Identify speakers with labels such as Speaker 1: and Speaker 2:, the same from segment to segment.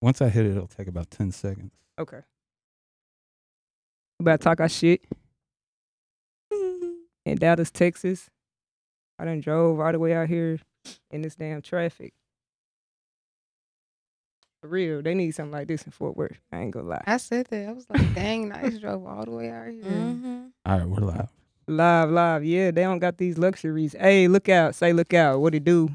Speaker 1: Once I hit it, it'll take about 10 seconds.
Speaker 2: Okay. We about to talk our shit. In Dallas, Texas, I done drove all the way out here in this damn traffic. For real, they need something like this in Fort Worth. I ain't gonna lie.
Speaker 3: I said that. I was like, dang, nice drove all the way out here.
Speaker 4: Mhm.
Speaker 1: All right, we're live.
Speaker 2: Live, live, yeah, they don't got these luxuries. Hey, look out, say look out. What it do?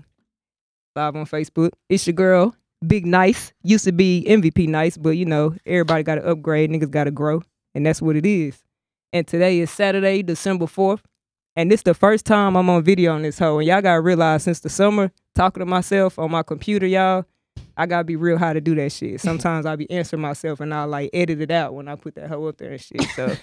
Speaker 2: Live on Facebook. It's your girl, Big Nice. Used to be MVP Nice, but you know, everybody gotta upgrade, niggas gotta grow, and that's what it is. And today is Saturday, December 4th. And this the first time I'm on video on this hoe. And y'all gotta realize since the summer, talking to myself on my computer, y'all, I gotta be real how to do that shit. Sometimes I be answering myself and I'll like edit it out when I put that hoe up there and shit. So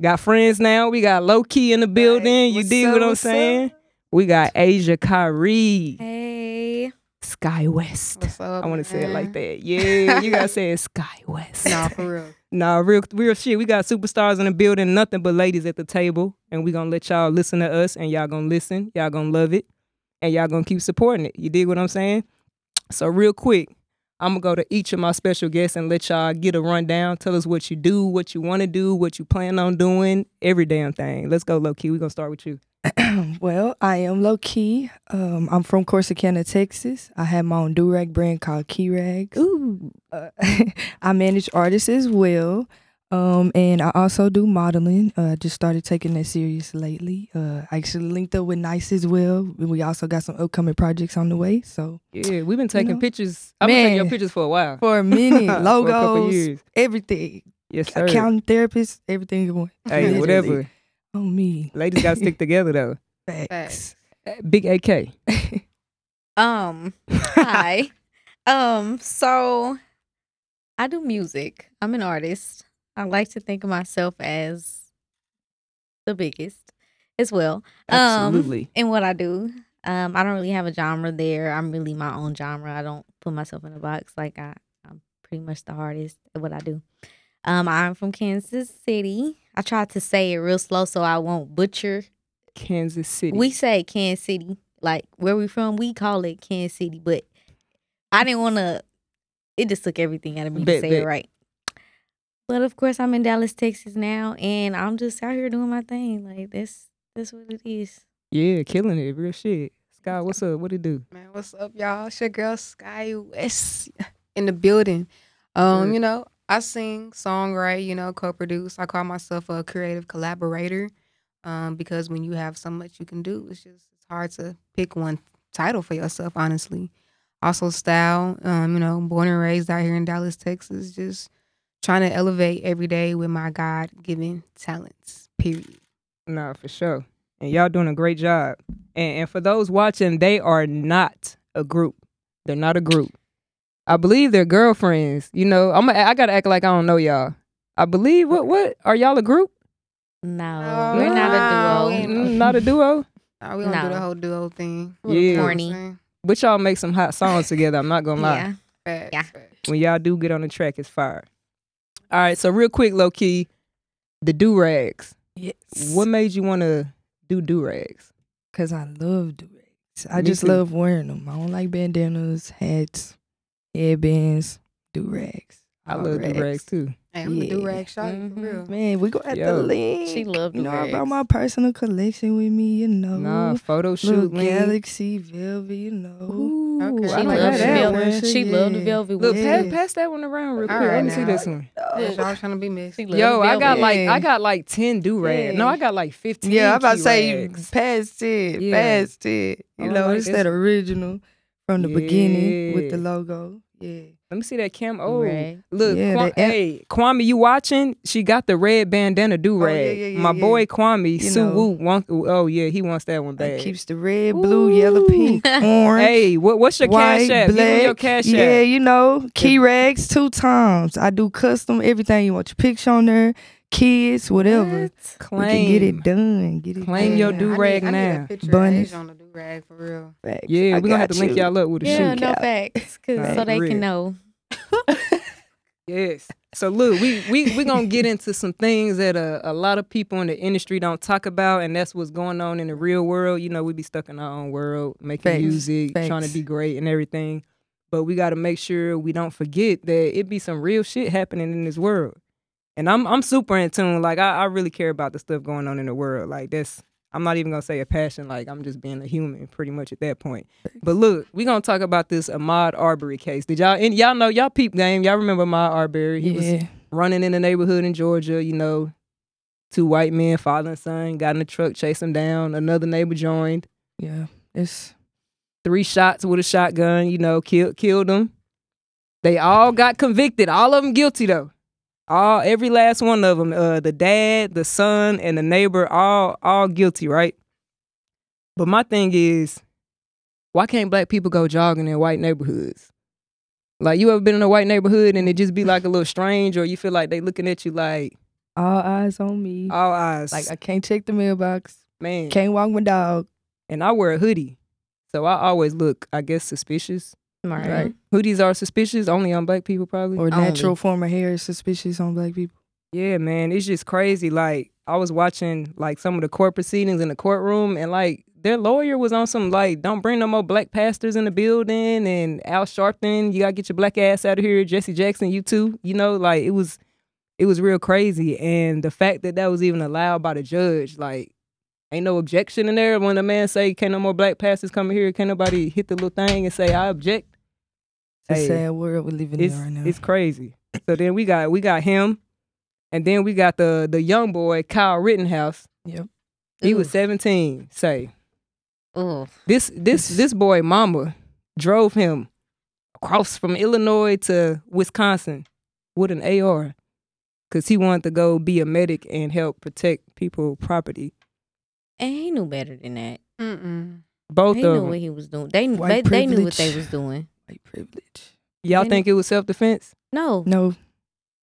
Speaker 2: got friends now. We got low key in the building. you
Speaker 4: What's
Speaker 2: dig
Speaker 4: up,
Speaker 2: what I'm
Speaker 4: what's up?
Speaker 2: saying? We got Asia Kyrie.
Speaker 4: Hey.
Speaker 2: Sky West.
Speaker 3: What's up?
Speaker 2: I wanna say it like
Speaker 3: man?
Speaker 2: that. Yeah, you gotta say it Sky West.
Speaker 3: Nah, for real.
Speaker 2: Nah, real real shit. We got superstars in the building, nothing but ladies at the table, and we gonna let y'all listen to us, and y'all gonna listen, y'all gonna love it, and y'all gonna keep supporting it. You dig what I'm saying? So real quick, I'm gonna go to each of my special guests and let y'all get a rundown. Tell us what you do, what you want to do, what you plan on doing, every damn thing. Let's go, low key. We gonna start with you.
Speaker 5: well, I am low key. Um, I'm from Corsicana, Texas. I have my own do rag brand called Key Rags.
Speaker 2: Ooh,
Speaker 5: Uh, I manage artists as well. Um, and I also do modeling. Uh, I just started taking that serious lately. Uh, I actually linked up with Nice as well. We also got some upcoming projects on the way. So
Speaker 2: yeah. We've been taking
Speaker 5: know,
Speaker 2: pictures. I've been taking your
Speaker 5: man.
Speaker 2: pictures for a while.
Speaker 5: for
Speaker 2: For a
Speaker 5: many
Speaker 2: couple
Speaker 5: logos,
Speaker 2: years.
Speaker 5: everything,
Speaker 2: Yes, sir.
Speaker 5: accounting therapist, everything you want.
Speaker 2: hey,
Speaker 5: Literally.
Speaker 2: whatever.
Speaker 5: On me,
Speaker 2: Ladies gotta stick together though.
Speaker 5: facts.
Speaker 2: Uh, Big AK.
Speaker 4: Um, hi. um, so I do music. I'm an artist. I like to think of myself as the biggest as well.
Speaker 2: Absolutely.
Speaker 4: Um, in what I do. Um, I don't really have a genre there. I'm really my own genre. I don't put myself in a box. Like I, I'm pretty much the hardest at what I do. Um, I'm from Kansas City. I tried to say it real slow so I won't butcher
Speaker 2: Kansas City.
Speaker 4: we say Kansas City, like where we from, we call it Kansas City, but I didn't want to. It just took everything out of me
Speaker 2: Bet,
Speaker 4: to say
Speaker 2: bet.
Speaker 4: it right. But of course, I'm in Dallas, Texas now, and I'm just out here doing my thing. Like that's that's what it is.
Speaker 2: yeah, killing it, real shit. Sky, what's up? What it do?
Speaker 3: Man, what's up, y'all? It's your girl Sky West in the building. Um,
Speaker 2: Mm.
Speaker 3: you know, I sing, songwrite, you know, co-produce. I call myself a creative collaborator. Um, because when you have so much you can do, it's just it's hard to pick one title for yourself, honestly. Also style, um, you know, born and raised out here in Dallas, Texas, just trying to elevate every day with my God given talents. Period.
Speaker 2: Nah, for sure. And y'all doing a great job. And, and for those watching, they are not a group. They're not a group. I believe they're girlfriends. You know, I'm. A, I gotta act like I don't know y'all. I believe what? What are y'all a group?
Speaker 4: No,
Speaker 3: No,
Speaker 4: we're not a
Speaker 3: no,
Speaker 4: duo.
Speaker 3: we-
Speaker 2: Mm, not a duo.
Speaker 3: Nah, we don't do
Speaker 4: No.
Speaker 3: the whole duo thing.
Speaker 2: Yeah.
Speaker 3: You know what I'm
Speaker 4: Corny.
Speaker 3: saying?
Speaker 2: But y'all make some hot songs together. I'm not gonna lie.
Speaker 4: Yeah,
Speaker 3: Facts,
Speaker 4: Yeah.
Speaker 3: facts.
Speaker 2: when y'all do get on the track, it's fire. All right, so real quick, low key, the do rags.
Speaker 5: yes.
Speaker 2: What made you want to do do rags?
Speaker 5: Cause I love durags. I
Speaker 2: Me
Speaker 5: just
Speaker 2: too.
Speaker 5: love wearing them. I don't like bandanas, hats, headbands, durags.
Speaker 2: I love do rags too.
Speaker 3: Hey, I'm a
Speaker 5: Yeah.
Speaker 3: durag shawty for
Speaker 4: Mhm.
Speaker 3: real.
Speaker 5: Man, we go at
Speaker 2: Yo.
Speaker 5: the link.
Speaker 4: She love
Speaker 5: You know, I
Speaker 4: durags.
Speaker 5: brought my personal collection with me. You know,
Speaker 2: Nah, photo
Speaker 5: little
Speaker 2: shoot link.
Speaker 5: galaxy velvet. You know,
Speaker 2: Ooh,
Speaker 3: Okay.
Speaker 2: I
Speaker 4: she
Speaker 3: like
Speaker 4: loved
Speaker 2: love that
Speaker 4: the
Speaker 5: Velvet.
Speaker 2: one.
Speaker 4: velvet.
Speaker 5: one.
Speaker 4: She loved the
Speaker 5: Yeah.
Speaker 4: velvet.
Speaker 2: Look,
Speaker 4: with
Speaker 5: Yeah.
Speaker 2: pass, pass that one around real quick.
Speaker 3: All right
Speaker 2: Let me see
Speaker 3: now.
Speaker 2: this one.
Speaker 3: Y'all was trying to be messy.
Speaker 4: She loved
Speaker 2: Yo,
Speaker 4: the
Speaker 2: I got
Speaker 4: velvet.
Speaker 2: like I
Speaker 5: Yeah.
Speaker 2: got like ten do rags. No,
Speaker 5: Yeah.
Speaker 2: I got like fifteen.
Speaker 5: yeah, I'm about to
Speaker 2: key
Speaker 5: say
Speaker 2: rags.
Speaker 5: past it,
Speaker 2: Yeah.
Speaker 5: past it.
Speaker 2: I
Speaker 5: You know,
Speaker 2: like
Speaker 5: it's
Speaker 2: this
Speaker 5: that original from the beginning with the
Speaker 2: Yeah.
Speaker 5: logo. Yeah,
Speaker 2: Let me see that Cam. Oh,
Speaker 4: Right.
Speaker 2: look,
Speaker 5: Yeah,
Speaker 2: Kwa-
Speaker 5: the app-
Speaker 2: hey Kwame, you watching? She got the red bandana do rag.
Speaker 5: Oh, yeah, yeah,
Speaker 2: My
Speaker 5: yeah.
Speaker 2: boy Kwame
Speaker 5: You
Speaker 2: Sue
Speaker 5: know.
Speaker 2: Woo wants. Oh yeah, he wants that one
Speaker 5: that
Speaker 2: bad.
Speaker 5: keeps the red, blue, yellow,
Speaker 2: Ooh.
Speaker 5: pink, orange.
Speaker 2: Hey, what, what's your cash app? Give me your cash app.
Speaker 5: yeah, you know, key rags two times. I do custom everything. You want your picture on there, kids, whatever.
Speaker 4: What?
Speaker 5: We can
Speaker 2: Claim.
Speaker 5: get it done. Get it
Speaker 2: Claim
Speaker 5: done.
Speaker 2: your
Speaker 3: I
Speaker 2: do-
Speaker 3: need-
Speaker 2: durag
Speaker 3: I need
Speaker 2: now.
Speaker 3: a picture
Speaker 5: Bunny.
Speaker 3: of Asia on the durag for real.
Speaker 5: Facts.
Speaker 2: Yeah,
Speaker 5: I
Speaker 2: we're gonna have
Speaker 5: got
Speaker 2: to link
Speaker 5: you.
Speaker 2: y'all up with a
Speaker 4: Yeah,
Speaker 2: shoot.
Speaker 4: no
Speaker 5: out.
Speaker 4: facts, 'cause-
Speaker 2: Nah,
Speaker 4: so they
Speaker 2: real.
Speaker 4: can know.
Speaker 2: Yes. So look, we we we gonna get into some things that uh, a lot of people in the industry don't talk about, and that's what's going on in the real world. You know, we be stuck in our own world, making
Speaker 5: Facts.
Speaker 2: music,
Speaker 5: Facts.
Speaker 2: trying to be great and everything. But we got to make sure we don't forget that it be some real shit happening in this world. And I'm I'm super in tune. Like I, I really care about the stuff going on in the world. Like that's I'm not even gonna say a passion. Like I'm just being a human, pretty much at that point. But look, we gonna talk about this Ahmad Arbery case. Did y'all any y'all know y'all peep game? Y'all remember Ahmad Arbery? He was
Speaker 5: yeah.
Speaker 2: running in the neighborhood in Georgia, you know, two white men, father and son, got in a truck, chased him down. Another neighbor joined.
Speaker 5: Yeah. It's
Speaker 2: Three shots with a shotgun, you know, killed killed him. They all got convicted. All of them guilty though. All every last one of them, uh, the dad, the son, and the neighbor, all all guilty, right? But my thing is, why can't black people go jogging in white neighborhoods? Like you ever been in a white neighborhood and it just be like a little strange, or you feel like they looking at you like
Speaker 5: all eyes on me.
Speaker 2: all eyes,
Speaker 5: Like I can't check the mailbox.
Speaker 2: man.
Speaker 5: Can't walk my dog.
Speaker 2: And I wear a hoodie, so I always look, I guess, suspicious.
Speaker 4: Right.
Speaker 5: Right.
Speaker 2: Hoodies are suspicious only on black people, probably.
Speaker 5: Or
Speaker 4: Only.
Speaker 5: natural form of hair is suspicious on black people.
Speaker 2: Oh, Yeah, man, it's just crazy. Like I was watching like some of the court proceedings in the courtroom, and like their lawyer was on some like, "Don't bring no more black pastors in the building," and Al Sharpton, "You gotta get your black ass out of here." Jesse Jackson, you too. You know, like it was, it was real crazy, and the fact that that was even allowed by the judge, like. Ain't no objection in there when a man say, "Can't no more black pastors come in here." Can't nobody hit the little thing and say, "I object."
Speaker 5: It's
Speaker 2: Hey,
Speaker 5: a sad world we're living
Speaker 2: it's,
Speaker 5: in right now.
Speaker 2: it's crazy. So then we got we got him, and then we got the the young boy Kyle Rittenhouse.
Speaker 5: Yep.
Speaker 2: He was
Speaker 4: Ooh.
Speaker 2: seventeen. Say
Speaker 4: Oh,
Speaker 2: this this this boy mama drove him across from Illinois to Wisconsin with an AR because he wanted to go be a medic and help protect people property.
Speaker 4: and he knew better than that.
Speaker 3: Mm-mm.
Speaker 2: Both
Speaker 4: He
Speaker 2: of
Speaker 4: knew
Speaker 2: them.
Speaker 4: what he was doing. They they,
Speaker 5: White
Speaker 4: they knew what they
Speaker 5: privilege.
Speaker 4: was doing.
Speaker 5: White privilege.
Speaker 2: Y'all
Speaker 4: they
Speaker 2: think it was self defense?
Speaker 4: No,
Speaker 5: No.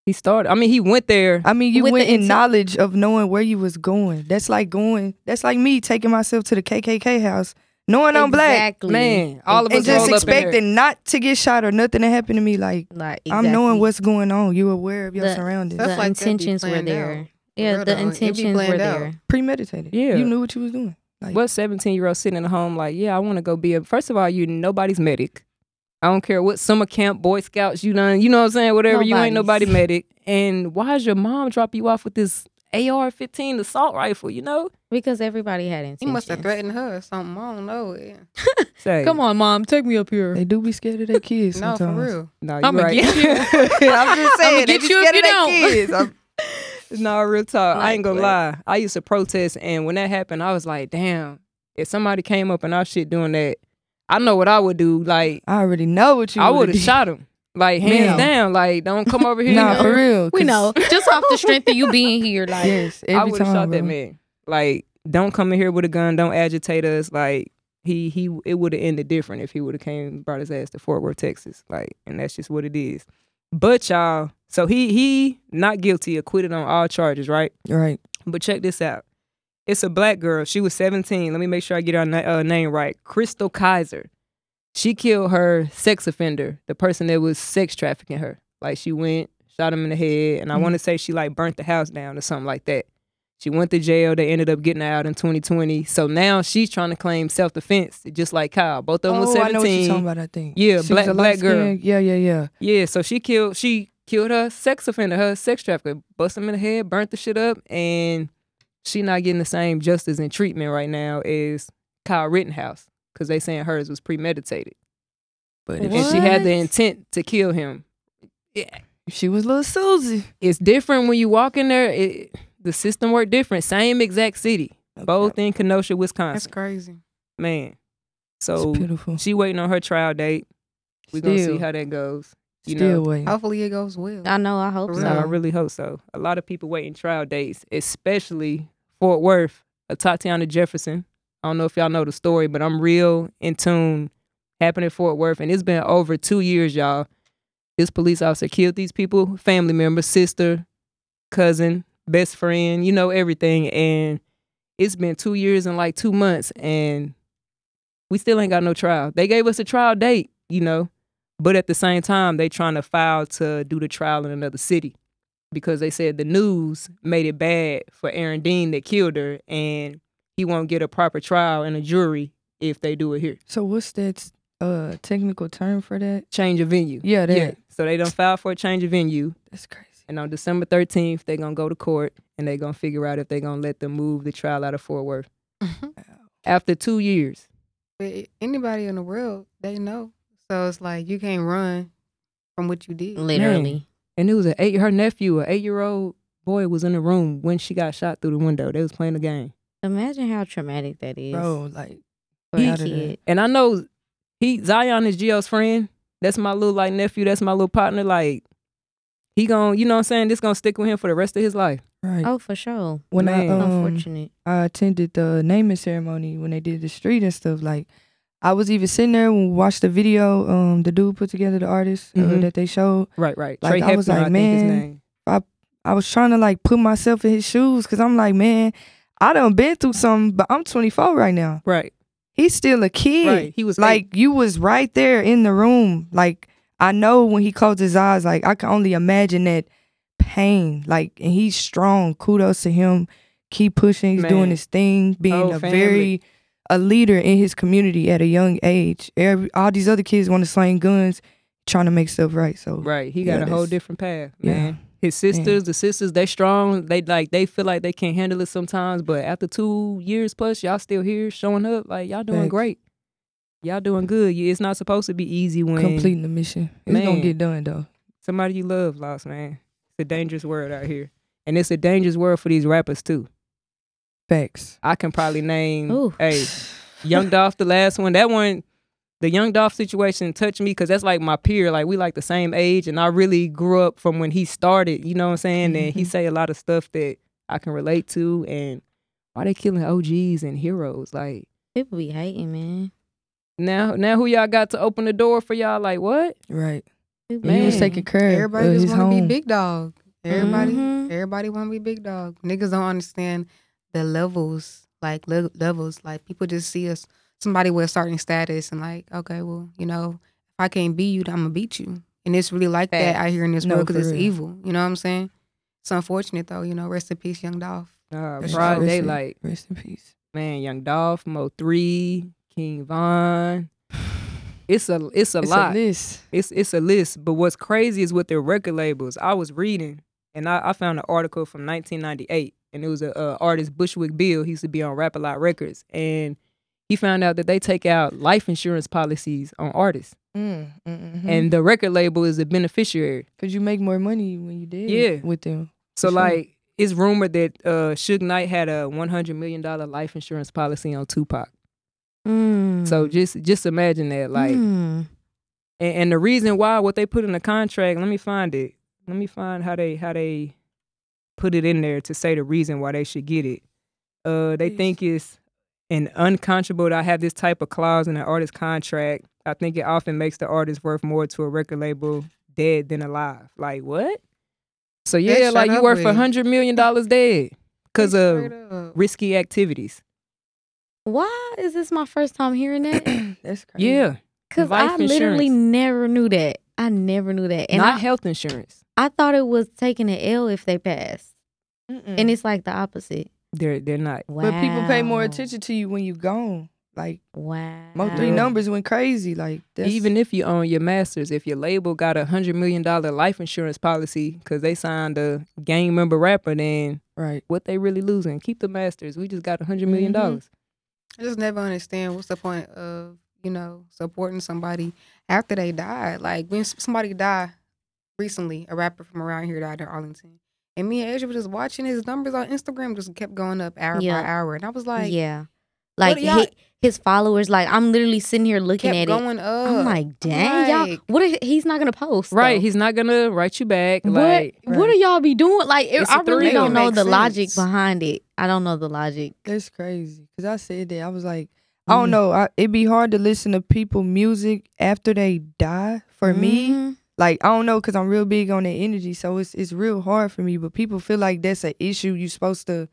Speaker 2: He started. I mean, he went there.
Speaker 5: I mean you
Speaker 4: With the
Speaker 5: went in
Speaker 4: intent-
Speaker 5: knowledge of knowing where you was going. That's like going that's like me taking myself to the KKK house, knowing I'm black
Speaker 4: Exactly.
Speaker 2: Man, all of us
Speaker 5: and just
Speaker 2: roll up in there.
Speaker 5: expecting not to get shot or nothing to happen to me. Like
Speaker 4: Like
Speaker 5: I'm knowing
Speaker 4: exactly.
Speaker 5: what's going on. You aware of your
Speaker 4: The-
Speaker 5: surroundings.
Speaker 3: Stuff
Speaker 4: the
Speaker 3: like that be
Speaker 4: intentions were
Speaker 3: planned
Speaker 4: there.
Speaker 3: out.
Speaker 4: Yeah,
Speaker 3: Real
Speaker 4: the
Speaker 3: dog, it be
Speaker 4: intentions were
Speaker 3: planned out.
Speaker 4: there.
Speaker 5: Premeditated.
Speaker 2: Yeah.
Speaker 5: You knew what you was doing. Like
Speaker 2: what 17 year old sitting in a home like yeah i want to go be a first of all you nobody's medic i don't care what summer camp boy scouts you done you know what i'm saying whatever you ain't nobody
Speaker 4: Nobody's.
Speaker 2: medic and why is your mom drop you off with this ar-15 assault rifle you know
Speaker 4: Because everybody had intentions.
Speaker 3: He must have threatened her or something. I don't know. Yeah.
Speaker 2: Say,
Speaker 4: Come on, mom, take me up here.
Speaker 5: they do be scared of their kids
Speaker 3: No,
Speaker 5: sometimes.
Speaker 3: for real.
Speaker 2: no, you
Speaker 4: I'ma
Speaker 2: right.
Speaker 4: get you.
Speaker 5: I'm just
Speaker 4: I'ma
Speaker 5: saying they
Speaker 4: get
Speaker 5: be
Speaker 4: you if
Speaker 5: scared
Speaker 4: you
Speaker 5: of their
Speaker 4: don't.
Speaker 5: kids. I'm-
Speaker 2: No, real talk. I
Speaker 4: Like,
Speaker 2: ain't gonna
Speaker 4: what?
Speaker 2: lie. I used to protest, and when that happened, I was like, damn, if somebody came up and I shit doing that, I know what I would do. Like,
Speaker 5: I already know what you
Speaker 2: I would
Speaker 5: would've
Speaker 2: have
Speaker 5: did.
Speaker 2: shot him. Like, hands
Speaker 5: Man.
Speaker 2: down. Like, don't come over here.
Speaker 5: Nah,
Speaker 2: you know?
Speaker 5: for real.
Speaker 4: We
Speaker 5: 'cause-
Speaker 4: know. Just off the strength of you being here, like
Speaker 5: Yes, every
Speaker 2: I would have
Speaker 5: time,
Speaker 2: shot that
Speaker 5: bro.
Speaker 2: man. Like, don't come in here with a gun. Don't agitate us. Like, he he, it would have ended different if he would have came and brought his ass to Fort Worth, Texas. Like, and that's just what it is. But y'all, so he he not guilty, acquitted on all charges, right?
Speaker 5: Right.
Speaker 2: But check this out. It's a black girl. She was 17. Let me make sure I get her na- uh, name right. Crystal Kaiser. She killed her sex offender, the person that was sex trafficking her. Like she went, shot him in the head, and I
Speaker 5: Mhm.
Speaker 2: want to say she like burnt the house down or something like that. She went to jail. They ended up getting her out in 2020. So now she's trying to claim self defense, just like Kyle. Both of them were
Speaker 5: oh, I know what you're
Speaker 2: 17.
Speaker 5: talking about. I think.
Speaker 2: Yeah,
Speaker 5: was
Speaker 2: black-
Speaker 5: a
Speaker 2: black girl.
Speaker 5: light-skinned- Yeah, yeah, yeah.
Speaker 2: Yeah, so she killed she killed her sex offender, her sex trafficker, bust him in the head, burnt the shit up, and she not getting the same justice and treatment right now as Kyle Rittenhouse because they saying hers was premeditated
Speaker 5: But
Speaker 2: and she had the
Speaker 4: What?
Speaker 2: intent to kill him.
Speaker 5: if she was little Susie.
Speaker 2: It's different when you walk in there. It, the system worked different. Same exact city, both in Kenosha,
Speaker 3: That's
Speaker 2: Wisconsin.
Speaker 3: crazy.
Speaker 2: Man,
Speaker 5: It's
Speaker 2: so
Speaker 5: beautiful.
Speaker 2: she waiting on her trial date. We gonna see
Speaker 5: Still-
Speaker 2: how that goes. you
Speaker 5: Still
Speaker 2: know.
Speaker 5: waiting.
Speaker 3: Hopefully it goes well.
Speaker 4: I know. I hope
Speaker 3: For
Speaker 2: No, I
Speaker 4: so.
Speaker 3: real.
Speaker 2: really hope so. A lot of people waiting trial dates, especially Fort Worth, a Tatiana Jefferson. I don't know if y'all know the story, but I'm real in tune. Happened in Fort Worth, and it's been over two years, y'all. This police officer killed these people, family member, sister, cousin, best friend, you know, everything. And it's been two years and like two months, and we still ain't got no trial. They gave us a trial date, you know, but at the same time, they trying to file to do the trial in another city because they said the news made it bad for Aaron Dean that killed her, and he won't get a proper trial and a jury if they do it here.
Speaker 5: So what's that uh technical term for that?
Speaker 2: Change of venue.
Speaker 5: Yeah, that.
Speaker 2: So they don't file for a change of venue,
Speaker 5: That's crazy.
Speaker 2: and on December thirteenth, they're gonna go to court and they're gonna figure out if they're gonna let them move the trial out of Fort Worth after two years.
Speaker 3: But anybody in the world, they know. So it's like you can't run from what you did.
Speaker 4: Literally.
Speaker 2: And it was an eight. Her nephew, an eight-year-old boy, was in the room when she got shot through the window. They was playing the game.
Speaker 4: Imagine how traumatic that is
Speaker 5: Bro, like
Speaker 4: for a
Speaker 5: out of
Speaker 4: kid.
Speaker 2: And I know he Zion is Geo's friend. That's my little like nephew. That's my little partner. Like he gon' you know what I'm saying. This gonna stick with him for the rest of his life.
Speaker 5: right.
Speaker 4: Oh, for sure.
Speaker 5: when I
Speaker 2: man.
Speaker 5: um,
Speaker 4: Unfortunate.
Speaker 5: I attended the naming ceremony when they did the street and stuff. Like, I was even sitting there when we watched the video. Um, the dude put together the artist uh,
Speaker 2: Mhm.
Speaker 5: that they showed.
Speaker 2: Right, right.
Speaker 5: Like,
Speaker 2: Trey
Speaker 5: I was
Speaker 2: Hepburn,
Speaker 5: like,
Speaker 2: I think his
Speaker 5: man.
Speaker 2: name.
Speaker 5: I was trying to like put myself in his shoes because I'm like, man, I done been through something, but I'm 24 right now.
Speaker 2: Right,
Speaker 5: He's still a kid.
Speaker 2: right. He was
Speaker 5: Like
Speaker 2: eight.
Speaker 5: you was right there in the room. Like I know when he closed his eyes, like I can only imagine that pain. Like and he's strong. Kudos to him. Keep pushing. He's
Speaker 2: Man.
Speaker 5: doing his thing. Being
Speaker 2: Whole
Speaker 5: a
Speaker 2: family.
Speaker 5: very a leader in his community at a young age. Every, all these other kids want to slang guns, trying to make stuff right. So
Speaker 2: right. He got
Speaker 5: Yeah,
Speaker 2: a whole
Speaker 5: that's-
Speaker 2: different path,
Speaker 5: yeah.
Speaker 2: man. His sisters, the sisters, they strong. They like they feel like they can't handle it sometimes. But after two years plus, y'all still here showing up. Like y'all doing
Speaker 5: Facts.
Speaker 2: great. Y'all doing good. Yeah, It's not supposed to be easy when
Speaker 5: completing the mission. It's
Speaker 2: Man.
Speaker 5: gonna get done though.
Speaker 2: somebody you love lost, man. It's a dangerous world out here. And it's a dangerous world for these rappers too.
Speaker 5: Facts.
Speaker 2: I can probably name
Speaker 4: Ooh.
Speaker 2: hey, Young Dolph, the last one. That one, the Young Dolph situation touched me because that's like my peer. Like we like the same age and I really grew up from when he started, you know what I'm saying? And he
Speaker 5: Mhm.
Speaker 2: say a lot of stuff that I can relate to and why they killing OGs and heroes? Like
Speaker 4: People be hating, man.
Speaker 2: now now who y'all got to open the door for y'all? Like what?
Speaker 5: Right.
Speaker 4: People
Speaker 5: Man.
Speaker 2: Man.
Speaker 5: He
Speaker 4: be
Speaker 5: was
Speaker 4: hating.
Speaker 5: taking care
Speaker 3: Everybody
Speaker 5: of his
Speaker 3: just want to be
Speaker 5: home. Mm-hmm.
Speaker 3: big dog. Everybody,
Speaker 4: Mhm.
Speaker 3: everybody want to be big dog. Niggas don't understand the levels, like le- levels. Like people just see us somebody with a certain status and like, okay, well, you know, if I can't beat you, then I'm gonna beat you. And it's really like that out here in this
Speaker 5: No,
Speaker 3: world 'cause
Speaker 5: for
Speaker 3: world because it's
Speaker 5: real.
Speaker 3: evil. You know what I'm saying? It's unfortunate though. You know, rest in peace, Young Dolph.
Speaker 2: Uh,
Speaker 5: That's
Speaker 2: broad
Speaker 5: crazy.
Speaker 2: daylight.
Speaker 5: Rest in peace.
Speaker 2: Man, Young Dolph, Mo Three, King Von. It's a it's a lot.
Speaker 5: list.
Speaker 2: it's it's a list. But what's crazy is with their record labels. I was reading and I, I found an article from 1998, and it was a, uh artist Bushwick Bill. He used to be on Rap a Lot Records, and he found out that they take out life insurance policies on artists,
Speaker 5: Mm,
Speaker 2: mm-hmm.
Speaker 5: mm
Speaker 2: and the record label is the beneficiary.
Speaker 5: Cause you make more money when you did
Speaker 2: Yeah.
Speaker 5: with them.
Speaker 2: So
Speaker 5: sure.
Speaker 2: like. It's rumored that uh, Suge Knight had a one hundred million dollar life insurance policy on Tupac.
Speaker 4: Mm.
Speaker 2: So just just imagine that, like,
Speaker 4: Mm.
Speaker 2: and, and the reason why what they put in the contract let me find it let me find how they how they put it in there to say the reason why they should get it uh they
Speaker 5: Yes.
Speaker 2: think it's an unconscionable to have this type of clause in an artist contract i think it often makes the artist worth more to a record label dead than alive like what so
Speaker 3: They
Speaker 2: yeah like
Speaker 3: shut
Speaker 2: you
Speaker 3: up
Speaker 2: worth a
Speaker 3: with-
Speaker 2: hundred million dollars dead because of
Speaker 3: Straight up.
Speaker 2: risky activities
Speaker 4: Why is this my first time hearing that?
Speaker 5: That's crazy.
Speaker 2: yeah
Speaker 4: Because
Speaker 2: Life
Speaker 4: I literally
Speaker 2: insurance.
Speaker 4: never knew that. I never knew that. And
Speaker 2: not
Speaker 4: I,
Speaker 2: health insurance
Speaker 4: I thought it was taking an L if they passed. And
Speaker 5: And
Speaker 2: Mm.
Speaker 5: it's
Speaker 4: it's like the opposite.
Speaker 2: they're they're not
Speaker 4: Wow.
Speaker 5: but people pay more attention to you when you gone. Like
Speaker 4: Wow.
Speaker 5: my three
Speaker 2: Yeah.
Speaker 5: numbers went crazy. Like that's,
Speaker 2: Even if you own your masters, if your label got a hundred million dollar life insurance policy because they signed a gang member rapper, then
Speaker 5: right.
Speaker 2: what they really losing? Keep the masters. We just got a hundred million
Speaker 4: Mhm.
Speaker 2: dollars.
Speaker 3: I just never understand what's the point of you know supporting somebody after they died. Like when s- somebody died recently, a rapper from around here died in Arlington, and me and Asia were just watching his numbers on Instagram just kept going up hour
Speaker 4: Yeah.
Speaker 3: by hour, and I was like,
Speaker 4: yeah. Like
Speaker 3: y'all-
Speaker 4: hi- his followers, like I'm literally sitting here looking
Speaker 3: kept
Speaker 4: at it.
Speaker 3: going up.
Speaker 4: I'm like, dang, y'all.
Speaker 3: like-
Speaker 4: What if he's not gonna post?
Speaker 2: Right?
Speaker 4: though?
Speaker 2: He's not gonna write you back.
Speaker 4: what
Speaker 2: Like
Speaker 4: What do y'all be doing? Like, it,
Speaker 2: It's a
Speaker 4: I really
Speaker 2: thrill.
Speaker 4: don't know
Speaker 3: Makes
Speaker 4: the logic
Speaker 3: sense.
Speaker 4: behind it. I don't know the logic.
Speaker 5: That's crazy. Cause I said that I was like, I
Speaker 4: Mm.
Speaker 5: don't know. I, it'd be hard to listen to people music after they die. For me,
Speaker 4: Mhm.
Speaker 5: like I don't know, cause I'm real big on that energy. So it's it's real hard for me. But people feel like that's an issue. You supposed to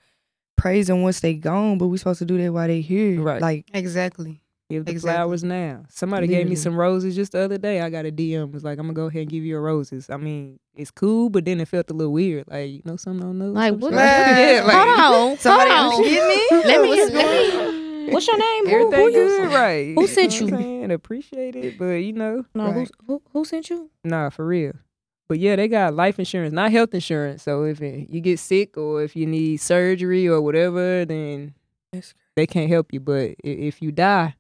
Speaker 5: praise them once they gone, but we supposed to do that while they here.
Speaker 2: Right.
Speaker 5: Like
Speaker 3: exactly.
Speaker 2: give the
Speaker 3: Exactly.
Speaker 2: flowers now? Somebody gave me
Speaker 5: Literally.
Speaker 2: some roses just the other day. I got a DM. Was like, I'm gonna go ahead and give you a roses. I mean, it's cool, but then it felt a little weird. Like you know, something I don't know.
Speaker 4: Like,
Speaker 2: some
Speaker 4: what?
Speaker 2: shit.
Speaker 3: Yeah,
Speaker 4: hold on.
Speaker 5: somebody
Speaker 4: hold
Speaker 5: else
Speaker 4: on.
Speaker 5: get me.
Speaker 4: Oh. Let me
Speaker 5: What's
Speaker 4: let me- What's your name? Who, who,
Speaker 2: Everything
Speaker 4: you,
Speaker 2: good, right?
Speaker 4: who sent
Speaker 2: know what I'm
Speaker 4: you?
Speaker 2: saying? Appreciate it, but you know,
Speaker 4: no, who,
Speaker 5: Right.
Speaker 4: who, who sent you?
Speaker 2: nah, for real. But yeah, they got life insurance, not health insurance. So if it, you get sick or if you need surgery or whatever, then
Speaker 5: That's
Speaker 2: they can't help you. But i- if you die,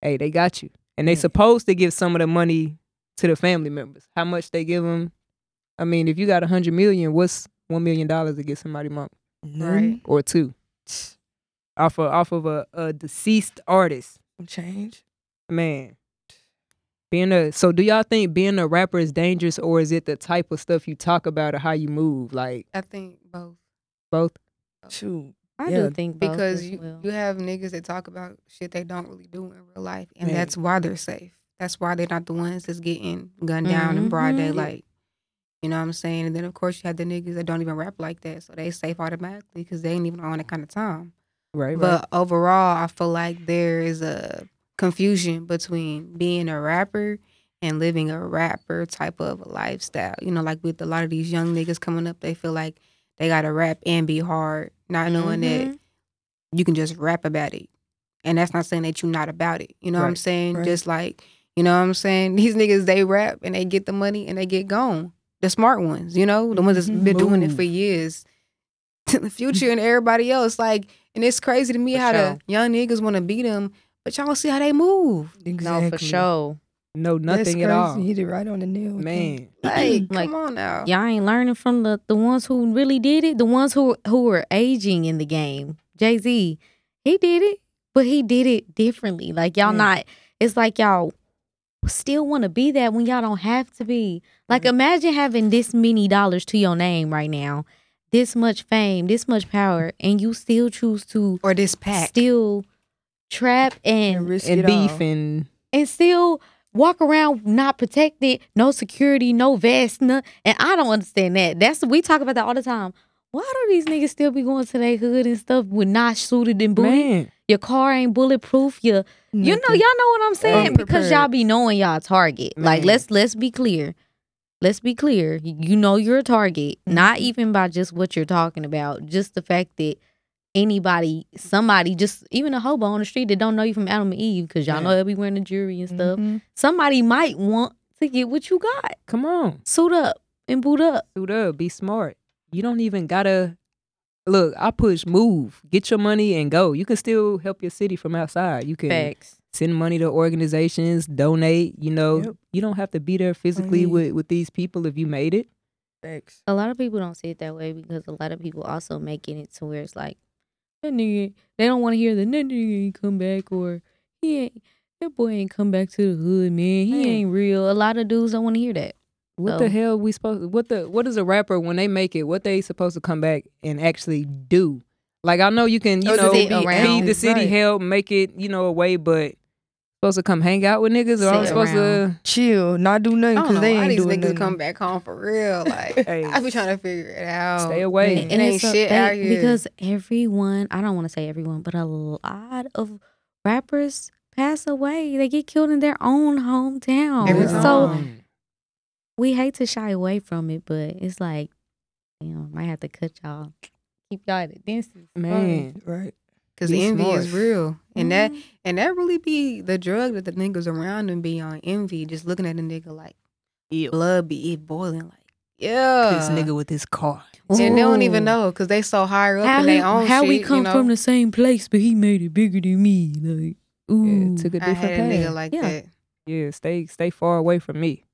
Speaker 2: hey, they got you. And they
Speaker 5: Yeah.
Speaker 2: supposed to give some of the money to the family members. How much they give them? I mean, if you got a hundred million, what's one million dollars to get somebody month
Speaker 3: Right.
Speaker 2: or two off of off of a, a deceased artist?
Speaker 5: Change.
Speaker 2: Man, being a so do y'all think being a rapper is dangerous or is it the type of stuff you talk about or how you move? Like
Speaker 3: I think both.
Speaker 2: both.
Speaker 5: Shoot.
Speaker 4: I
Speaker 5: Yeah,
Speaker 4: do think both
Speaker 3: Because
Speaker 4: as
Speaker 3: you,
Speaker 4: well.
Speaker 3: you have niggas that talk about shit they don't really do in real life. And
Speaker 5: Right.
Speaker 3: that's why they're safe. That's why they're not the ones that's getting gunned down in broad
Speaker 4: Mhm.
Speaker 3: daylight. You know what I'm saying? And then, of course, you have the niggas that don't even rap like that. So they safe automatically because they ain't even on that kind of time.
Speaker 2: Right,
Speaker 3: But overall, I feel like there is a confusion between being a rapper and living a rapper type of a lifestyle. You know, like with a lot of these young niggas coming up, they feel like they gotta rap and be hard, not knowing that
Speaker 4: Mhm.
Speaker 3: you can just rap about it. And that's not saying that you're not about it. You know what I'm
Speaker 2: Right,
Speaker 3: saying?
Speaker 5: right.
Speaker 3: Just like, you know what I'm saying? These niggas, they rap and they get the money and they get gone. The smart ones, you know, the ones that's
Speaker 5: Mhm.
Speaker 3: been doing
Speaker 2: Mm-hmm.
Speaker 3: it
Speaker 2: Move.
Speaker 3: for years. To the future and everybody else. Like, and it's crazy to me
Speaker 4: For
Speaker 3: how
Speaker 4: sure.
Speaker 3: the young niggas want to beat them, but y'all don't see how they move.
Speaker 5: Exactly.
Speaker 4: No, for sure.
Speaker 2: no
Speaker 5: That's
Speaker 2: nothing at
Speaker 5: crazy.
Speaker 2: all.
Speaker 5: Hit it right on the nail.
Speaker 2: Man.
Speaker 3: Like,
Speaker 4: Like,
Speaker 3: come on now.
Speaker 4: Y'all ain't learning from the, the ones who really did it, the ones who who were aging in the game. Jay Z, he did it, but he did it differently. Like y'all
Speaker 5: Yeah.
Speaker 4: not. It's like y'all still want to be that when y'all don't have to be. Like imagine having this many dollars to your name right now, this much fame, this much power, and you still choose to
Speaker 3: Or this pack.
Speaker 4: still trap and
Speaker 5: And risk
Speaker 2: And
Speaker 5: it
Speaker 2: beef
Speaker 5: all.
Speaker 2: and
Speaker 4: and still walk around not protected, no security, no vest, no, and I don't understand that. That's we talk about that all the time. Why do these niggas still be going to their hood and stuff with not suited and booted?
Speaker 2: man.
Speaker 4: Your car ain't bulletproof. Your you know y'all
Speaker 5: Nothing.
Speaker 4: know what I'm saying because
Speaker 3: Unprepared.
Speaker 4: y'all be knowing y'all a target. Like
Speaker 2: Man.
Speaker 4: let's let's be clear. Let's be clear. You know you're a target, not even by just what you're talking about, just the fact that anybody, somebody, just even a hobo on the street that don't know you from Adam and Eve, because y'all know they'll be wearing the jewelry and stuff.
Speaker 5: Mhm.
Speaker 4: Somebody might want to get what you got.
Speaker 2: Come on.
Speaker 4: Suit up and boot up.
Speaker 2: Suit up. Be smart. You don't even gotta look, I push move. Get your money and go. You can still help your city from outside. You can
Speaker 4: Facts.
Speaker 2: send money to organizations, donate, you know.
Speaker 5: Yep.
Speaker 2: You don't have to be there physically
Speaker 5: Mhm.
Speaker 2: with, with these people if you made it.
Speaker 5: Facts.
Speaker 4: A lot of people don't see it that way because a lot of people also making it to where it's like, that nigga, they don't want to hear the that nigga ain't come back or he ain't, that boy ain't come back to the hood, man. He
Speaker 2: Mm.
Speaker 4: ain't real. A lot of dudes don't want to hear that.
Speaker 2: What
Speaker 4: Oh.
Speaker 2: the hell we supposed what the what is a rapper when they make it, what they supposed to come back and actually do? Like I know you can, you
Speaker 4: Oh,
Speaker 2: know,
Speaker 4: sit
Speaker 2: be-
Speaker 4: around.
Speaker 2: feed the city
Speaker 5: Right.
Speaker 2: help, make it, you know, away, but supposed to come hang out with niggas or I'm
Speaker 4: Sit
Speaker 2: supposed
Speaker 4: around.
Speaker 2: to
Speaker 5: Chill. Not do
Speaker 3: I don't
Speaker 5: nothing
Speaker 3: know
Speaker 5: because they
Speaker 3: why
Speaker 5: ain't
Speaker 3: these
Speaker 5: doing
Speaker 3: niggas
Speaker 5: nothing.
Speaker 3: come back home for real. Like,
Speaker 2: Hey.
Speaker 3: I be trying to figure it out.
Speaker 2: Stay away.
Speaker 3: It
Speaker 5: Mm.
Speaker 3: ain't
Speaker 4: it's a-
Speaker 3: shit
Speaker 4: they-
Speaker 3: out here.
Speaker 4: Because everyone, I don't want to say everyone, but a lot of rappers pass away. They get killed in their own hometown.
Speaker 3: Every
Speaker 4: so
Speaker 3: time.
Speaker 4: we hate to shy away from it, but it's like, damn, I have to cut y'all. Keep y'all at a distance.
Speaker 2: man,
Speaker 5: Right.
Speaker 3: Because
Speaker 2: Be
Speaker 3: envy
Speaker 2: smart.
Speaker 3: is real. And that and that really be the drug that the niggas around them be on envy, just looking at a nigga like blood be it boiling like, yeah.
Speaker 2: with his car.
Speaker 3: And they don't
Speaker 4: Ooh.
Speaker 3: even know because they so high up
Speaker 4: how,
Speaker 3: in their
Speaker 4: he-
Speaker 3: own
Speaker 4: how
Speaker 3: shit.
Speaker 4: we come
Speaker 3: you know?
Speaker 4: from the same place, but he made it bigger than me. Like, ooh,
Speaker 2: Yeah, took a
Speaker 3: I
Speaker 2: different
Speaker 3: had a nigga
Speaker 2: path.
Speaker 3: like
Speaker 4: Yeah.
Speaker 3: that.
Speaker 2: yeah, stay stay far away from me.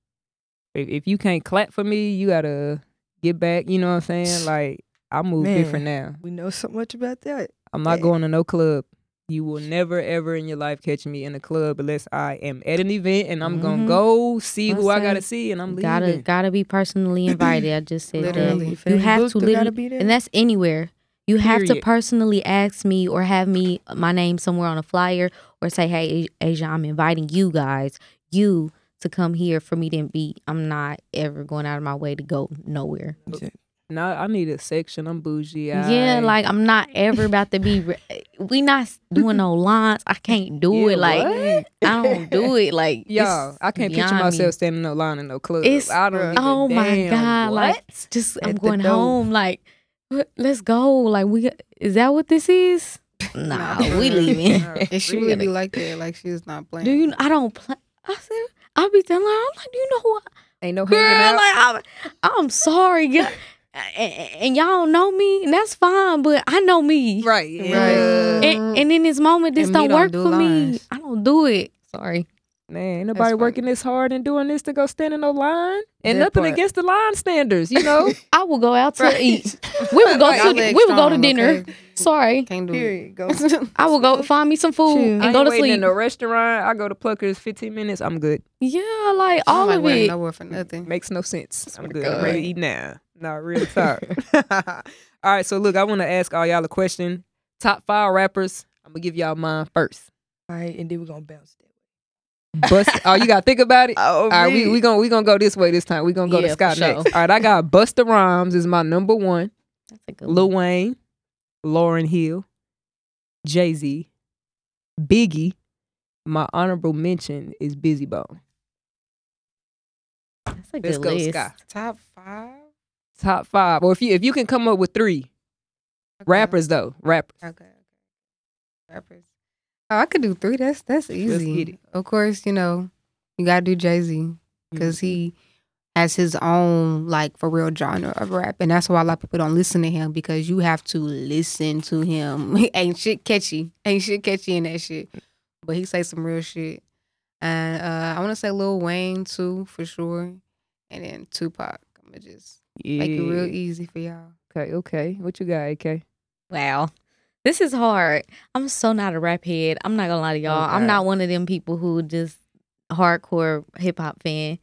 Speaker 2: If, if you can't clap for me, you gotta get back. You know what I'm saying? Like I move
Speaker 5: Man.
Speaker 2: different now.
Speaker 5: We know so much about that.
Speaker 2: I'm not
Speaker 5: Yeah.
Speaker 2: going to no club. You will never ever in your life catch me in a club unless I am at an event and I'm gonna
Speaker 4: Mhm.
Speaker 2: go see who
Speaker 4: Must
Speaker 2: I gotta
Speaker 4: say,
Speaker 2: see and I'm
Speaker 4: gotta
Speaker 2: leaving.
Speaker 4: gotta be personally invited. I just said that.
Speaker 3: Literally.
Speaker 5: If it ain't
Speaker 4: have
Speaker 5: booked,
Speaker 4: to
Speaker 5: it gotta
Speaker 4: literally-
Speaker 5: be there.
Speaker 4: and that's anywhere. You have to
Speaker 2: Period.
Speaker 4: personally ask me or have me uh, my name somewhere on a flyer or say, "Hey, A- Asia, I'm inviting you guys, you to come here for me to be." I'm not ever going out of my way to go nowhere.
Speaker 2: Now I need a section. I'm bougie.
Speaker 4: Yeah,
Speaker 2: I-
Speaker 4: like I'm not ever about to be. Re- we not doing no lines. I can't do
Speaker 2: Yeah,
Speaker 4: it. Like
Speaker 2: what?
Speaker 4: I don't do it. Like
Speaker 2: y'all,
Speaker 4: it's
Speaker 2: I can't picture
Speaker 4: beyond me.
Speaker 2: myself standing no line in no club.
Speaker 4: It's-
Speaker 2: I don't. even-
Speaker 4: Oh my
Speaker 2: damn,
Speaker 4: god!
Speaker 2: What?
Speaker 4: Like it's just I'm
Speaker 5: At the
Speaker 4: going
Speaker 5: door.
Speaker 4: home. Like what- let's go. Like we is that what this is? Nah,
Speaker 3: Nah,
Speaker 4: we
Speaker 3: for real.
Speaker 4: leaving.
Speaker 2: Nah,
Speaker 3: And she
Speaker 2: we
Speaker 3: really
Speaker 2: gotta-
Speaker 3: be like that. Like she's not playing.
Speaker 4: Do you? I don't play. I said I be telling her. I'm like, do you know who? I,
Speaker 3: Ain't no
Speaker 4: girl,
Speaker 3: hanging out.
Speaker 4: like I'm, I'm sorry, girl. and, and y'all know me, and that's fine. But I know me,
Speaker 2: Right.
Speaker 3: yeah. Right.
Speaker 4: and, and in this moment,
Speaker 3: Uh,
Speaker 4: this
Speaker 3: And me
Speaker 4: don't
Speaker 3: don't
Speaker 4: work
Speaker 3: do
Speaker 4: for me.
Speaker 3: lines.
Speaker 4: I don't do it. Sorry.
Speaker 2: Man, ain't nobody
Speaker 3: funny.
Speaker 2: working this hard and doing this to go stand in no line. And
Speaker 3: That
Speaker 2: nothing
Speaker 3: part.
Speaker 2: against the line standards, you know?
Speaker 4: I will go out to
Speaker 3: Right.
Speaker 4: eat. We will go
Speaker 3: Y'all
Speaker 4: to we
Speaker 3: leg
Speaker 4: will go to
Speaker 3: strong,
Speaker 4: dinner.
Speaker 3: okay?
Speaker 4: Sorry,
Speaker 3: Can't do
Speaker 5: Period. Go.
Speaker 3: it.
Speaker 4: I will go find me some food
Speaker 5: Shoot.
Speaker 2: I
Speaker 4: and go
Speaker 2: ain't
Speaker 4: to
Speaker 2: waiting
Speaker 4: sleep.
Speaker 2: in a restaurant. I go to Pluckers, 15 minutes, I'm good.
Speaker 4: yeah, like all
Speaker 3: I'm like,
Speaker 4: of
Speaker 3: waiting
Speaker 4: it.
Speaker 3: nowhere for nothing.
Speaker 2: Makes no sense. I'm
Speaker 4: to
Speaker 2: good.
Speaker 4: God.
Speaker 2: I'm ready to eat now. Nah, real talk. all right, so look, I want to ask all y'all a question. Top five rappers. I'm gonna give y'all mine first.
Speaker 5: All right, and then we're gonna bounce that.
Speaker 2: Bust. oh, you gotta think about it.
Speaker 5: Oh,
Speaker 2: All right, we we gonna we gonna go this way this time. We gonna go
Speaker 4: Yeah,
Speaker 2: to
Speaker 4: for
Speaker 2: Scott
Speaker 4: sure.
Speaker 2: next. All right, I got Busta Rhymes is my number one.
Speaker 4: That's a good
Speaker 2: Lil
Speaker 4: one.
Speaker 2: Wayne, Lauren Hill, Jay Z, Biggie. My honorable mention is Busy Bone.
Speaker 4: That's a good
Speaker 2: Let's go,
Speaker 4: list.
Speaker 2: Scott.
Speaker 3: Top five
Speaker 2: Top five, or if you if you can come up with three
Speaker 3: Okay.
Speaker 2: rappers though, rappers.
Speaker 3: Okay. okay. Rappers. Oh, I could do three. That's that's easy.
Speaker 2: get it.
Speaker 3: Of course, you know you gotta do Jay Z because
Speaker 2: Mm-hmm.
Speaker 3: he has his own like for real genre of rap, and that's why a lot of people don't listen to him because you have to listen to him. ain't shit catchy, ain't shit catchy in that shit, but he say some real shit. And uh, I want to say Lil Wayne too for sure, and then Tupac. I'm gonna just
Speaker 2: yeah.
Speaker 3: make it real easy for y'all.
Speaker 2: Okay, okay. What you got, AK?
Speaker 4: Wow. This is hard. I'm so not a rap head. I'm not gonna lie to y'all.
Speaker 3: Oh,
Speaker 2: Okay.
Speaker 4: I'm not one of them people who just hardcore hip hop fan.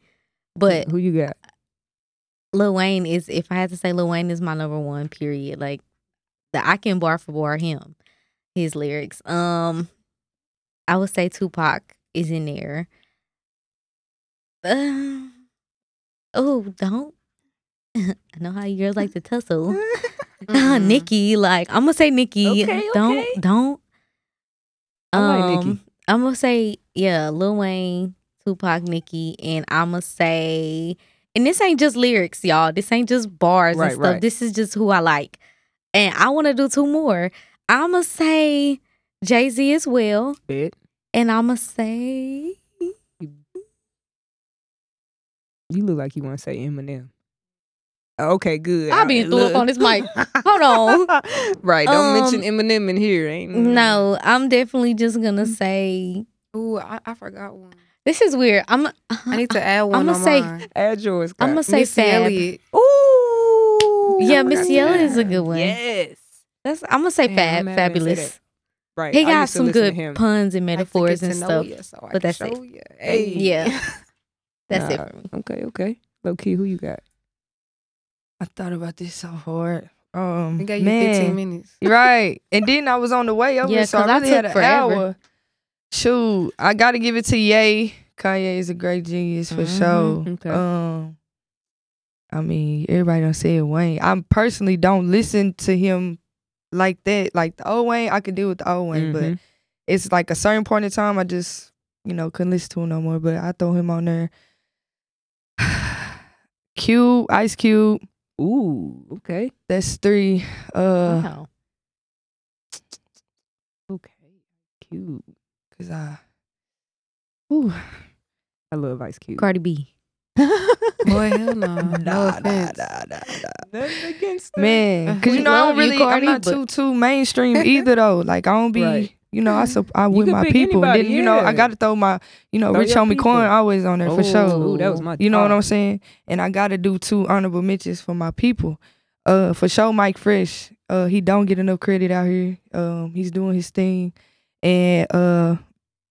Speaker 4: But
Speaker 2: Who you got?
Speaker 4: Lil Wayne is if I had to say Lil Wayne is my number one, period. Like that I can bar for bar him, his lyrics. Um I would say Tupac is in there. Uh, oh, don't I know how you girls like to tussle.
Speaker 3: Mhm.
Speaker 4: Nikki, like I'm gonna say Nikki.
Speaker 2: Mm-hmm. Okay,
Speaker 4: don't
Speaker 2: okay.
Speaker 4: don't.
Speaker 2: I like Nicki.
Speaker 4: I'm gonna say yeah, Lil Wayne, Tupac, Nikki, and I'm gonna say, and this ain't just lyrics, y'all. This ain't just bars
Speaker 2: Right,
Speaker 4: and stuff.
Speaker 2: right.
Speaker 4: This is just who I like, and I want to do two more. I'm gonna say Jay Z as well,
Speaker 2: Bet.
Speaker 4: and I'm gonna say
Speaker 2: You look like you want to say Eminem. Okay, good.
Speaker 4: I
Speaker 2: All
Speaker 4: been
Speaker 2: right,
Speaker 4: threw up
Speaker 2: look.
Speaker 4: on this mic. Hold on.
Speaker 2: right, don't
Speaker 4: Um,
Speaker 2: mention Eminem in here. Ain't Mm.
Speaker 4: no. I'm definitely just gonna say
Speaker 3: Ooh, I, I forgot one.
Speaker 4: this is weird. I'm.
Speaker 3: I need to add one.
Speaker 4: I'ma
Speaker 3: on
Speaker 4: say-
Speaker 3: mine.
Speaker 2: Add yours.
Speaker 4: I'm gonna say
Speaker 3: Missy
Speaker 4: Fab.
Speaker 3: Elliott.
Speaker 2: Ooh.
Speaker 4: Yeah,
Speaker 2: I forgot
Speaker 4: Missy
Speaker 2: to
Speaker 4: Elliott
Speaker 2: add
Speaker 4: is a
Speaker 2: her.
Speaker 4: good one.
Speaker 2: Yes.
Speaker 4: That's I'm gonna say
Speaker 2: Damn,
Speaker 4: fab,
Speaker 2: I'm mad I didn't say
Speaker 4: fabulous.
Speaker 2: that. Right.
Speaker 4: He
Speaker 2: I
Speaker 4: got
Speaker 2: used to
Speaker 4: some
Speaker 2: listen to
Speaker 4: good
Speaker 2: him.
Speaker 4: puns and
Speaker 3: Like to
Speaker 4: metaphors
Speaker 3: get
Speaker 4: and
Speaker 3: to know
Speaker 4: stuff.
Speaker 3: ya, so I
Speaker 4: but
Speaker 3: can
Speaker 4: that's it.
Speaker 3: show ya. Hey.
Speaker 4: Yeah. That's
Speaker 2: Nah.
Speaker 4: it for me.
Speaker 2: Okay, okay. Low key, who you got?
Speaker 5: I thought about this so hard. Um,
Speaker 3: We got you
Speaker 5: man.
Speaker 3: 15 minutes.
Speaker 5: right. And then I was on the way over,
Speaker 4: Yeah,
Speaker 5: so I
Speaker 4: 'cause I
Speaker 5: really
Speaker 4: took
Speaker 5: had an
Speaker 4: forever.
Speaker 5: hour. Shoot, I gotta give it to Ye. Kanye is a great genius for
Speaker 4: Mhm,
Speaker 5: sure.
Speaker 2: okay.
Speaker 5: Um, I mean, everybody don't say Wayne. I personally don't listen to him like that. Like the old Wayne, I could deal with the old Wayne, but
Speaker 2: Mhm.
Speaker 4: Mm-hmm.
Speaker 5: it's like a certain point in time I just you know couldn't listen to him no more. But I throw him on there. Cube, Ice Cube,
Speaker 2: Ooh, okay.
Speaker 5: that's three. Uh,
Speaker 4: Wow.
Speaker 2: Okay. Cute.
Speaker 5: cause I, ooh,
Speaker 2: I love Ice Cube.
Speaker 4: Cardi B.
Speaker 3: Boy, hell no. no
Speaker 5: nah, nah, nah,
Speaker 3: offense.
Speaker 5: nah, nah.
Speaker 2: Nothing against her.
Speaker 5: Man, cause
Speaker 4: We
Speaker 5: you know I don't
Speaker 4: love you,
Speaker 5: really,
Speaker 4: Cardi,
Speaker 5: I'm not
Speaker 4: but-
Speaker 5: too too mainstream either though. Like I don't be,
Speaker 2: Right.
Speaker 5: you know, I sup- I with
Speaker 2: can
Speaker 5: my
Speaker 2: pick
Speaker 5: people. And
Speaker 2: anybody,
Speaker 5: then you know I
Speaker 2: yeah.
Speaker 5: gotta throw my, you know,
Speaker 2: Throw
Speaker 5: Rich
Speaker 2: your
Speaker 5: Homie
Speaker 2: people. Oh,
Speaker 5: Corn always on there for sure.
Speaker 2: Ooh, that was my
Speaker 5: You know what
Speaker 2: dog.
Speaker 5: I'm saying? And I gotta do two honorable mentions for my people. Uh for sure Mike Fresh. Uh he don't get enough credit out here. Um he's doing his thing. And uh,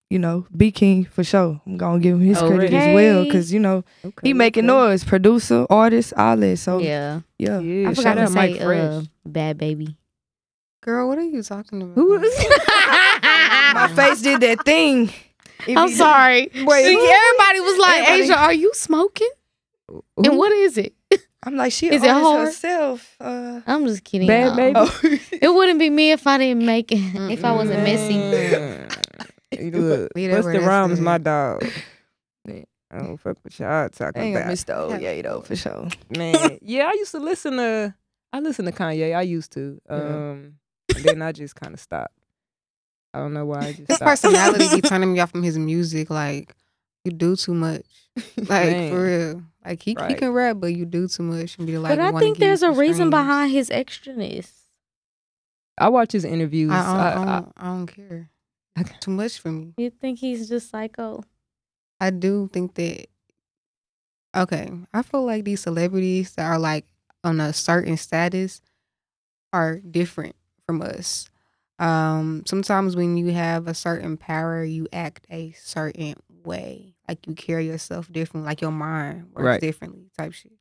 Speaker 5: you know, B King for sure. I'm gonna give him
Speaker 2: Oh,
Speaker 5: his credit as well.
Speaker 4: Okay.
Speaker 5: Cause you know,
Speaker 2: Okay,
Speaker 5: he making
Speaker 2: okay.
Speaker 5: noise, producer, artist, all that. So yeah.
Speaker 4: yeah.
Speaker 2: Yeah,
Speaker 4: I forgot
Speaker 2: shout
Speaker 4: to
Speaker 2: out
Speaker 4: say
Speaker 2: Mike Fresh.
Speaker 4: uh, bad baby.
Speaker 3: Girl, what are you talking about?
Speaker 2: Who-
Speaker 5: My face did that thing. It
Speaker 4: I'm
Speaker 5: be-
Speaker 4: sorry.
Speaker 5: Wait,
Speaker 4: See,
Speaker 5: who?
Speaker 4: everybody was like,
Speaker 5: Everybody-
Speaker 4: Asia, are you smoking? And what is it?
Speaker 5: I'm like, she
Speaker 4: Is
Speaker 5: is
Speaker 4: it
Speaker 5: it
Speaker 4: hard?
Speaker 5: herself. Uh,
Speaker 4: I'm just kidding.
Speaker 2: Bad
Speaker 4: y'all.
Speaker 2: baby.
Speaker 3: Oh.
Speaker 4: It wouldn't be me if I didn't make it. if I wasn't messy.
Speaker 2: messy. Mm. Look,
Speaker 3: Leave that
Speaker 2: Busta
Speaker 3: where that's
Speaker 2: Rhymes,
Speaker 3: at.
Speaker 2: my dog.
Speaker 5: Yeah.
Speaker 2: I don't fuck with y'all
Speaker 5: I
Speaker 2: talking
Speaker 5: ain't gonna
Speaker 2: about.
Speaker 5: miss the old
Speaker 3: Yeah.
Speaker 5: yay though for sure.
Speaker 2: Man, yeah, I used to listen to. I listened to Kanye. I used to.
Speaker 5: Yeah.
Speaker 2: Um, and then I just kind of stopped. I don't know why. I just
Speaker 3: His
Speaker 2: thought-
Speaker 3: personality be turning me off from his music. Like you do too much. Like
Speaker 2: Man.
Speaker 3: for real. Like he, he
Speaker 2: Right.
Speaker 3: can rap, but you do too much and be like.
Speaker 4: but I
Speaker 3: wanna
Speaker 4: think
Speaker 3: give you
Speaker 4: there's a
Speaker 3: some
Speaker 4: reason
Speaker 3: streams.
Speaker 4: behind his extraness.
Speaker 2: I watch his interviews.
Speaker 3: I, I,
Speaker 4: Uh,
Speaker 3: don't- I,
Speaker 2: I- I-
Speaker 3: don't, I don't care. Too much for me.
Speaker 4: You think he's just psycho?
Speaker 3: I do think that. Okay, I feel like these celebrities that are like on a certain status are different from us. Um, sometimes when you have a certain power, you act a certain way, like you carry yourself differently, like your mind works
Speaker 2: Right.
Speaker 3: differently, type shit.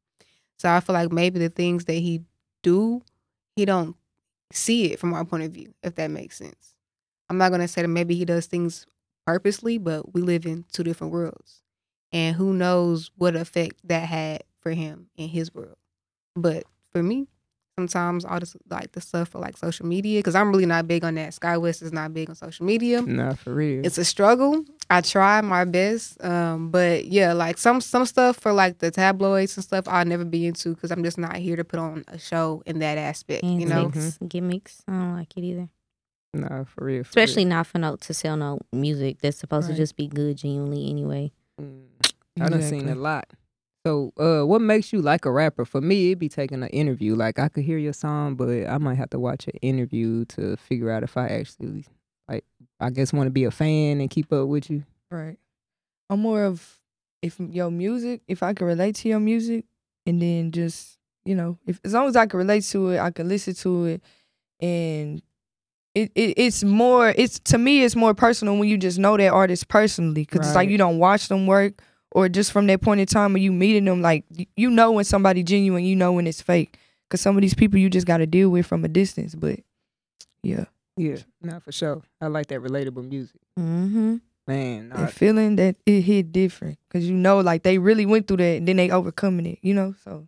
Speaker 3: So I feel like maybe the things that he do, he don't see it from our point of view, if that makes sense. I'm not gonna say that maybe he does things purposely, but we live in two different worlds. And who knows what effect that had for him in his world. But for me, sometimes all this like the stuff for like social media, because I'm really not big on that. Sky West is not big on social media.
Speaker 2: nah, for real.
Speaker 3: It's a struggle. I try my best, um, but yeah, like some some stuff for like the tabloids and stuff, I'll never be into because I'm just not here to put on a show in that aspect, you know.
Speaker 4: Antics, gimmicks. I don't like it either.
Speaker 2: nah, for real. for real.
Speaker 4: Especially not for no to sell no music that's supposed
Speaker 2: Right.
Speaker 4: to just be good genuinely anyway.
Speaker 2: Mm. I done seen a lot. So, uh, what makes you like a rapper? For me, it'd be taking an interview. Like I could hear your song, but I might have to watch an interview to figure out if I actually like. I guess want to be a fan and keep up with you.
Speaker 5: Right. I'm more of if your music, if I can relate to your music, and then just you know, if as long as I can relate to it, I can listen to it, and it, it it's more it's to me it's more personal when you just know that artist personally because it's like
Speaker 2: Right.
Speaker 5: you don't watch them work or just from that point in time when you meeting them like y- you know when somebody genuine you know when it's fake because some of these people you just got to deal with from a distance but yeah
Speaker 2: Yeah, not for sure. I like that relatable music,
Speaker 4: Mm-hmm.
Speaker 2: man.
Speaker 5: that
Speaker 2: nah,
Speaker 5: feeling that it hit different because you know, like they really went through that, and then they overcoming it. You know, so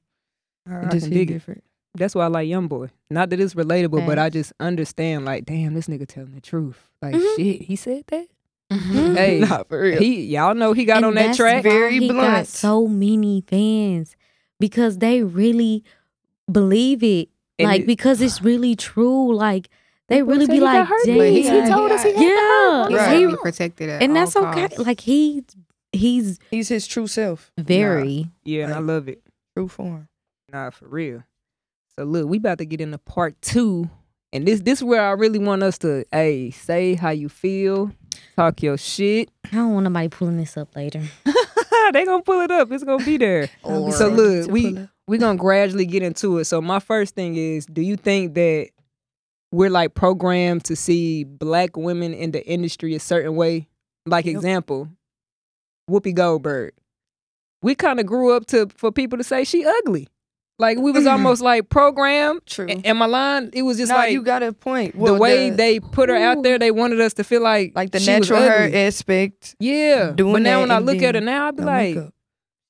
Speaker 2: I
Speaker 5: it just
Speaker 2: can
Speaker 5: hit
Speaker 2: dig it.
Speaker 5: different.
Speaker 2: That's why I like YoungBoy. Not that it's relatable, but I just understand. Like, damn, this nigga telling the truth. Like,
Speaker 4: Mhm.
Speaker 2: shit, he said that.
Speaker 4: Mhm.
Speaker 2: Hey,
Speaker 5: Nah, for real.
Speaker 2: he y'all know he got
Speaker 4: And
Speaker 2: on that
Speaker 4: that's
Speaker 2: track.
Speaker 4: why
Speaker 5: Very
Speaker 4: he Got
Speaker 5: blunt.
Speaker 4: so many fans because they really believe it.
Speaker 2: and
Speaker 4: like
Speaker 2: it-
Speaker 4: because it's really true. Like they really
Speaker 2: said
Speaker 4: be
Speaker 2: he got
Speaker 4: like,
Speaker 2: hurt
Speaker 4: Dang,
Speaker 3: But he,
Speaker 5: he told
Speaker 3: us he
Speaker 4: yeah,
Speaker 3: He's
Speaker 5: Right.
Speaker 3: he
Speaker 4: he-
Speaker 3: be protected at
Speaker 4: and
Speaker 3: all
Speaker 4: that's okay.
Speaker 3: costs.
Speaker 4: Like he he's
Speaker 5: He's his true self,
Speaker 4: very
Speaker 2: yeah, and I
Speaker 5: Like-
Speaker 2: love it.
Speaker 5: true form.
Speaker 2: Nah, for real. So look, we about to get into part two, and this this where I really want us to hey say how you feel, talk your shit.
Speaker 4: I don't want nobody pulling this up later.
Speaker 2: they gonna pull it up. It's gonna be there.
Speaker 5: I'll be
Speaker 2: So
Speaker 5: ready
Speaker 2: look,
Speaker 5: to
Speaker 2: we-
Speaker 5: pull up.
Speaker 2: We're gonna gradually get into it. So my first thing is, do you think that we're like programmed to see black women in the industry a certain way? Like
Speaker 5: Yep.
Speaker 2: example, Whoopi Goldberg. We kind of grew up to for people to say she ugly. Like we was almost like programmed.
Speaker 5: true.
Speaker 2: A- Am I lying? It was just
Speaker 5: no,
Speaker 2: like
Speaker 5: you got a point.
Speaker 2: the
Speaker 5: Well,
Speaker 2: way they put her out there, they wanted us to feel like
Speaker 5: like the
Speaker 2: she was
Speaker 5: natural hair
Speaker 2: ugly.
Speaker 5: aspect,
Speaker 2: yeah.
Speaker 5: doing
Speaker 2: but now
Speaker 5: that
Speaker 2: when I
Speaker 5: and
Speaker 2: look at her
Speaker 5: then
Speaker 2: now, I be
Speaker 5: no
Speaker 2: like,
Speaker 5: makeup.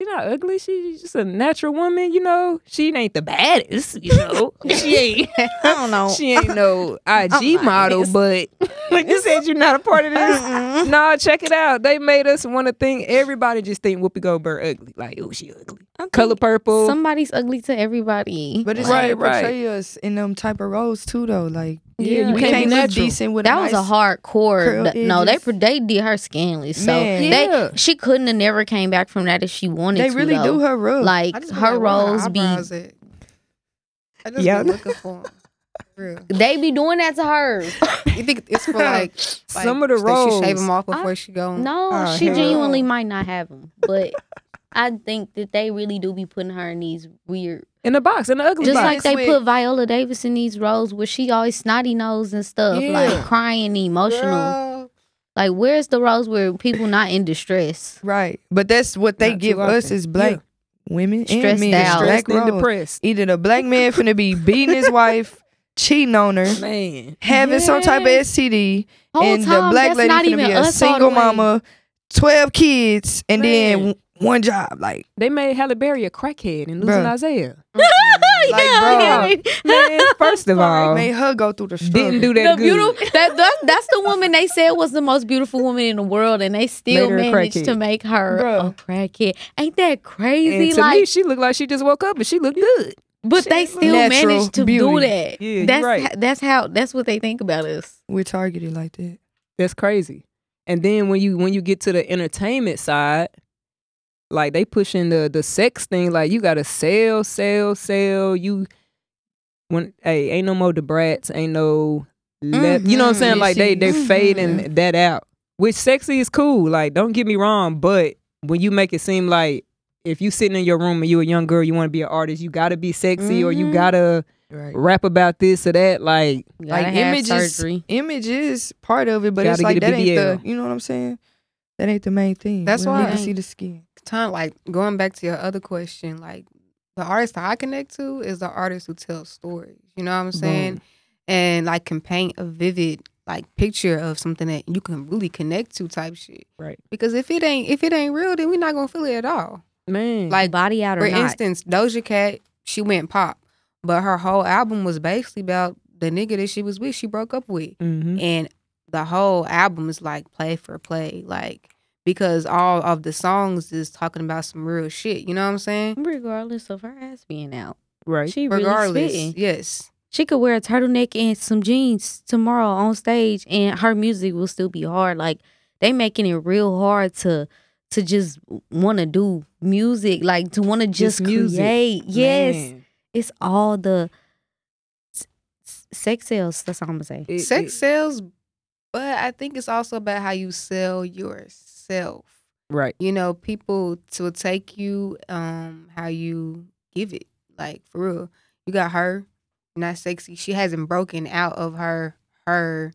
Speaker 2: she not ugly. She's just a natural woman. You know, she ain't the baddest. You know, she ain't.
Speaker 4: I don't know.
Speaker 2: She ain't no IG
Speaker 4: not
Speaker 2: model.
Speaker 4: this.
Speaker 2: But like you said, you're not a part of this. Nah, check it out. They made us want to think everybody just think Whoopi Goldberg ugly. Like, oh, she ugly. Color purple.
Speaker 4: Somebody's ugly to everybody.
Speaker 5: But it's
Speaker 2: Right,
Speaker 5: right, like
Speaker 2: right.
Speaker 5: portray us in them type of roles too, though. Like
Speaker 2: Yeah,
Speaker 5: yeah,
Speaker 2: you
Speaker 5: we
Speaker 2: can't be
Speaker 5: can't look
Speaker 2: natural.
Speaker 5: decent with
Speaker 4: that
Speaker 5: a
Speaker 4: was
Speaker 5: nice,
Speaker 4: a hardcore.
Speaker 5: curl
Speaker 4: th- no, they
Speaker 5: edges.
Speaker 4: pro- they did her scanly. So
Speaker 5: Man.
Speaker 2: Yeah.
Speaker 4: they she couldn't have never came back from that if she wanted
Speaker 5: They
Speaker 4: to.
Speaker 5: really
Speaker 4: though.
Speaker 5: do her rub.
Speaker 3: I
Speaker 4: Like
Speaker 3: just be
Speaker 4: her
Speaker 3: like, where my
Speaker 4: roles be
Speaker 3: eyebrows at? I just
Speaker 2: Yeah.
Speaker 3: be looking for 'em. For real.
Speaker 4: they be doing that to her.
Speaker 3: You think it's for like, like
Speaker 2: Some of the
Speaker 3: that She shave
Speaker 2: roles.
Speaker 3: them off before she go. on?
Speaker 4: No,
Speaker 2: Oh,
Speaker 4: she
Speaker 2: hell.
Speaker 4: genuinely might not have them, but I think that they really do be putting her in these weird,
Speaker 2: in the box, in the ugly
Speaker 4: just
Speaker 2: box.
Speaker 4: like they
Speaker 5: with-
Speaker 4: put Viola Davis in these roles where she always snotty nose and stuff,
Speaker 2: Yeah.
Speaker 4: like crying, emotional.
Speaker 3: Girl,
Speaker 4: Like, where's the roles where people not in distress?
Speaker 5: right? But that's what they
Speaker 2: Not too
Speaker 5: give us
Speaker 2: often.
Speaker 5: as black women
Speaker 4: Stressed
Speaker 5: and men.
Speaker 4: out.
Speaker 5: Black
Speaker 2: stressed and
Speaker 5: roles.
Speaker 2: depressed.
Speaker 5: either the black man finna be beating his wife, cheating on her,
Speaker 2: Man,
Speaker 5: having some type of STD,
Speaker 4: Whole
Speaker 5: and the
Speaker 4: time,
Speaker 5: black
Speaker 4: that's
Speaker 5: lady
Speaker 4: not
Speaker 5: finna
Speaker 4: even
Speaker 5: be a
Speaker 4: us all the
Speaker 5: single
Speaker 4: way.
Speaker 5: mama, twelve kids, and then
Speaker 4: Man.
Speaker 5: w- one job. Like,
Speaker 2: they made Halle Berry a crackhead and losing
Speaker 5: Bruh.
Speaker 2: Isaiah.
Speaker 5: like,
Speaker 4: Yeah,
Speaker 2: Man, first of all,
Speaker 5: bro, made her go through the struggle.
Speaker 2: didn't do
Speaker 4: the
Speaker 2: that good.
Speaker 4: beautiful that, that that's the woman they said was the most beautiful woman in the world, and they still
Speaker 2: Made her a
Speaker 4: managed
Speaker 2: crackhead.
Speaker 4: to make her a
Speaker 5: Bruh.
Speaker 4: crackhead. Ain't that crazy?
Speaker 2: And to
Speaker 4: like,
Speaker 2: me, she looked like she just woke up, and she looked good.
Speaker 4: but they still
Speaker 5: Natural
Speaker 4: managed to do
Speaker 5: beauty.
Speaker 4: that.
Speaker 2: Yeah, you
Speaker 4: that's
Speaker 2: right.
Speaker 4: h- that's how that's what they think about us.
Speaker 5: We're targeted like that.
Speaker 2: That's crazy. And then when you when you get to the entertainment side, like they pushing the the sex thing, like you gotta sell, sell, sell. You when hey, ain't no more the brats, ain't no left. You know what I'm
Speaker 4: Mhm,
Speaker 2: saying? Like they they
Speaker 4: issues.
Speaker 2: fading that out. Which sexy is cool. Like don't get me wrong, but when you make it seem like if you sitting in your room and you a young girl, you want to be an artist, you gotta be sexy or you
Speaker 4: Mhm.
Speaker 2: gotta
Speaker 5: Right.
Speaker 2: rap about this or that. Like
Speaker 4: You gotta
Speaker 5: Like
Speaker 4: have
Speaker 5: images,
Speaker 4: surgery.
Speaker 5: image is part of it, but
Speaker 2: Gotta
Speaker 5: it's
Speaker 2: get
Speaker 5: like
Speaker 2: a
Speaker 5: that ain't the.
Speaker 2: BBL.
Speaker 5: You know what I'm saying? That ain't the main thing.
Speaker 3: That's
Speaker 5: we don't
Speaker 4: why-
Speaker 5: need to see the skin.
Speaker 3: time like going back to your other question like the artist that i connect to is the artist who tells stories you know what i'm saying and like can paint a vivid like picture of something that you can really connect to type shit
Speaker 2: Right.
Speaker 3: because if it ain't if it ain't real then we're not gonna feel it at all
Speaker 2: man,
Speaker 3: Like,
Speaker 4: body out or
Speaker 3: for
Speaker 4: not.
Speaker 3: instance doja cat she went pop but her whole album was basically about the nigga that she was with she broke up with
Speaker 4: Mm-hmm.
Speaker 2: Mhm.
Speaker 3: and the whole album is like play for play like because all of the songs is talking about some real shit you know what i'm saying
Speaker 4: regardless of her ass being out,
Speaker 2: right?
Speaker 4: she really
Speaker 3: regardless
Speaker 4: spitting.
Speaker 3: yes
Speaker 4: She could wear a turtleneck and some jeans tomorrow on stage, and her music will still be hard. Like they making it real hard to to just want to do music, like to want to just,
Speaker 2: music.
Speaker 4: create. Yes,
Speaker 2: Man.
Speaker 4: it's all the s- s- sex sales. That's all I'm gonna say.
Speaker 2: It-
Speaker 3: sex
Speaker 2: it-
Speaker 3: sells but i think it's also about how you sell yourself
Speaker 2: right?
Speaker 3: you know people to take you um how you give it like for real you got her not sexy she hasn't broken out of her her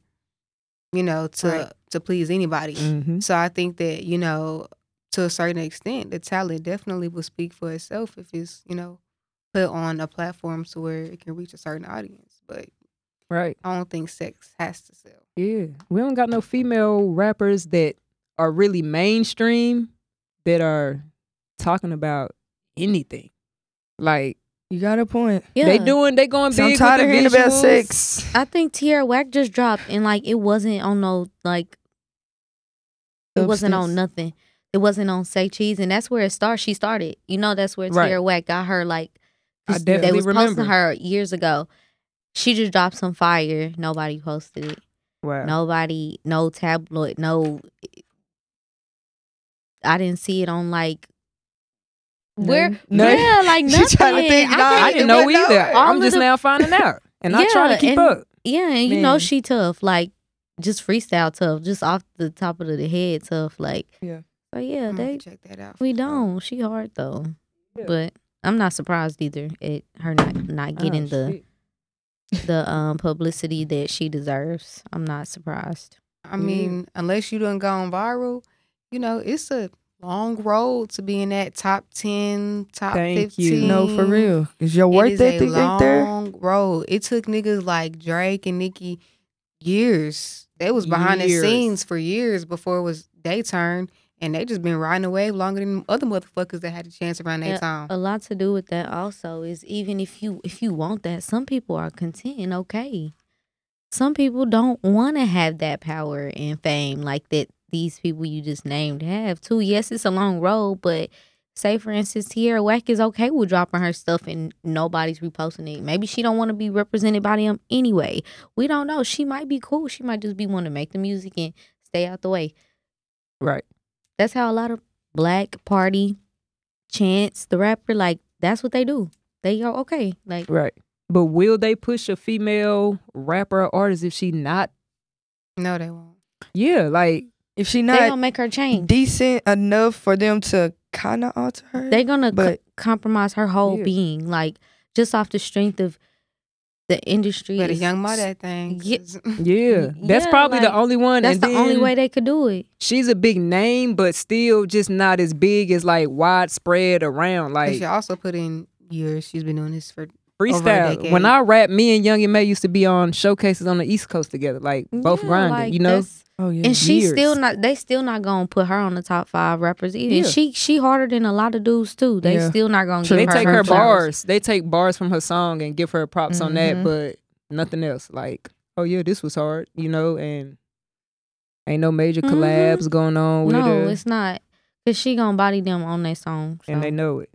Speaker 3: you know to
Speaker 4: Right.
Speaker 3: to please anybody
Speaker 2: Mm-hmm.
Speaker 3: So I think that you know, to a certain extent, the talent definitely will speak for itself if it's you know put on a platform to where it can reach a certain audience. But
Speaker 2: Right?
Speaker 3: I don't think sex has to sell.
Speaker 2: Yeah, we don't got no female rappers that are really mainstream that are talking about anything. Like
Speaker 5: You got a point.
Speaker 4: Yeah,
Speaker 2: they doing, they going big.
Speaker 5: I'm
Speaker 2: with
Speaker 5: tired
Speaker 2: the
Speaker 5: of hearing about
Speaker 2: visuals.
Speaker 5: sex.
Speaker 4: I think Tierra Whack just dropped, and like it wasn't on no like it wasn't on
Speaker 5: Substance.
Speaker 4: nothing. It wasn't on Say Cheese, and that's where it started. She started, you know, that's where
Speaker 2: Right.
Speaker 4: Tierra Whack got her. Like
Speaker 2: I
Speaker 4: they
Speaker 2: definitely
Speaker 4: was
Speaker 2: remember.
Speaker 4: posting her years ago. She just dropped some fire. Nobody posted it.
Speaker 2: Wow.
Speaker 4: Nobody, no tabloid, no. I didn't see it on like where.
Speaker 2: No.
Speaker 4: Yeah, like nothing.
Speaker 5: She trying to think.
Speaker 4: I
Speaker 5: nah,
Speaker 4: think-
Speaker 2: I didn't know
Speaker 5: but no.
Speaker 2: either.
Speaker 4: All
Speaker 2: I'm
Speaker 4: of
Speaker 2: just
Speaker 4: the-
Speaker 2: now finding out, and I try to
Speaker 4: Yeah,
Speaker 2: keep
Speaker 4: and-
Speaker 2: up.
Speaker 4: Yeah, and you know
Speaker 5: Man.
Speaker 4: she tough, like just freestyle tough, just off the top of the head tough, like
Speaker 5: Yeah.
Speaker 4: So yeah,
Speaker 3: I'm gonna
Speaker 4: they
Speaker 3: check that out.
Speaker 4: we
Speaker 3: for sure.
Speaker 4: don't. She hard though,
Speaker 2: Yeah.
Speaker 4: but I'm not surprised either at her not not
Speaker 5: Ah,
Speaker 4: getting
Speaker 2: Oh,
Speaker 4: the
Speaker 2: shit.
Speaker 4: the um publicity that she deserves. I'm not surprised.
Speaker 3: I mean, unless you done gone viral, you know, it's a long road to being that top ten, top
Speaker 2: Thank you.
Speaker 3: fifteen.
Speaker 5: No, for real. Is your worth
Speaker 3: it is
Speaker 5: ethic
Speaker 3: a
Speaker 5: right there?
Speaker 3: long road. It took niggas like Drake and Nicki years. They was behind
Speaker 2: Years.
Speaker 3: the scenes for years before it was they turn, and they just been riding away longer than other motherfuckers that had a chance around their
Speaker 4: Yeah, Uh,
Speaker 3: time.
Speaker 4: A lot to do with that also is even if you if you want that, some people are content and okay. Some people don't want to have that power and fame like that. These people you just named have too. Yes, it's a long road, but say for instance, Tierra Whack is okay with dropping her stuff and nobody's reposting it. Maybe she don't want to be represented by them anyway. We don't know. She might be cool. She might just be want to make the music and stay out the way.
Speaker 2: right.
Speaker 4: That's how a lot of black party chants, the rapper, like that's what they do. They go, okay, like
Speaker 2: Right. But will they push a female rapper or artist if she not?
Speaker 3: No, they won't.
Speaker 2: Yeah, like
Speaker 5: If she
Speaker 4: they gonna
Speaker 5: not
Speaker 4: make her change.
Speaker 5: decent enough for them to kind of alter her,
Speaker 4: They gonna
Speaker 5: but-
Speaker 4: co- compromise her whole
Speaker 2: Yeah.
Speaker 4: being, like just off the strength of the industry.
Speaker 3: But a
Speaker 4: is-
Speaker 3: young ma that thing.
Speaker 4: Yeah.
Speaker 3: 'cause-
Speaker 2: yeah, that's
Speaker 4: Yeah,
Speaker 2: probably
Speaker 4: like,
Speaker 2: the only one.
Speaker 4: That's
Speaker 2: and
Speaker 4: the only
Speaker 2: then
Speaker 4: way they could do it.
Speaker 2: She's a big name, but still just not as big as like widespread around.
Speaker 3: but
Speaker 2: Like
Speaker 3: she also put in years. She's been doing this for.
Speaker 2: freestyle.
Speaker 3: decade.
Speaker 2: When I rap, me and Young and May used to be on showcases on the East Coast together, like both
Speaker 4: Yeah,
Speaker 2: grinding.
Speaker 4: like,
Speaker 2: you know,
Speaker 4: that's-
Speaker 5: oh yeah,
Speaker 4: and she's still
Speaker 2: years.
Speaker 4: not. They still not gonna put her on the top five rappers either. And
Speaker 2: Yeah.
Speaker 4: She she harder than a lot of dudes too. They
Speaker 5: Yeah.
Speaker 4: still not gonna.
Speaker 5: True.
Speaker 4: Give
Speaker 2: they
Speaker 4: her
Speaker 2: take her
Speaker 4: flowers.
Speaker 2: bars. They take bars from her song and give her props on that,
Speaker 4: Mm-hmm.
Speaker 5: Mhm.
Speaker 2: but nothing else. Like, oh yeah, this was hard. You know, and ain't no major
Speaker 4: Mhm.
Speaker 2: collabs going on with
Speaker 4: No,
Speaker 2: her,
Speaker 4: it's not. Cause she gonna body them on their song.
Speaker 2: and
Speaker 4: so.
Speaker 2: they know it.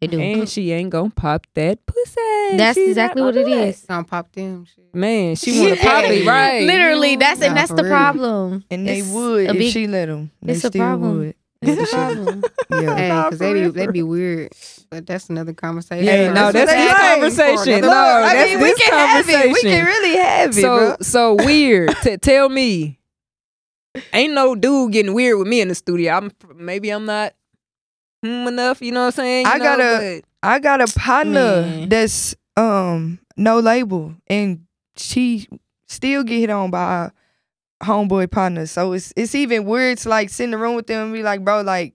Speaker 4: They do.
Speaker 2: And she ain't gonna pop that pussy.
Speaker 4: That's
Speaker 2: She not
Speaker 4: exactly what
Speaker 2: gonna
Speaker 4: it
Speaker 2: do that.
Speaker 4: is.
Speaker 3: Gonna pop them. Shit.
Speaker 2: Man, she wanna pop it, right?
Speaker 4: Literally, that's and
Speaker 3: Nah,
Speaker 4: that's
Speaker 3: for
Speaker 4: the
Speaker 3: real.
Speaker 4: problem.
Speaker 5: And they
Speaker 4: It's
Speaker 5: would
Speaker 4: a
Speaker 5: if
Speaker 4: big-
Speaker 5: she let them. They
Speaker 4: it's a
Speaker 5: still
Speaker 4: problem.
Speaker 5: would.
Speaker 4: It's the
Speaker 5: Yeah.
Speaker 4: problem.
Speaker 5: Yeah.
Speaker 3: Hey,
Speaker 2: Nah,
Speaker 3: because they
Speaker 2: for
Speaker 3: be
Speaker 2: real,
Speaker 3: they
Speaker 2: for
Speaker 3: be weird, but that's another conversation.
Speaker 2: Hey,
Speaker 5: Yeah,
Speaker 2: no, that's
Speaker 5: that's what
Speaker 2: this
Speaker 5: they like.
Speaker 2: conversation.
Speaker 3: For
Speaker 2: No,
Speaker 3: another- I
Speaker 2: that's
Speaker 3: mean, we
Speaker 2: this conversation.
Speaker 5: really have
Speaker 2: so so weird. T- tell me, ain't no dude getting weird with me in the studio. I'm maybe I'm not hmm enough. You know what I'm saying? You
Speaker 5: I
Speaker 2: know,
Speaker 5: gotta- I got a partner
Speaker 4: Man.
Speaker 5: that's um no label, and she still get hit on by our homeboy partner. So it's it's even weird to like sit in the room with them and be like, bro, like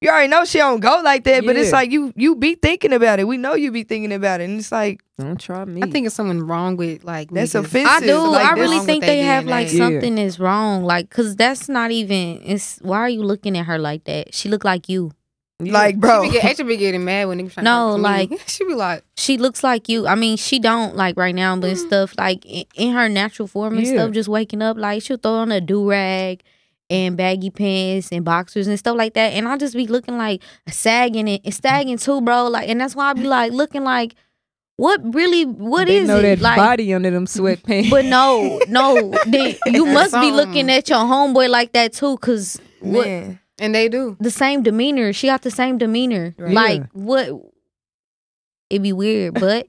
Speaker 5: you already know she don't go like that, but it's
Speaker 2: Yeah.
Speaker 5: like you you be thinking about it. We know you be thinking about it, and it's like
Speaker 2: but don't try me.
Speaker 3: I think it's something wrong with like
Speaker 5: That's
Speaker 3: niggas.
Speaker 5: offensive.
Speaker 4: I
Speaker 5: This is
Speaker 4: do.
Speaker 5: like
Speaker 4: I
Speaker 5: this-
Speaker 4: really
Speaker 5: wrong
Speaker 4: think
Speaker 3: with
Speaker 4: they
Speaker 3: they
Speaker 4: have
Speaker 3: DNA.
Speaker 4: like
Speaker 2: Yeah.
Speaker 4: something is wrong. Like, cause that's not even. It's why are you looking at her like that? She look like you.
Speaker 2: Yeah.
Speaker 5: like bro,
Speaker 3: She be, get, Aisha be getting mad when niggas trying
Speaker 4: No,
Speaker 3: to
Speaker 4: like-
Speaker 3: she be like,
Speaker 4: She looks like you. I mean, she don't like right now, but it's stuff like in, in her natural form and
Speaker 2: Mm. Yeah.
Speaker 4: stuff. Just waking up, like she'll throw on a do rag and baggy pants and boxers and stuff like that, and I just be looking like sagging and,
Speaker 2: Mm.
Speaker 4: and sagging too, bro. Like, and that's why I be like looking like, what really? What
Speaker 2: they
Speaker 4: is
Speaker 2: know
Speaker 4: it?
Speaker 2: that
Speaker 4: like,
Speaker 2: body under them sweatpants.
Speaker 4: But no, no, they, you must be
Speaker 3: Something.
Speaker 4: looking at your homeboy like that too, cause what,
Speaker 5: man,
Speaker 3: and they do.
Speaker 4: the same demeanor. She got the same demeanor.
Speaker 5: Right.
Speaker 4: Like
Speaker 2: Yeah.
Speaker 4: what? It'd be weird, but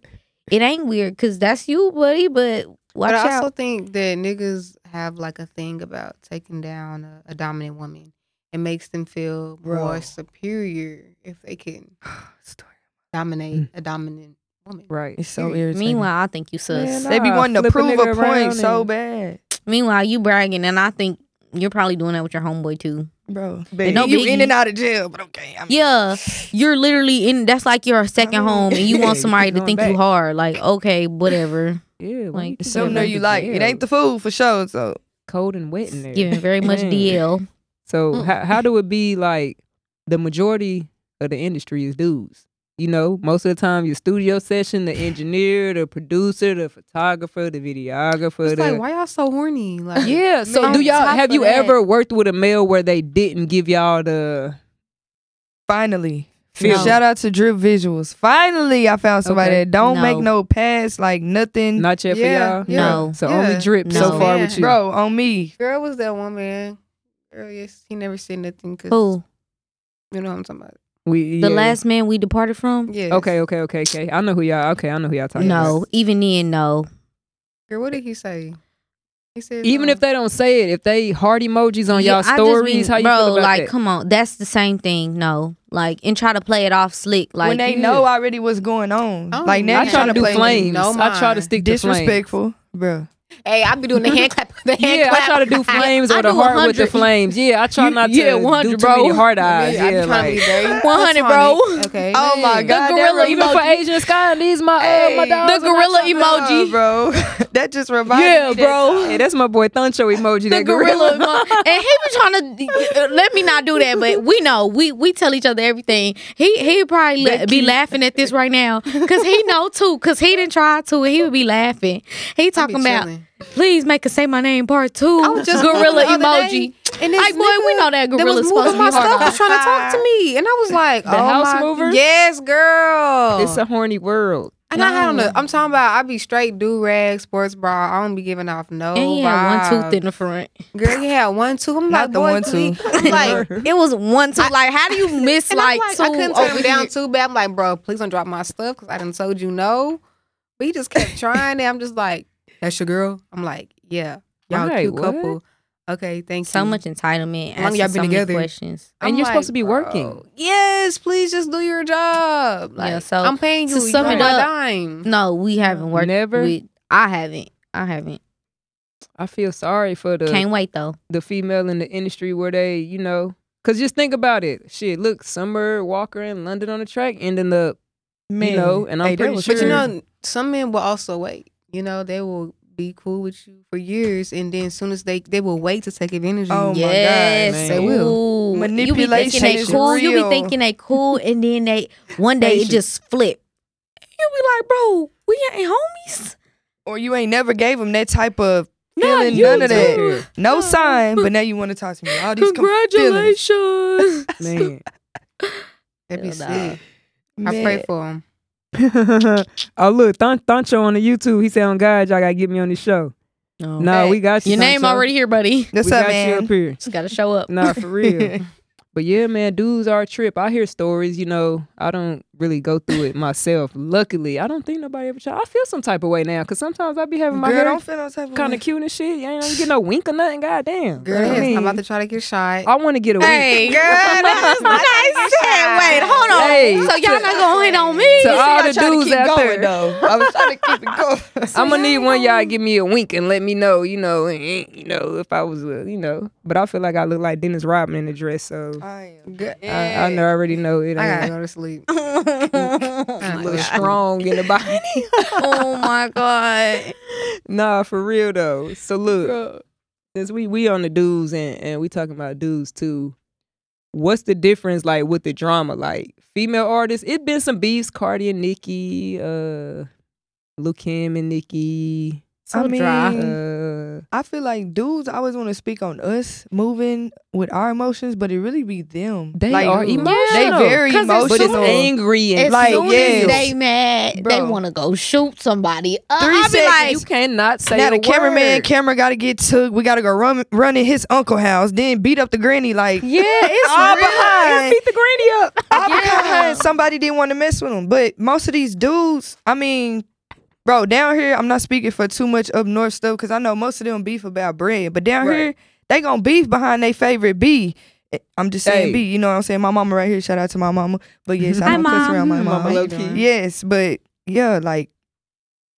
Speaker 4: it ain't weird, cause that's you, buddy. But watch
Speaker 3: but I also
Speaker 4: out.
Speaker 3: think that niggas have like a thing about taking down a, a dominant woman. It makes them feel
Speaker 5: Bro.
Speaker 3: more superior if they can
Speaker 5: Story.
Speaker 3: dominate
Speaker 2: Mm.
Speaker 3: a dominant woman.
Speaker 2: right.
Speaker 5: it's so irritating.
Speaker 4: Meanwhile, I think you sus.
Speaker 2: Man,
Speaker 5: they be
Speaker 2: Nah,
Speaker 5: wanting
Speaker 2: flip a
Speaker 5: to prove a
Speaker 2: nigga
Speaker 5: point
Speaker 2: around
Speaker 5: so
Speaker 2: and-
Speaker 5: bad,
Speaker 4: Meanwhile, you bragging, and I think you're probably doing that with your homeboy too.
Speaker 5: bro.
Speaker 4: But no
Speaker 5: you
Speaker 4: biggie.
Speaker 5: in and out of jail, but okay. I mean,
Speaker 4: Yeah, you're literally in. That's like your second
Speaker 2: mean,
Speaker 4: home, and you want
Speaker 2: yeah, you
Speaker 4: somebody
Speaker 2: Oh. keep
Speaker 4: to
Speaker 2: going
Speaker 4: think you
Speaker 2: back.
Speaker 4: hard. Like okay, whatever.
Speaker 2: Yeah,
Speaker 4: Like,
Speaker 2: like
Speaker 5: It's
Speaker 4: Yeah,
Speaker 5: something that
Speaker 4: man,
Speaker 5: you like. It ain't the food for sure. So
Speaker 2: cold and wet in there.
Speaker 4: Giving very much
Speaker 2: Man.
Speaker 4: DL.
Speaker 2: So
Speaker 4: Mm.
Speaker 2: how how do it be like the majority of the industry is dudes? You know, most of the time your studio session, the engineer, the producer, the photographer, the videographer,
Speaker 3: It's
Speaker 2: the
Speaker 3: like, why y'all so horny? Like,
Speaker 2: yeah. So
Speaker 4: Man,
Speaker 2: do
Speaker 4: on
Speaker 2: y'all
Speaker 4: top
Speaker 2: have
Speaker 4: of
Speaker 2: you
Speaker 4: that-
Speaker 2: ever worked with a male where they didn't give y'all the
Speaker 5: finally,
Speaker 2: feel?
Speaker 4: No.
Speaker 5: Shout out to Drip Visuals. Finally, I found somebody
Speaker 2: Okay.
Speaker 5: that don't
Speaker 4: No.
Speaker 5: make no pass, like nothing.
Speaker 2: Not yet
Speaker 3: Yeah,
Speaker 2: for y'all.
Speaker 4: Mm, yeah, No.
Speaker 2: So
Speaker 3: yeah.
Speaker 2: only drip
Speaker 4: No.
Speaker 2: so far
Speaker 3: Man,
Speaker 2: with you.
Speaker 5: Bro, on me.
Speaker 3: girl was that one man. Girl, yes, he never said nothing. Cause
Speaker 4: Who?
Speaker 3: you know what I'm talking about.
Speaker 2: We,
Speaker 4: The
Speaker 2: yeah.
Speaker 4: last man we departed from?
Speaker 3: Yeah.
Speaker 2: Okay, okay, okay, okay. I know who y'all. Okay, I know who y'all talking about.
Speaker 4: No. Even then, no.
Speaker 3: Girl, what did he say? He said um,
Speaker 2: Even if
Speaker 3: something.
Speaker 2: they don't say it, if they heart emojis on
Speaker 4: Yeah,
Speaker 2: y'all
Speaker 4: I just
Speaker 2: stories,
Speaker 4: mean,
Speaker 2: how you
Speaker 4: bro,
Speaker 2: feel about
Speaker 4: like,
Speaker 2: that?
Speaker 4: come on, that's the same thing. No, like, and try to play it off slick. Like,
Speaker 5: when they
Speaker 2: yeah.
Speaker 5: know already what's going on.
Speaker 3: Oh,
Speaker 5: like now
Speaker 2: I
Speaker 3: man.
Speaker 5: you
Speaker 2: try
Speaker 5: trying
Speaker 2: to
Speaker 5: to
Speaker 2: do
Speaker 5: play
Speaker 2: flames.
Speaker 3: No,
Speaker 2: I try to
Speaker 3: mine.
Speaker 2: stick to flames.
Speaker 5: disrespectful, bro.
Speaker 3: hey, I be doing the hand clap, the hand
Speaker 2: Yeah, I
Speaker 3: clap.
Speaker 2: try to do flames
Speaker 4: I
Speaker 2: or the
Speaker 4: do
Speaker 2: heart with the
Speaker 4: 100.
Speaker 2: flames. Yeah, I try
Speaker 4: You-
Speaker 2: not to
Speaker 4: yeah,
Speaker 2: do
Speaker 4: 100,
Speaker 2: too many
Speaker 4: bro.
Speaker 2: heart
Speaker 3: I
Speaker 2: eyes.
Speaker 3: mean, I be
Speaker 2: Yeah,
Speaker 3: trying to be
Speaker 2: like
Speaker 3: very
Speaker 4: 100, bro.
Speaker 3: platonic, Okay.
Speaker 5: Oh
Speaker 3: man.
Speaker 5: my God,
Speaker 2: the
Speaker 5: that
Speaker 2: gorilla.
Speaker 5: little
Speaker 2: Even for
Speaker 5: emoji.
Speaker 2: Asian Sky, these my uh, my
Speaker 5: Hey,
Speaker 2: dogs.
Speaker 4: the gorilla emoji.
Speaker 5: bro. that just reminds
Speaker 2: Yeah,
Speaker 5: me. that-
Speaker 2: bro. Yeah, that's my boy Thuncho emoji.
Speaker 4: the
Speaker 2: that
Speaker 4: gorilla, emo- and he be trying to let me not do that, but we know we we tell each other everything. He he probably la- be laughing at this right now because he know too because he didn't try to, and he would be laughing. He talking about
Speaker 3: chilling.
Speaker 4: please make us say my name part two.
Speaker 3: I was just
Speaker 4: gorilla
Speaker 3: looking the other
Speaker 4: emoji.
Speaker 3: day, and this
Speaker 4: Like, boy, we
Speaker 3: nigga
Speaker 4: know that
Speaker 3: that
Speaker 4: gorilla's
Speaker 3: was
Speaker 4: supposed to
Speaker 3: moving my
Speaker 4: be hard.
Speaker 3: stuff
Speaker 4: on.
Speaker 3: was trying to talk to me, and I was like,
Speaker 2: The
Speaker 3: oh
Speaker 2: house
Speaker 3: my,
Speaker 2: mover?
Speaker 3: yes, girl.
Speaker 2: It's a horny world.
Speaker 3: and I had on the, I'm talking about, I be straight do rag, sports bra. I don't be giving off no.
Speaker 4: And he had
Speaker 2: Oh,
Speaker 4: one tooth
Speaker 3: vibe.
Speaker 4: in the front.
Speaker 3: Girl, he had one tooth. I'm like,
Speaker 5: Not the
Speaker 3: boy,
Speaker 5: one
Speaker 3: please. I'm
Speaker 5: tooth.
Speaker 3: like,
Speaker 4: It was one tooth. Like, how do you miss
Speaker 3: and
Speaker 4: like,
Speaker 3: I'm like
Speaker 4: two?
Speaker 3: I couldn't turn
Speaker 4: over
Speaker 3: him down
Speaker 4: here?
Speaker 3: too bad. I'm like, bro, please don't drop my stuff because I done told you no. But he just kept trying it. I'm just like, that's your girl. I'm like, yeah, y'all
Speaker 2: Right,
Speaker 3: cute
Speaker 2: what?
Speaker 3: couple. Okay, thank
Speaker 4: So
Speaker 3: you.
Speaker 4: much entitlement.
Speaker 3: How long
Speaker 4: asking
Speaker 3: y'all been
Speaker 4: so many
Speaker 3: together?
Speaker 4: Questions.
Speaker 2: And
Speaker 3: I'm
Speaker 2: you're supposed to be
Speaker 3: bro,
Speaker 2: working.
Speaker 3: Yes, please just do your job. Like,
Speaker 4: Yeah, so
Speaker 3: I'm paying
Speaker 4: to
Speaker 3: you. you
Speaker 4: sum
Speaker 3: on
Speaker 4: it
Speaker 3: my
Speaker 4: up-
Speaker 3: dime.
Speaker 4: No, we haven't worked.
Speaker 2: Never?
Speaker 4: With, I haven't. I haven't.
Speaker 2: I feel sorry for the
Speaker 4: Can't wait though.
Speaker 2: the female in the industry where they, you know, because just think about it. Shit, look, Summer Walker in London on the track ending up,
Speaker 5: Man.
Speaker 2: you know, and I'm
Speaker 5: Hey, that
Speaker 2: pretty
Speaker 5: was
Speaker 2: sure.
Speaker 3: But you know, some men will also wait. You know, they will be cool with you for years, and then as soon as they they will wait to take advantage of you.
Speaker 5: Oh my God,
Speaker 4: yes,
Speaker 2: man.
Speaker 4: they will.
Speaker 5: Manipulation
Speaker 4: you be thinking
Speaker 5: is
Speaker 4: they cool. You
Speaker 5: real.
Speaker 4: be thinking they cool, and then they one day it
Speaker 5: Patience.
Speaker 4: just flip. You be like, bro, we ain't homies.
Speaker 5: Or you ain't never gave them that type of feeling,
Speaker 2: you
Speaker 5: none of
Speaker 2: don't
Speaker 5: that.
Speaker 2: care.
Speaker 5: No sign, but now you want to talk to me. All these com- feelings.
Speaker 4: Congratulations.
Speaker 2: Man,
Speaker 3: That'd be
Speaker 4: Hell nah.
Speaker 3: sick. I pray for him.
Speaker 2: oh look, Thon- Thoncho on the YouTube. He said, "On God, y'all gotta get me on the show."
Speaker 4: No.
Speaker 2: No,
Speaker 5: Hey,
Speaker 2: we got you.
Speaker 4: Your name
Speaker 2: Thoncho.
Speaker 4: already here, buddy.
Speaker 2: We
Speaker 5: That's
Speaker 2: got
Speaker 5: up,
Speaker 2: you up
Speaker 5: man.
Speaker 2: here.
Speaker 4: Just gotta show up.
Speaker 2: Nah, for real. But yeah, man, dudes are a trip. I hear stories, you know, I don't really go through it myself. Luckily, I don't think nobody ever tried. I feel some type of way now because sometimes I be having my
Speaker 5: Girl,
Speaker 2: hair
Speaker 5: don't feel no type of
Speaker 2: kind
Speaker 5: way.
Speaker 2: of cute and shit. You ain't don't get no wink or nothing, goddamn.
Speaker 3: Girl,
Speaker 2: You know what I
Speaker 3: yes,
Speaker 2: mean?
Speaker 3: I'm about to try to get shot.
Speaker 5: Oh,
Speaker 2: I want to get a
Speaker 4: Hey,
Speaker 2: wink.
Speaker 4: girl, that was nice. Wait, hold on.
Speaker 2: Hey.
Speaker 4: so y'all not gonna hit on
Speaker 2: To
Speaker 4: me? So
Speaker 2: all
Speaker 5: I
Speaker 2: the
Speaker 5: tried to
Speaker 2: dudes
Speaker 5: keep
Speaker 2: out
Speaker 5: going,
Speaker 2: there.
Speaker 5: though. I was trying to keep it going.
Speaker 2: I'm gonna need one of y'all to give me a wink and let me know, you know, eh, you know, if I was, uh, you know. But I feel like I look like Dennis Rodman in a dress, so
Speaker 5: I am.
Speaker 3: Good.
Speaker 2: I, I know I already know it.
Speaker 3: I
Speaker 2: ain't-
Speaker 3: gotta go to sleep.
Speaker 4: oh
Speaker 2: look strong in the body.
Speaker 4: my god.
Speaker 2: nah, for real though. So look, since we we on the dudes and and we talking about dudes too. What's the difference like with the drama? Like female artists, it been some beefs. Cardi and Nicki, uh, Lil Kim and Nicki.
Speaker 4: So
Speaker 5: I mean,
Speaker 4: dry.
Speaker 2: Uh,
Speaker 5: I feel like dudes always want to speak on us moving with our emotions, but it really be them.
Speaker 2: They
Speaker 5: like,
Speaker 2: are
Speaker 5: They
Speaker 2: emotional.
Speaker 5: very
Speaker 4: 'Cause
Speaker 5: emotional.
Speaker 4: it's
Speaker 2: but it's angry and
Speaker 4: As
Speaker 5: Like,
Speaker 4: soon
Speaker 5: yes.
Speaker 4: as they mad, they
Speaker 5: Bro.
Speaker 4: want to go shoot somebody. Uh,
Speaker 5: Three
Speaker 4: I be
Speaker 5: seconds.
Speaker 4: like,
Speaker 2: you cannot say
Speaker 5: now
Speaker 2: a
Speaker 5: the cameraman
Speaker 2: word.
Speaker 5: camera got to get took. We got to go run run in his uncle house, then beat up the granny. Like
Speaker 4: yeah, it's
Speaker 5: all
Speaker 4: real.
Speaker 5: behind,
Speaker 2: beat the granny up.
Speaker 5: all
Speaker 4: Yeah.
Speaker 5: behind. Somebody didn't want to mess with him, but most of these dudes, I mean. Bro, down here, I'm not speaking for too much up north stuff because I know most of them beef about bread. But down
Speaker 2: Right.
Speaker 5: here, they gonna beef behind their favorite B. I'm just saying
Speaker 2: Hey.
Speaker 5: B. You know what I'm saying? My mama right here. Shout out to my mama. But yes, I
Speaker 4: Hi,
Speaker 5: don't cuss around my
Speaker 4: Mom.
Speaker 5: mama.
Speaker 2: Mama
Speaker 3: how you
Speaker 2: low
Speaker 3: doing?
Speaker 2: key.
Speaker 5: Yes, but yeah, like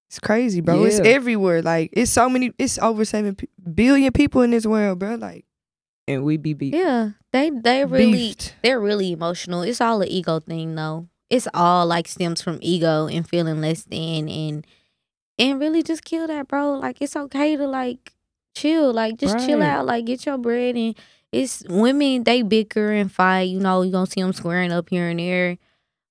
Speaker 5: it's crazy, bro. It's
Speaker 2: Yeah.
Speaker 5: everywhere. Like it's so many. It's over seven p- billion people in this world, bro. Like
Speaker 2: And we be beat.
Speaker 4: Yeah, they they really
Speaker 5: beefed.
Speaker 4: they're really emotional. It's all an ego thing, though. It's all like stems from ego and feeling less than, and and really just kill that, bro. Like it's okay to like chill, like just chill
Speaker 2: Right.
Speaker 4: out, like get your bread. And it's women they bicker and fight. You know, you gonna see them squaring up here and there,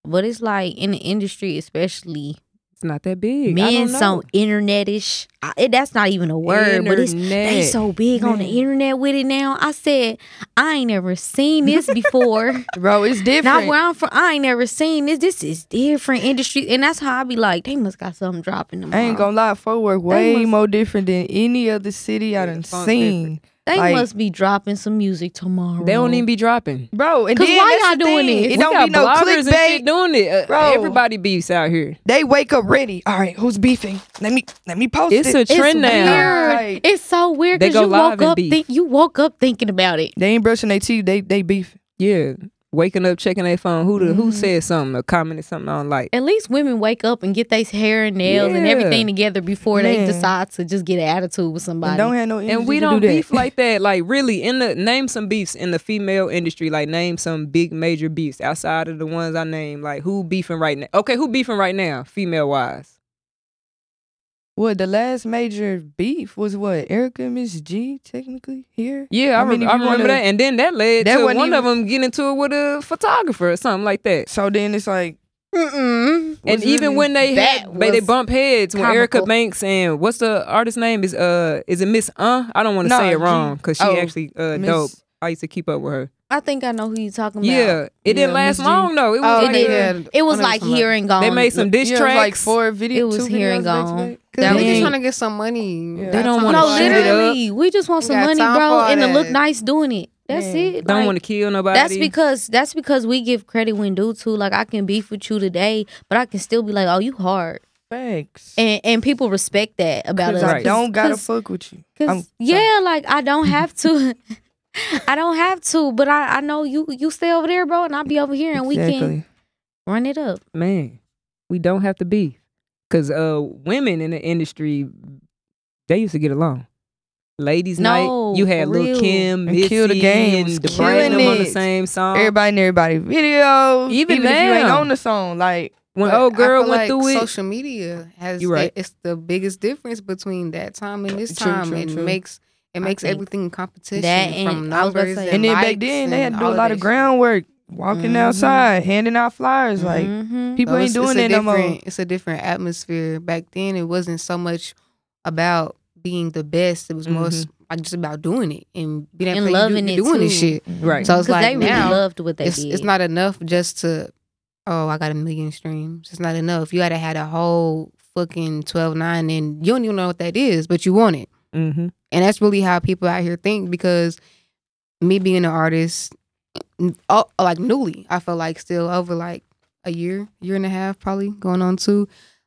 Speaker 4: but it's like in the industry, especially
Speaker 2: It's not that big. I
Speaker 4: men
Speaker 2: don't
Speaker 4: so
Speaker 2: know.
Speaker 4: internetish. I, it, that's not even a word, but it's they
Speaker 2: Internet.
Speaker 4: so big on the
Speaker 5: Man.
Speaker 4: internet with it now. I said, I ain't never seen this before.
Speaker 5: bro. It's
Speaker 4: Not
Speaker 5: different.
Speaker 4: where I'm from, I ain't never seen this. This is different industry. And that's how I be like, they must got something dropping
Speaker 5: I
Speaker 4: tomorrow.
Speaker 5: ain't gonna lie. Fort Worth way
Speaker 4: must-
Speaker 5: more different than any other city I
Speaker 2: Yeah,
Speaker 5: done
Speaker 2: it's all
Speaker 5: seen,
Speaker 2: different.
Speaker 4: they
Speaker 5: like-
Speaker 4: must be dropping some music tomorrow.
Speaker 2: They don't even be dropping.
Speaker 5: bro. And
Speaker 4: 'Cause
Speaker 5: then
Speaker 4: why
Speaker 5: that's
Speaker 4: y'all
Speaker 5: the
Speaker 4: doing
Speaker 5: thing.
Speaker 4: this?
Speaker 5: It
Speaker 2: we
Speaker 5: don't
Speaker 2: got
Speaker 5: be no
Speaker 2: bloggers and shit
Speaker 5: clickbait.
Speaker 2: doing it. Uh,
Speaker 5: Bro.
Speaker 2: Everybody beefs out here.
Speaker 5: They wake up ready. All right, who's beefing? Let me let me post
Speaker 2: It's
Speaker 5: it.
Speaker 2: a trend now.
Speaker 4: weird.
Speaker 5: Like-
Speaker 4: It's so weird
Speaker 2: They
Speaker 4: because
Speaker 2: go
Speaker 4: you
Speaker 2: live
Speaker 4: woke
Speaker 2: and
Speaker 4: up
Speaker 2: beef.
Speaker 4: think you woke up thinking about it.
Speaker 5: they ain't brushing their teeth. They they beefing.
Speaker 2: Yeah, waking up, checking their phone. Who the, who
Speaker 4: Mhm.
Speaker 2: said something or commented something on like?
Speaker 4: At least women wake up and get their hair and nails and
Speaker 2: Yeah.
Speaker 4: everything together before
Speaker 5: Man.
Speaker 4: they decide to just get an attitude with somebody.
Speaker 5: And don't have no energy
Speaker 2: And we
Speaker 5: to
Speaker 2: don't
Speaker 5: do that.
Speaker 2: beef like that. Like really, in the name some beefs in the female industry. Like name some big major beefs outside of the ones I named. Like who beefing right now? Okay, who beefing right now? Female wise.
Speaker 5: Well, the last major beef was what Erica and Miss G technically here.
Speaker 2: Yeah, I,
Speaker 5: I mean,
Speaker 2: re-
Speaker 5: if
Speaker 2: I
Speaker 5: you
Speaker 2: remember
Speaker 5: wanna-
Speaker 2: that. And then that led
Speaker 5: That
Speaker 2: to one
Speaker 5: wasn't
Speaker 2: of them getting into it with a photographer or something like that.
Speaker 5: So then it's like,
Speaker 4: Mm-mm.
Speaker 2: And
Speaker 5: was
Speaker 2: even
Speaker 5: really-
Speaker 2: when they
Speaker 4: That
Speaker 2: had, they, they
Speaker 4: was
Speaker 2: bump heads when Erica
Speaker 4: comical.
Speaker 2: Banks and what's the artist name is uh is it Miss Uh? I don't want to
Speaker 5: No,
Speaker 2: say it
Speaker 5: G-
Speaker 2: wrong because she
Speaker 5: oh,
Speaker 2: actually uh
Speaker 5: Miss-
Speaker 2: dope. I used to keep up with her.
Speaker 4: I think I know who you're talking about.
Speaker 2: Yeah, it didn't
Speaker 5: Yeah,
Speaker 2: last
Speaker 5: Miss G.
Speaker 2: long though. It
Speaker 5: Oh,
Speaker 2: was
Speaker 4: It
Speaker 2: like
Speaker 4: did.
Speaker 2: a-
Speaker 3: yeah,
Speaker 4: It was
Speaker 3: I know
Speaker 4: like
Speaker 3: somebody.
Speaker 4: here and gone.
Speaker 2: they made some diss
Speaker 5: yeah, it was
Speaker 2: tracks.
Speaker 5: like four videos.
Speaker 4: It was
Speaker 5: two
Speaker 4: here
Speaker 5: videos
Speaker 4: and
Speaker 5: back to
Speaker 4: gone.
Speaker 5: back.
Speaker 3: Cause
Speaker 4: That
Speaker 3: we
Speaker 4: was-
Speaker 3: just trying to get some money.
Speaker 5: Yeah.
Speaker 2: They don't
Speaker 5: No,
Speaker 2: want
Speaker 4: No,
Speaker 2: to shoot it up.
Speaker 4: literally, we just want
Speaker 3: We
Speaker 4: some
Speaker 3: got
Speaker 4: money,
Speaker 3: time
Speaker 4: bro,
Speaker 3: for
Speaker 4: and to look
Speaker 3: that.
Speaker 4: nice doing it. That's
Speaker 5: Yeah.
Speaker 4: it.
Speaker 2: Don't
Speaker 4: Like,
Speaker 2: want to kill nobody.
Speaker 4: That's because that's because we give credit when due to. Like I can beef with you today, but I can still be like, "Oh, you hard,"
Speaker 5: Facts.
Speaker 4: and and people respect that about us.
Speaker 5: Because I
Speaker 2: Right.
Speaker 5: don't gotta
Speaker 4: 'Cause-
Speaker 5: fuck with you.
Speaker 4: Cause
Speaker 5: I'm-
Speaker 4: yeah, like I don't have to. I don't have to, but I I know you you stay over there, bro, and I'll be over here, and we can
Speaker 5: Exactly.
Speaker 4: run it up.
Speaker 2: man, we don't have to be. Cause uh, women in the industry, they used to get along. Ladies'
Speaker 4: No,
Speaker 2: night, you had
Speaker 4: for
Speaker 2: Lil
Speaker 4: real.
Speaker 2: Kim,
Speaker 5: And
Speaker 2: Missy,
Speaker 5: Kill the Game
Speaker 2: and
Speaker 5: was
Speaker 2: the Brandon
Speaker 5: killing
Speaker 2: on the
Speaker 5: it.
Speaker 2: same song.
Speaker 5: Everybody and everybody video.
Speaker 2: Even
Speaker 5: if you ain't
Speaker 2: now.
Speaker 5: on the song, like
Speaker 2: when
Speaker 3: But
Speaker 2: old
Speaker 3: I
Speaker 2: Oh, girl
Speaker 3: feel
Speaker 2: went
Speaker 3: like
Speaker 2: through it,
Speaker 3: Social media has
Speaker 2: You right.
Speaker 3: it's the biggest difference between that time and this
Speaker 5: True,
Speaker 3: time.
Speaker 5: true,
Speaker 3: it
Speaker 5: true.
Speaker 3: makes it
Speaker 4: I
Speaker 3: makes
Speaker 4: think
Speaker 3: everything competition
Speaker 4: that and-
Speaker 3: from
Speaker 4: I was about to
Speaker 3: numbers
Speaker 4: say-
Speaker 3: and,
Speaker 5: and then back
Speaker 3: likes
Speaker 5: then they had
Speaker 3: and
Speaker 5: to do
Speaker 3: all
Speaker 5: a lot
Speaker 3: that
Speaker 5: of
Speaker 3: shit.
Speaker 5: groundwork, walking
Speaker 4: Mhm.
Speaker 5: outside, handing out flyers. Like
Speaker 4: Mhm.
Speaker 5: people
Speaker 3: So
Speaker 5: ain't doing
Speaker 3: a
Speaker 5: that no more.
Speaker 3: different- It's a different atmosphere. Back then, it wasn't so much about beeing the best. It was more s- like just about doing it and being able
Speaker 4: And
Speaker 3: to you do-
Speaker 4: loving
Speaker 3: you
Speaker 4: it
Speaker 3: doing this
Speaker 4: too.
Speaker 3: shit.
Speaker 2: right?
Speaker 3: So it's
Speaker 4: because
Speaker 3: like
Speaker 4: they really
Speaker 3: now
Speaker 4: loved what they
Speaker 3: it's,
Speaker 4: did.
Speaker 3: it's not enough just to oh, I got a million streams. It's not enough. You had to had a whole fucking 12 9 and you don't even know what that is, but you want it.
Speaker 2: Mm-hmm.
Speaker 3: And that's really how people out here think because me being an artist, n- oh, like newly, I feel like still over like a year, year and a half, probably going on two.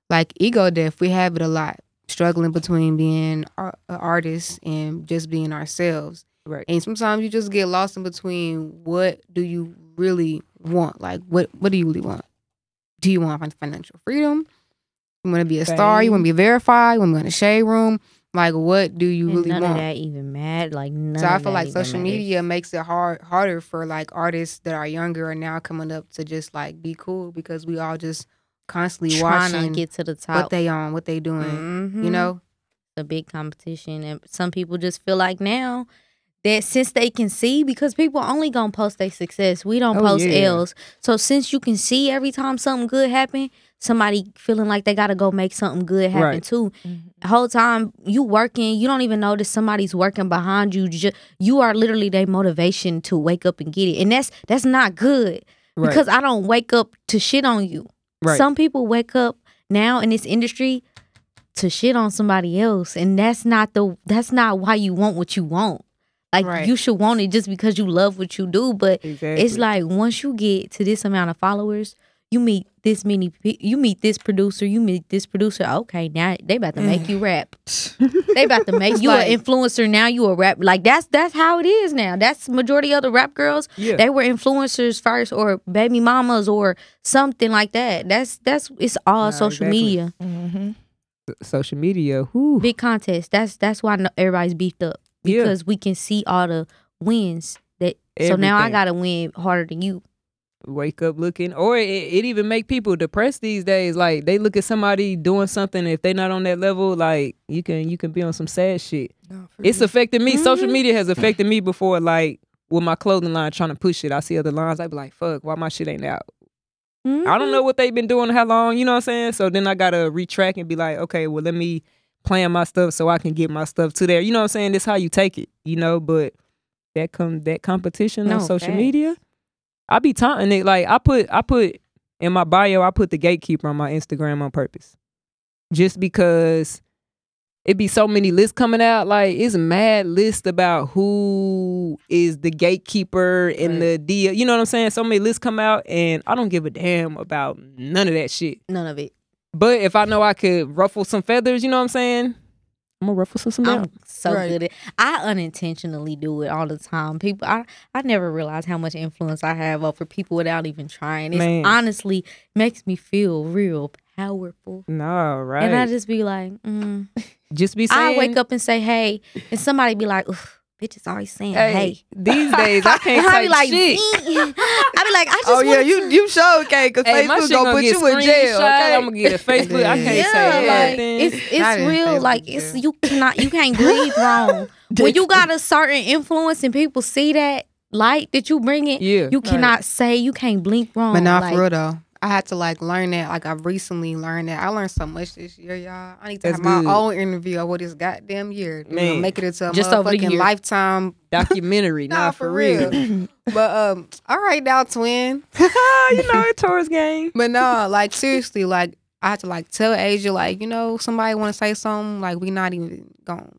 Speaker 3: Like ego death, we have it a lot. Struggling between being ar- an artist and just being ourselves.
Speaker 2: Right.
Speaker 3: And sometimes you just get lost in between what do you really want? Like, what, what do you really want? Do you want fin- financial freedom? You want to be a star? You want to be verified? You want to be in a shade room? Like, what do you
Speaker 4: And
Speaker 3: really
Speaker 4: none
Speaker 3: want?
Speaker 4: of that even mad. Like none.
Speaker 3: so I
Speaker 4: of
Speaker 3: feel
Speaker 4: that
Speaker 3: like
Speaker 4: even
Speaker 3: social
Speaker 4: matters.
Speaker 3: media makes it hard harder for like artists that are younger and now coming up to just like be cool because we all just constantly
Speaker 4: trying
Speaker 3: watching
Speaker 4: to get to the top.
Speaker 3: what they on, what they doing. You
Speaker 4: Mhm.
Speaker 3: know,
Speaker 4: the big competition, and some people just feel like now that since they can see, because people only gonna post their success, we don't
Speaker 2: Oh,
Speaker 4: post
Speaker 2: yeah.
Speaker 4: L's. So since you can see every time something good happen, somebody feeling like they gotta go make something good happen
Speaker 2: Right.
Speaker 4: too.
Speaker 3: Mm-hmm.
Speaker 4: The whole time you working, you don't even notice somebody's working behind you. Ju- you are literally their motivation to wake up and get it, and that's that's not good
Speaker 2: Right.
Speaker 4: because I don't wake up to shit on you.
Speaker 2: Right.
Speaker 4: Some people wake up now in this industry to shit on somebody else, and that's not the that's not why you want what you want. Like
Speaker 3: Right.
Speaker 4: you should want it just because you love what you do, but
Speaker 2: exactly.
Speaker 4: it's like once you get to this amount of followers, you meet this many, pe- you meet this producer, you meet this producer. Okay, now they about to make you rap. they about to make you
Speaker 3: Like-
Speaker 4: an influencer. Now you a rap. Like that's that's how it is now. That's majority of the rap girls.
Speaker 2: Yeah.
Speaker 4: They were influencers first, or baby mamas, or something like that. That's that's it's all
Speaker 2: Nah,
Speaker 4: social
Speaker 2: exactly.
Speaker 4: media,
Speaker 5: Mm-hmm.
Speaker 2: S- social media. Whoo.
Speaker 4: big contest. That's that's why no- everybody's beefed up
Speaker 2: Yeah.
Speaker 4: because we can see all the wins. That so now I
Speaker 2: Everything.
Speaker 4: gotta win harder than you.
Speaker 2: Wake up looking, or it, it even make people depressed these days. Like they look at somebody doing something, if they not on that level, like you can you can be on some sad shit. It's
Speaker 5: Mm-hmm.
Speaker 2: affected me. Social
Speaker 4: Mhm.
Speaker 2: media has affected me before. Like with my clothing line, trying to push it. I see other lines. I be like, "Fuck, why my shit ain't out?" I
Speaker 4: Mm-hmm. Mm.
Speaker 2: don't know what they've been doing, how long. You know what I'm saying? So then I gotta retract and be like, "Okay, well, let me plan my stuff so I can get my stuff to there." You know what I'm saying? That's how you take it. You know, but that come that competition
Speaker 4: No,
Speaker 2: on social
Speaker 4: facts.
Speaker 2: media, I be taunting it. Like I put I put in my bio, I put the gatekeeper on my Instagram on purpose, just because it be so many lists coming out. Like it's a mad list about who is the gatekeeper and the deal. You know what I'm saying? So many lists come out, and I don't give a damn about none of that shit.
Speaker 4: None of it.
Speaker 2: But if I know I could ruffle some feathers, you know what I'm saying? I'm gonna ruffle some some.
Speaker 4: I'm so
Speaker 5: Right.
Speaker 4: good at I unintentionally do it all the time. People I I never realize how much influence I have over people without even trying. It's
Speaker 2: Man.
Speaker 4: honestly makes me feel real powerful.
Speaker 2: no, right.
Speaker 4: And I just be like, mm.
Speaker 2: just be
Speaker 4: I
Speaker 2: saying.
Speaker 4: wake up and say, hey, and somebody be like, Ugh, bitch is always saying, hey.
Speaker 2: These days I can't
Speaker 4: And I be
Speaker 2: type
Speaker 4: like,
Speaker 2: shit.
Speaker 4: "Mm." I be like, I just
Speaker 5: Oh yeah,
Speaker 4: wanted
Speaker 5: you
Speaker 4: to-
Speaker 5: you sure okay? Cause
Speaker 2: Hey, my
Speaker 5: Facebook
Speaker 2: shit
Speaker 5: gonna put
Speaker 2: get
Speaker 5: you in jail. Okay?
Speaker 2: I'm gonna get a Facebook. I can't
Speaker 4: yeah,
Speaker 2: say
Speaker 4: like
Speaker 2: nothing.
Speaker 4: it's
Speaker 3: Not
Speaker 4: it's
Speaker 3: in
Speaker 4: real.
Speaker 3: Facebook
Speaker 4: Like it's
Speaker 3: jail.
Speaker 4: you cannot you can't breathe wrong. when you got a certain influence and people see that light that you bring it,
Speaker 2: yeah.
Speaker 4: you cannot say you can't blink wrong.
Speaker 3: but not
Speaker 4: like,
Speaker 3: for real though. I had to like learn that. Like I've recently learned that. I learned so much this year, y'all. I need to
Speaker 2: That's
Speaker 3: have my
Speaker 2: good.
Speaker 3: own interview of what this goddamn year. You know,
Speaker 2: Man.
Speaker 3: make it into a
Speaker 4: Just over the
Speaker 3: motherfucking
Speaker 4: year.
Speaker 3: lifetime
Speaker 2: documentary.
Speaker 3: Nah,
Speaker 2: nah,
Speaker 3: for
Speaker 2: for, real.
Speaker 3: but um, all right now, twin.
Speaker 2: you know, it's Taurus game.
Speaker 3: But no, like seriously, like I had to like tell Asia, like you know, somebody want to say something, like we not even gonna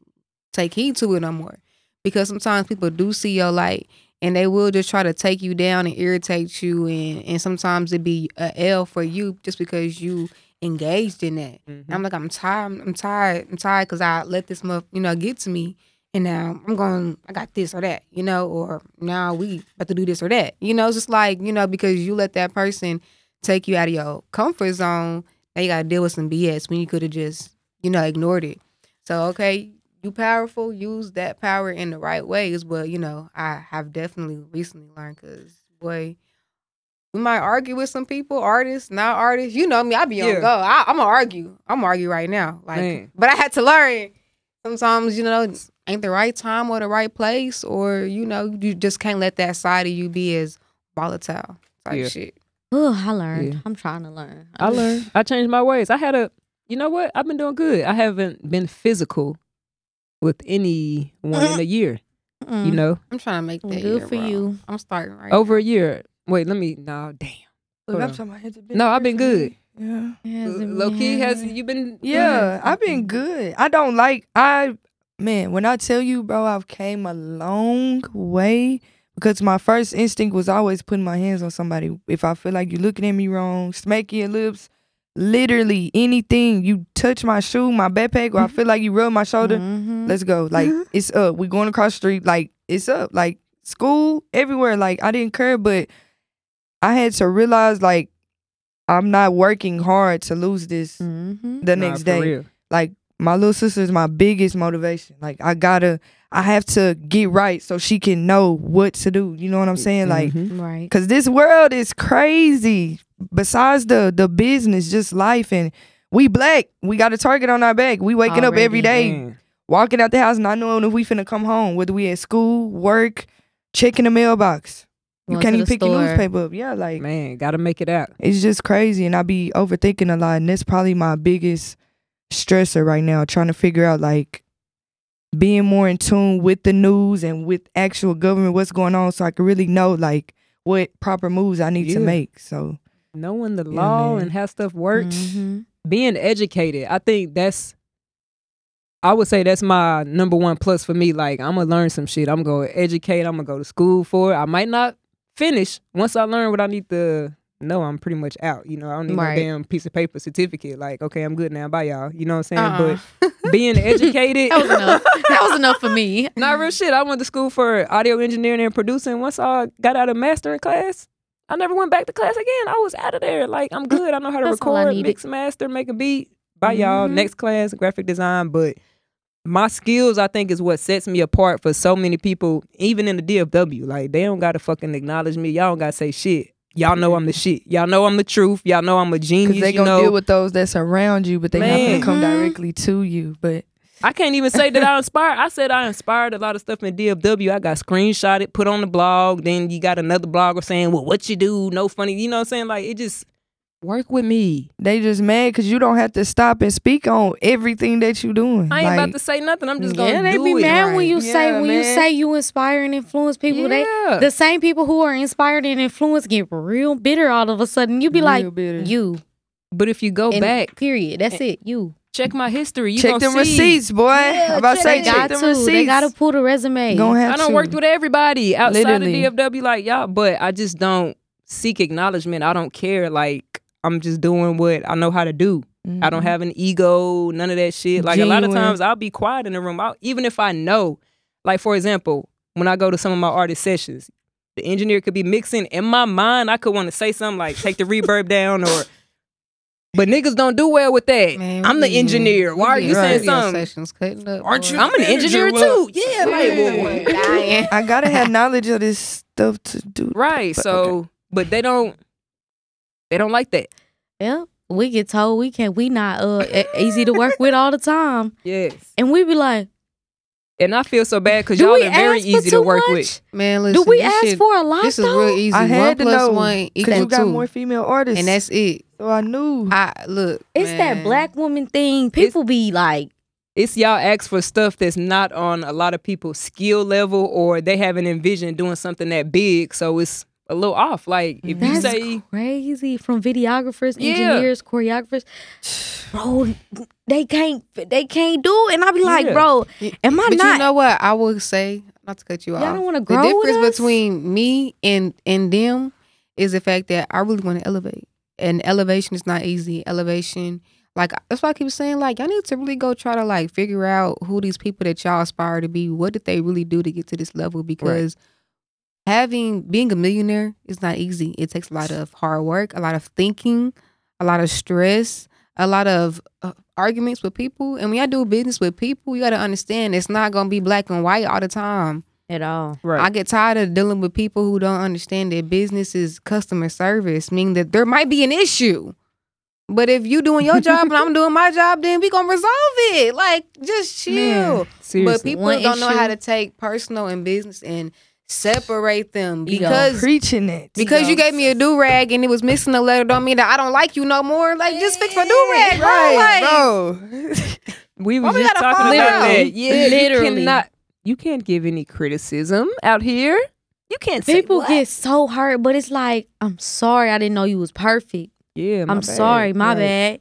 Speaker 3: take heed to it no more, because sometimes people do see your light and they will just try to take you down and irritate you, and and sometimes it be a L for you just because you engaged in that.
Speaker 2: Mm-hmm.
Speaker 3: And I'm like, I'm tired. I'm, I'm tired. I'm tired because I let this month, you know, get to me. And now I'm going, I got this or that, you know, or now we about to do this or that. You know, it's just like, you know, because you let that person take you out of your comfort zone, now you got to deal with some BS when you could have just, you know, ignored it. So, okay, you powerful, use that power in the right ways. But, you know, I have definitely recently learned because, boy, we might argue with some people, artists, not artists. You know me, I be
Speaker 2: Yeah.
Speaker 3: on go. I, I'm gonna argue. I'm gonna argue right now. Like,
Speaker 2: Man.
Speaker 3: but I had to learn. Sometimes, you know, ain't the right time or the right place, or you know, you just can't let that side of you be as volatile type
Speaker 2: Yeah.
Speaker 3: shit.
Speaker 4: Ugh, I learned.
Speaker 2: Yeah.
Speaker 4: I'm trying to learn.
Speaker 2: I learned. I changed my ways. I had a, you know what? I've been doing good. I haven't been physical with anyone in a year.
Speaker 4: Mm-mm.
Speaker 2: You know,
Speaker 3: I'm trying to make that
Speaker 4: Good
Speaker 3: year,
Speaker 4: for
Speaker 3: bro.
Speaker 4: you.
Speaker 3: I'm starting right
Speaker 2: over a
Speaker 3: now.
Speaker 2: year. Wait, let me. No, damn.
Speaker 5: Look,
Speaker 2: Hold
Speaker 5: I'm
Speaker 2: on.
Speaker 5: sorry, my hands have
Speaker 2: No, I've been good.
Speaker 5: Yeah.
Speaker 2: Low key has you been? mm-hmm.
Speaker 5: Yeah,
Speaker 6: Mm-hmm.
Speaker 5: I've been good. I don't like I man, when I tell you, bro, I've came a long way because my first instinct was always putting my hands on somebody. If I feel like you're looking at me wrong, smacking your lips, literally anything, you touch my shoe, my backpack, or I feel like you rub my shoulder,
Speaker 6: Mm-hmm.
Speaker 4: Mhm.
Speaker 5: let's go. Like
Speaker 4: Mhm.
Speaker 5: it's up. We're going across the street. Like it's up. Like school, everywhere. Like I didn't care, but I had to realize like I'm not working hard to lose this
Speaker 4: Mhm.
Speaker 5: the
Speaker 6: Mm-hmm. Nah,
Speaker 5: next
Speaker 6: for
Speaker 5: day
Speaker 6: real.
Speaker 5: like my little sister is my biggest motivation like i gotta i have to get right so she can know what to do you know what i'm saying like
Speaker 2: Mm-hmm.
Speaker 6: Mhm.
Speaker 4: Right.
Speaker 5: because this world is crazy besides the the business just life and we black we got a target on our back we waking up every
Speaker 4: Already,
Speaker 5: day
Speaker 2: Man.
Speaker 5: walking out the house not knowing if we finna come home whether we at school work checking the mailbox you
Speaker 4: Going
Speaker 5: can't
Speaker 4: to
Speaker 5: even
Speaker 4: the
Speaker 5: pick your
Speaker 4: store.
Speaker 5: newspaper up yeah like
Speaker 6: Man, gotta make it out.
Speaker 5: it's just crazy and i be overthinking a lot and that's probably my biggest stressor right now trying to figure out like being more in tune with the news and with actual government what's going on so i can really know like what proper moves i need to
Speaker 2: Yeah.
Speaker 5: make so
Speaker 2: Knowing the
Speaker 5: Yeah,
Speaker 2: law
Speaker 5: man. Mm-hmm.
Speaker 2: and how stuff works.
Speaker 4: Mhm.
Speaker 2: being educated i think that's i would say that's my number one plus for me like i'm gonna learn some shit i'm gonna educate i'm gonna go to school for it i might not finish once i learn what i need to know i'm pretty much out you know i don't need
Speaker 4: Right.
Speaker 2: no damn piece of paper certificate like okay i'm good now bye y'all you know what i'm saying
Speaker 3: Uh-uh.
Speaker 2: but being educated
Speaker 4: That was enough. that was enough for me.
Speaker 2: not real shit i went to school for audio engineering and producing once i got out of mastering class i never went back to class again i was out of there like i'm good i know how to
Speaker 4: That's all I
Speaker 2: record
Speaker 4: needed.
Speaker 2: mix master make a beat Bye, y'all.
Speaker 4: Mhm.
Speaker 2: Next class, graphic design. But my skills, I think, is what sets me apart for so many people, even in the DFW. Like, they don't got to fucking acknowledge me. Y'all don't got to say shit. Y'all know
Speaker 4: Mm-hmm.
Speaker 2: I'm the shit. Y'all know I'm the truth. Y'all know I'm a genius.
Speaker 5: because they
Speaker 2: you
Speaker 5: gonna
Speaker 2: know,
Speaker 5: deal with those that surround you but they
Speaker 2: Man. Mm-hmm.
Speaker 5: not gonna come
Speaker 4: Mhm.
Speaker 5: directly to you but
Speaker 2: I can't even say that I inspired. I said I inspired a lot of stuff in DFW. I got screenshotted, put on the blog. Then you got another blogger saying, well, what you do? No funny. You know what I'm saying? Like, it just work with me.
Speaker 5: they just mad because you don't have to stop and speak on everything that you doing
Speaker 2: I ain't
Speaker 5: like,
Speaker 2: about to say nothing. I'm just going to
Speaker 4: Yeah, they
Speaker 2: do
Speaker 4: be
Speaker 2: it.
Speaker 4: mad when
Speaker 3: right.
Speaker 4: you say
Speaker 5: Yeah,
Speaker 4: when you
Speaker 5: man.
Speaker 4: say you inspire and influence people.
Speaker 2: Yeah.
Speaker 4: They the same people who are inspired and influenced get real bitter all of a sudden. You be like
Speaker 5: Real bitter.
Speaker 4: you
Speaker 2: But if you go
Speaker 4: and
Speaker 2: back,
Speaker 4: Period. That's it. You.
Speaker 2: check my history. You
Speaker 5: check
Speaker 2: gonna
Speaker 5: them
Speaker 2: see.
Speaker 5: receipts boy I'm about to say
Speaker 4: They
Speaker 5: check
Speaker 4: got
Speaker 5: them
Speaker 4: to.
Speaker 5: receipts
Speaker 4: They got to pull the resume.
Speaker 5: gonna have
Speaker 2: I don't
Speaker 5: to.
Speaker 2: worked with everybody outside
Speaker 5: Literally.
Speaker 2: of DFW like y'all, but I just don't seek acknowledgement. I don't care. Like I'm just doing what I know how to do. I don't
Speaker 5: Mhm.
Speaker 2: have an ego, none of that shit. Like a lot of
Speaker 5: Genuine.
Speaker 2: times I'll be quiet in the room. I'll, even if I know, like for example, when I go to some of my artist sessions, the engineer could be mixing. In my mind, I could want to say something like take the reverb down or but niggas don't do well with that.
Speaker 3: Man,
Speaker 2: I'm the
Speaker 3: we-
Speaker 2: engineer. Why are
Speaker 3: we
Speaker 2: you
Speaker 3: get
Speaker 2: saying
Speaker 3: studio
Speaker 2: something?
Speaker 3: Sessions cutting up,
Speaker 2: Aren't
Speaker 3: boy.
Speaker 2: you? I'm an engineer too. Yeah, like
Speaker 5: Yeah.
Speaker 2: well,
Speaker 3: dying.
Speaker 5: I gotta have knowledge of this stuff to do.
Speaker 2: right.
Speaker 5: But-
Speaker 2: So,
Speaker 5: okay.
Speaker 2: but they don't. They don't like that.
Speaker 4: Yep. We get told we can't. We not uh e- easy to work with all the time,
Speaker 2: Yes.
Speaker 4: and we be like,
Speaker 2: And I feel so bad because
Speaker 4: do
Speaker 2: y'all
Speaker 4: we
Speaker 2: are very
Speaker 4: ask for
Speaker 2: easy
Speaker 4: too
Speaker 2: to work
Speaker 4: much?
Speaker 2: with.
Speaker 3: Man,
Speaker 4: Do
Speaker 3: listen,
Speaker 4: we
Speaker 3: this
Speaker 4: ask
Speaker 3: shit,
Speaker 4: for a lot?
Speaker 3: This is
Speaker 4: though?
Speaker 3: real easy.
Speaker 5: I had
Speaker 3: one
Speaker 5: to
Speaker 3: plus
Speaker 5: know
Speaker 3: one
Speaker 5: because
Speaker 3: equals
Speaker 5: you got
Speaker 3: two,
Speaker 5: more female artists,
Speaker 3: and that's it.
Speaker 5: so I knew.
Speaker 3: I look.
Speaker 4: It's that
Speaker 3: man.
Speaker 4: black woman thing. People be like,
Speaker 2: It's y'all ask for stuff that's not on a lot of people's skill level, or they haven't envisioned doing something that big. So it's a little off. Like if you
Speaker 4: that's
Speaker 2: say,
Speaker 4: crazy. From videographers,
Speaker 2: Yeah.
Speaker 4: engineers, choreographers, bro, they can't, they can't do. It. And I be like,
Speaker 2: Yeah.
Speaker 4: bro, am I
Speaker 3: but
Speaker 4: not?
Speaker 3: you know what? I would say not to cut you
Speaker 4: Y'all
Speaker 3: off.
Speaker 4: don't wanna
Speaker 3: The
Speaker 4: grow with
Speaker 3: difference
Speaker 4: us?
Speaker 3: between me and and them is the fact that I really want to elevate, and elevation is not easy. Elevation, like that's why I keep saying, like y'all need to really go try to like figure out who these people that y'all aspire to be. What did they really do to get to this level? Because having being a millionaire is not easy. It takes a lot of hard work, a lot of thinking, a lot of stress, a lot of uh, arguments with people. And when y'all do business with people, you got to understand it's not gonna be black and white all the time.
Speaker 4: at all.
Speaker 2: right,
Speaker 3: I get tired of dealing with people who don't understand that business is customer service, meaning that there might be an issue. But if you doing your job and I'm doing my job, then we gonna resolve it. Like just chill.
Speaker 4: Man.
Speaker 2: seriously,
Speaker 3: But people
Speaker 4: One
Speaker 3: don't know how
Speaker 4: issue-
Speaker 3: to take personal and business and separate them
Speaker 4: Ego.
Speaker 3: because
Speaker 5: preaching it
Speaker 3: because you gave me a do rag and it was missing a letter don't mean that I don't like you no more. Like just fix my do rag, bro.
Speaker 5: right,
Speaker 3: Like,
Speaker 5: bro.
Speaker 2: we
Speaker 3: why
Speaker 2: was
Speaker 3: we
Speaker 2: just
Speaker 3: gotta
Speaker 2: talking
Speaker 3: fall
Speaker 2: about
Speaker 3: out?
Speaker 2: that. Yeah,
Speaker 4: Literally.
Speaker 2: you cannot. You can't give any criticism out here.
Speaker 7: You can't say
Speaker 4: People
Speaker 7: what?
Speaker 4: get so hurt, but it's like, I'm sorry, I didn't know you was perfect.
Speaker 7: Yeah, my
Speaker 4: I'm
Speaker 7: bad.
Speaker 4: sorry, my
Speaker 7: Right.
Speaker 4: bad.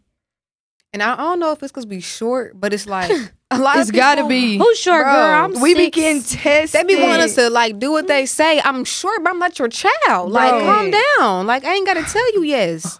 Speaker 3: And I, I don't know if it's because we short, but it's like a lot
Speaker 5: It's
Speaker 3: of people,
Speaker 5: gotta be.
Speaker 4: Who's short
Speaker 3: Bro,
Speaker 4: girl? I'm
Speaker 5: we
Speaker 4: six.
Speaker 5: be getting
Speaker 3: They
Speaker 5: tested.
Speaker 3: be wanting us to like do what they say. I'm short, but I'm not your child. Like,
Speaker 5: Right.
Speaker 3: calm down. Like, I ain't gotta tell you yes.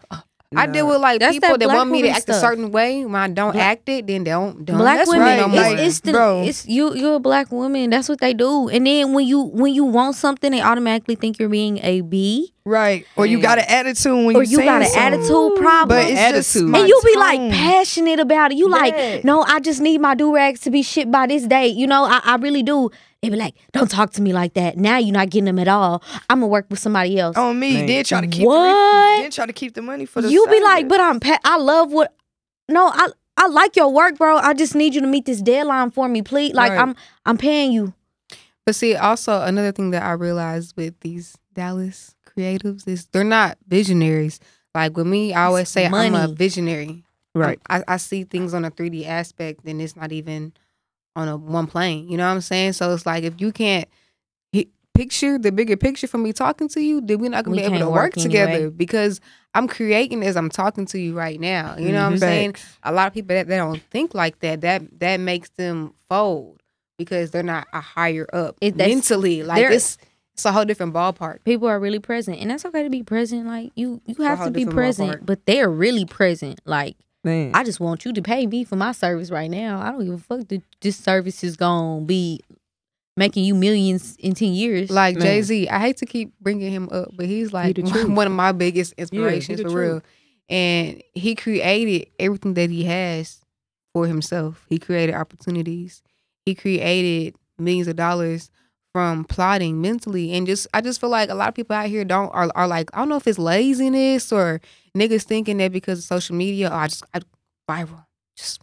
Speaker 3: I deal
Speaker 7: Nah.
Speaker 3: with like
Speaker 4: That's
Speaker 3: people
Speaker 4: that
Speaker 3: that,
Speaker 4: black
Speaker 3: want me to
Speaker 4: woman
Speaker 3: act a
Speaker 4: stuff.
Speaker 3: certain way. When I don't
Speaker 4: Black-
Speaker 3: act it, then they don't. don't
Speaker 4: black
Speaker 3: mess with
Speaker 4: women,
Speaker 3: me
Speaker 5: right,
Speaker 3: no more.
Speaker 4: it's, it's the
Speaker 5: Bro.
Speaker 4: it's you. You're a black woman. That's what they do. And then when you when you want something, they automatically think you're being a B
Speaker 5: right, or you got an attitude when
Speaker 4: or
Speaker 5: you
Speaker 4: you got an
Speaker 5: saying something.
Speaker 4: attitude problem.
Speaker 5: But it's just
Speaker 2: Attitude.
Speaker 5: my
Speaker 4: and you be
Speaker 5: tone.
Speaker 4: like passionate about it. You
Speaker 5: Yes.
Speaker 4: like, no, I just need my do rags to be shit by this day. You know, I, I really do. They be like, don't talk to me like that. Now you're not getting them at all. I'm gonna work with somebody else.
Speaker 5: on me.
Speaker 8: Man.
Speaker 5: Then try to keep The,
Speaker 4: What?
Speaker 5: re- then try to keep the money Oh, for the.
Speaker 4: you be like,
Speaker 5: service.
Speaker 4: but I'm pa- I love what. No, I I like your work, bro. I just need you to meet this deadline for me, please. Like
Speaker 5: Right.
Speaker 4: I'm I'm paying you.
Speaker 3: But see, also another thing that I realized with these Dallas creatives is they're not visionaries. Like with me, I always say I'm a
Speaker 4: money.
Speaker 3: visionary.
Speaker 7: Right.
Speaker 3: I, I see things on a 3D aspect, and it's not even on a one plane. You know what I'm saying? So it's like if you can't hi- picture the bigger picture from me talking to you, then we're not gonna
Speaker 4: We
Speaker 3: be able
Speaker 4: can't
Speaker 3: to work,
Speaker 4: work
Speaker 3: together
Speaker 4: anyway.
Speaker 3: because I'm creating as I'm talking to you right now. You know what I'm
Speaker 4: Mm-hmm.
Speaker 5: Facts.
Speaker 3: saying? A lot of people that they don't think like that. That that makes them fold because they're not a higher up
Speaker 4: It- that's-
Speaker 3: mentally. Like
Speaker 4: they're-
Speaker 3: it's it's a whole different ballpark.
Speaker 4: People are really present, and that's okay to be present. Like you you have
Speaker 3: how
Speaker 4: to be
Speaker 3: different my
Speaker 4: present,
Speaker 3: part.
Speaker 4: but they're really present. Like
Speaker 2: Man.
Speaker 4: I just want you to pay me for my service right now. I don't give a fuck that this service is gonna be making you millions in ten years.
Speaker 3: Like
Speaker 2: Man.
Speaker 3: Jay Z, I hate to keep bringing him up, but he's like
Speaker 2: the truth.
Speaker 3: one of my biggest
Speaker 2: the
Speaker 3: inspirations for real.
Speaker 2: truth.
Speaker 3: And he created everything that he has for himself. He created opportunities. He created millions of dollars from plotting mentally and just I just feel like a lot of people out here don't are, are like I don't know if it's laziness or niggas thinking that because of social media oh, I just I viral just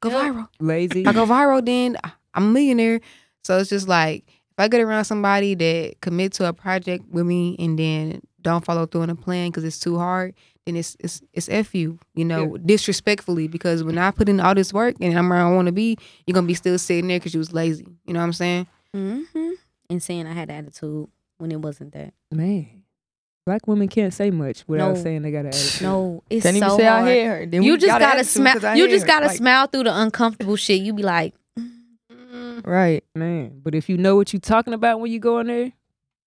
Speaker 3: go
Speaker 4: Yep.
Speaker 3: viral
Speaker 2: lazy.
Speaker 3: if I go viral, then I'm a millionaire. So it's just like if I get around somebody that commit to a project with me and then don't follow through on a plan because it's too hard, then it's it's it's f you, you know, disrespectfully. Because when I put in all this work and I'm where I want to be, you're gonna be still sitting there because you was lazy. You know what I'm saying?
Speaker 4: mm-hmm. and saying I had attitude when it wasn't that.
Speaker 2: Man. Black women can't say much without
Speaker 4: No.
Speaker 2: saying they got an attitude.
Speaker 4: No, it's
Speaker 5: Can't
Speaker 4: so
Speaker 5: even say
Speaker 4: hard.
Speaker 5: I hear her. Then
Speaker 4: you
Speaker 5: we
Speaker 4: just
Speaker 5: got
Speaker 4: gotta
Speaker 5: an attitude
Speaker 4: smile.
Speaker 5: 'cause I
Speaker 4: You
Speaker 5: hear
Speaker 4: just
Speaker 5: her.
Speaker 4: gotta
Speaker 5: Like,
Speaker 4: smile through the uncomfortable shit. You be like,
Speaker 5: Right.
Speaker 2: Man. But if you know what you talking about when you go in there,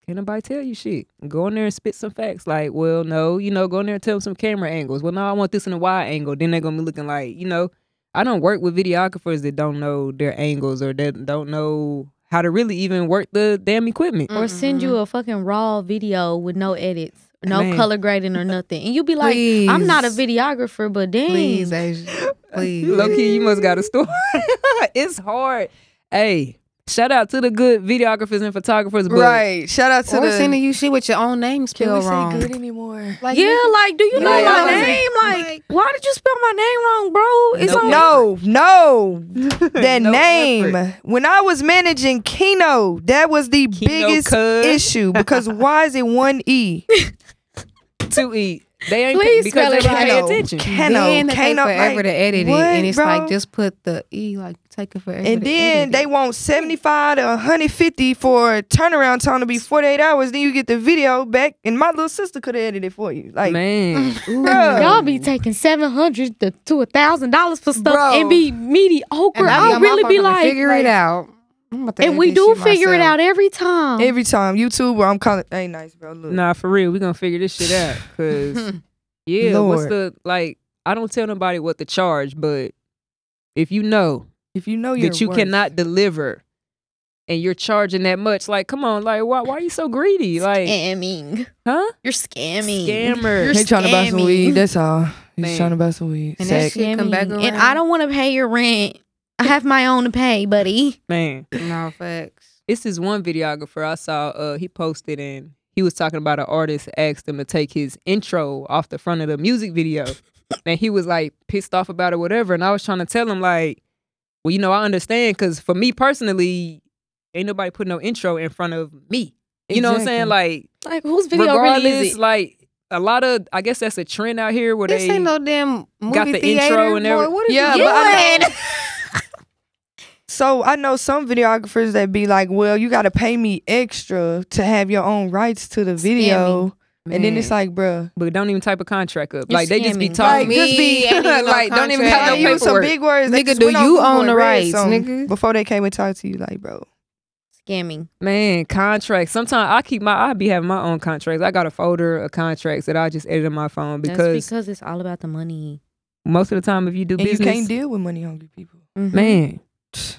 Speaker 2: can't nobody tell you shit. Go in there and spit some facts. Like, well, no, you know, go in there and tell them some camera angles. Well, no, I want this in a wide angle. Then they're gonna be looking like, you know, I don't work with videographers that don't know their angles or that don't know how to really even work the damn equipment.
Speaker 4: or send you a fucking raw video with no edits, no
Speaker 2: Man.
Speaker 4: color grading or nothing, and you be like, I'm not a videographer, but dang,
Speaker 3: Please, Asia. Please.
Speaker 4: Mm-hmm.
Speaker 2: Low key, you must got a story. it's hard. Hey, shout out to the good videographers and photographers. But
Speaker 5: right. Shout out to
Speaker 3: Or
Speaker 5: the.
Speaker 3: sending you shit with your own name
Speaker 5: can
Speaker 3: spelled
Speaker 5: we
Speaker 3: wrong.
Speaker 5: say good anymore?
Speaker 3: Like,
Speaker 4: yeah,
Speaker 3: nigga,
Speaker 4: like, do you know
Speaker 3: Yeah,
Speaker 4: my
Speaker 3: I was-
Speaker 4: name? Like, why did you spell my name wrong, bro? It's
Speaker 2: Nope.
Speaker 4: on
Speaker 5: No, no, that
Speaker 2: No
Speaker 5: name.
Speaker 2: effort.
Speaker 5: When I was managing Kino, that was the
Speaker 2: Keno,
Speaker 5: biggest
Speaker 2: cuz.
Speaker 5: issue because why is it one e?
Speaker 2: to eat. They ain't
Speaker 4: Please
Speaker 2: because
Speaker 4: spell
Speaker 2: they
Speaker 4: it
Speaker 2: don't pay
Speaker 5: Keno,
Speaker 2: attention.
Speaker 5: Keno,
Speaker 3: then it take
Speaker 5: Keno,
Speaker 3: forever
Speaker 5: like,
Speaker 3: to edit it,
Speaker 5: what,
Speaker 3: and it's
Speaker 5: bro?
Speaker 3: like just put the e, like take it forever.
Speaker 5: and
Speaker 3: to
Speaker 5: then
Speaker 3: edit
Speaker 5: they
Speaker 3: it.
Speaker 5: want seventy five to one hundred fifty for a turnaround time to be forty eight hours. Then you get the video back, and my little sister could have edited it for you. Like,
Speaker 2: Man,
Speaker 5: bro,
Speaker 4: Y'all be taking seven hundred to to a thousand dollars for stuff
Speaker 5: Bro.
Speaker 4: and be mediocre.
Speaker 3: And I
Speaker 4: I'll
Speaker 3: on my
Speaker 4: really
Speaker 3: phone
Speaker 4: be
Speaker 3: trying to
Speaker 4: like,
Speaker 3: figure it out. I'm about to
Speaker 4: and
Speaker 3: edit
Speaker 4: we
Speaker 3: this
Speaker 4: do
Speaker 3: shit
Speaker 4: figure it
Speaker 3: myself.
Speaker 4: out every time.
Speaker 5: every time YouTube, where I'm calling, ain't nice, bro. Look,
Speaker 2: nah, for real, we gonna figure this shit out. Cause yeah, what's
Speaker 5: Lord.
Speaker 2: the like? I don't tell nobody what to charge, but if you know
Speaker 5: if you know your
Speaker 2: that you
Speaker 5: worth.
Speaker 2: cannot deliver. And you're charging that much, like, come on, like, why, why are you so greedy, like,
Speaker 4: scamming.
Speaker 2: huh?
Speaker 4: You're scamming.
Speaker 2: Scammer.
Speaker 4: You're
Speaker 5: He trying to buy some
Speaker 4: scamming.
Speaker 5: weed. That's all. He's
Speaker 2: Man.
Speaker 5: trying to buy some weed.
Speaker 3: And
Speaker 5: Sack.
Speaker 3: that shit come back around.
Speaker 4: And I don't want to pay your rent. I have my own to pay, buddy.
Speaker 2: Man,
Speaker 3: No facts.
Speaker 2: it's this one videographer I saw. Uh, he posted and he was talking about an artist asked him to take his intro off the front of the music video, and he was like pissed off about it, whatever. And I was trying to tell him like, well, you know, I understand because for me personally, ain't nobody put no intro in front of me. You know what I'm saying? Like,
Speaker 4: Like whose
Speaker 2: regardless, like a lot of I guess that's a trend out here where
Speaker 3: This
Speaker 2: they
Speaker 3: ain't no damn movie
Speaker 2: got the
Speaker 3: theater.
Speaker 2: intro and
Speaker 3: boy,
Speaker 2: every-
Speaker 3: what are
Speaker 5: Yeah,
Speaker 3: you
Speaker 5: but I-
Speaker 3: doing?
Speaker 5: I'm- So I know some videographers that be like, "Well, you got to pay me extra to have your own rights to the video," and then it's
Speaker 2: Man.
Speaker 5: like, "bruh,
Speaker 2: but don't even type a contract up.
Speaker 4: You're
Speaker 2: like they just be
Speaker 4: scamming.
Speaker 2: talking.
Speaker 5: Like, just be-
Speaker 3: ain't even no
Speaker 2: like, don't even
Speaker 3: contract.
Speaker 2: have
Speaker 5: They
Speaker 2: no
Speaker 5: use some
Speaker 2: paperwork.
Speaker 5: big words.
Speaker 3: Nigga,
Speaker 5: They just
Speaker 3: do
Speaker 5: went on
Speaker 3: you
Speaker 5: Google
Speaker 3: own
Speaker 5: and
Speaker 3: the
Speaker 5: read
Speaker 3: rights,
Speaker 5: something
Speaker 3: nigga?
Speaker 5: Before they came and talked to you, like, bro,
Speaker 4: scamming.
Speaker 2: Man, contracts. Sometimes I keep my I be having my own contracts. I got a folder of contracts that I just edit on my phone
Speaker 4: That's
Speaker 2: because
Speaker 4: because it's all about the money.
Speaker 2: most of the time if you do
Speaker 5: and you
Speaker 2: business,
Speaker 5: can't deal with money hungry people.
Speaker 4: Mhm.
Speaker 2: man,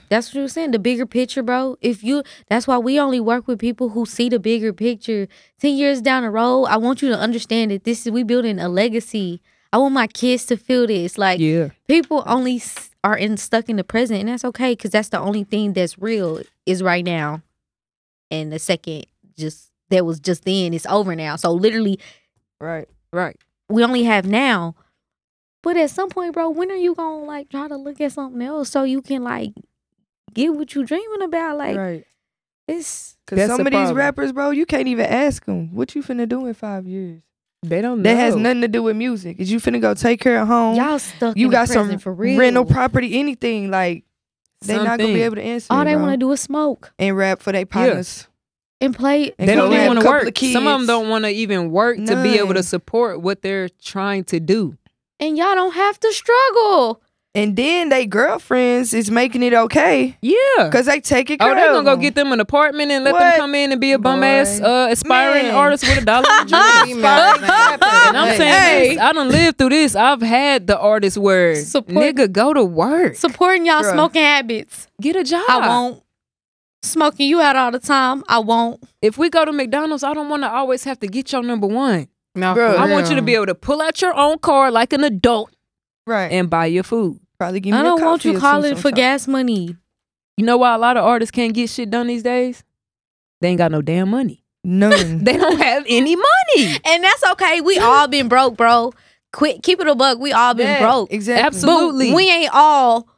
Speaker 4: That's what you were saying. The bigger picture, bro. If you, that's why we only work with people who see the bigger picture. Ten years down the road, I want you to understand that this is we building a legacy. I want my kids to feel this. Like
Speaker 2: yeah.
Speaker 4: people only s- are in stuck in the present, and that's okay because that's the only thing that's real is right now. And the second, just that was just then, it's over now. So literally,
Speaker 2: Right. Right.
Speaker 4: we only have now. But at some point, bro, when are you gonna like try to look at something else so you can like get what you dreaming about? Like
Speaker 5: right.
Speaker 4: it's
Speaker 5: Because
Speaker 2: That's
Speaker 5: some
Speaker 2: the
Speaker 5: of these
Speaker 2: problem.
Speaker 5: rappers, bro, you can't even ask them, what you finna do in five years?
Speaker 2: They don't
Speaker 5: That
Speaker 2: know.
Speaker 5: has nothing to do with music. Is you finna go take her home?
Speaker 4: y'all stuck.
Speaker 5: Um, you
Speaker 4: in
Speaker 5: got
Speaker 4: the
Speaker 5: some
Speaker 4: present for real.
Speaker 5: rental property, anything. Like, they not gonna be
Speaker 2: Something.
Speaker 5: able to answer
Speaker 4: All they
Speaker 5: want
Speaker 4: want to do is smoke
Speaker 5: And rap for their partners.
Speaker 4: and play.
Speaker 5: And
Speaker 2: they
Speaker 5: come
Speaker 2: don't even
Speaker 5: have a
Speaker 2: want to
Speaker 5: couple
Speaker 2: work.
Speaker 5: Of
Speaker 2: Some of them
Speaker 5: kids.
Speaker 2: don't want to even work to be able
Speaker 5: None.
Speaker 2: to support what they're trying to do.
Speaker 4: And y'all don't have to struggle.
Speaker 5: And then they girlfriends is making it okay
Speaker 2: Yeah.
Speaker 5: because they take it.
Speaker 2: Oh, they gonna go get them an apartment and let
Speaker 5: What?
Speaker 2: them come in and be a bum ass
Speaker 5: Boy.
Speaker 2: uh, aspiring
Speaker 5: Man.
Speaker 2: artist with a dollar in the
Speaker 3: Females
Speaker 2: dream.
Speaker 3: ain't happening.
Speaker 2: And "Ah, I'm
Speaker 5: Hey.
Speaker 2: saying this, I done lived through this. I've had the artist where
Speaker 4: Support-
Speaker 2: nigga go to work,
Speaker 4: Supporting y'all
Speaker 5: Bruh.
Speaker 4: smoking habits.
Speaker 2: get a job.
Speaker 4: I won't smoking you out all the time. I won't.
Speaker 2: If we go to McDonald's, I don't want to always have to get your number one.
Speaker 3: Nah,
Speaker 5: Bro.
Speaker 3: for
Speaker 2: I want you to
Speaker 3: real.
Speaker 2: be able to pull out your own car like an adult
Speaker 5: right.
Speaker 2: and buy your food.
Speaker 5: Probably give me
Speaker 4: I
Speaker 5: a
Speaker 4: don't want
Speaker 5: coffee or
Speaker 4: you
Speaker 5: two
Speaker 4: calling for
Speaker 5: sometime.
Speaker 4: gas money.
Speaker 2: You know why a lot of artists can't get shit done these days? They ain't got no damn money.
Speaker 5: None.
Speaker 2: They don't have any money.
Speaker 4: And that's okay. We all been broke, bro. Quit keep it a buck. We all been
Speaker 5: Yeah,
Speaker 4: broke.
Speaker 5: Exactly.
Speaker 2: Absolute- Absolutely.
Speaker 4: But we ain't all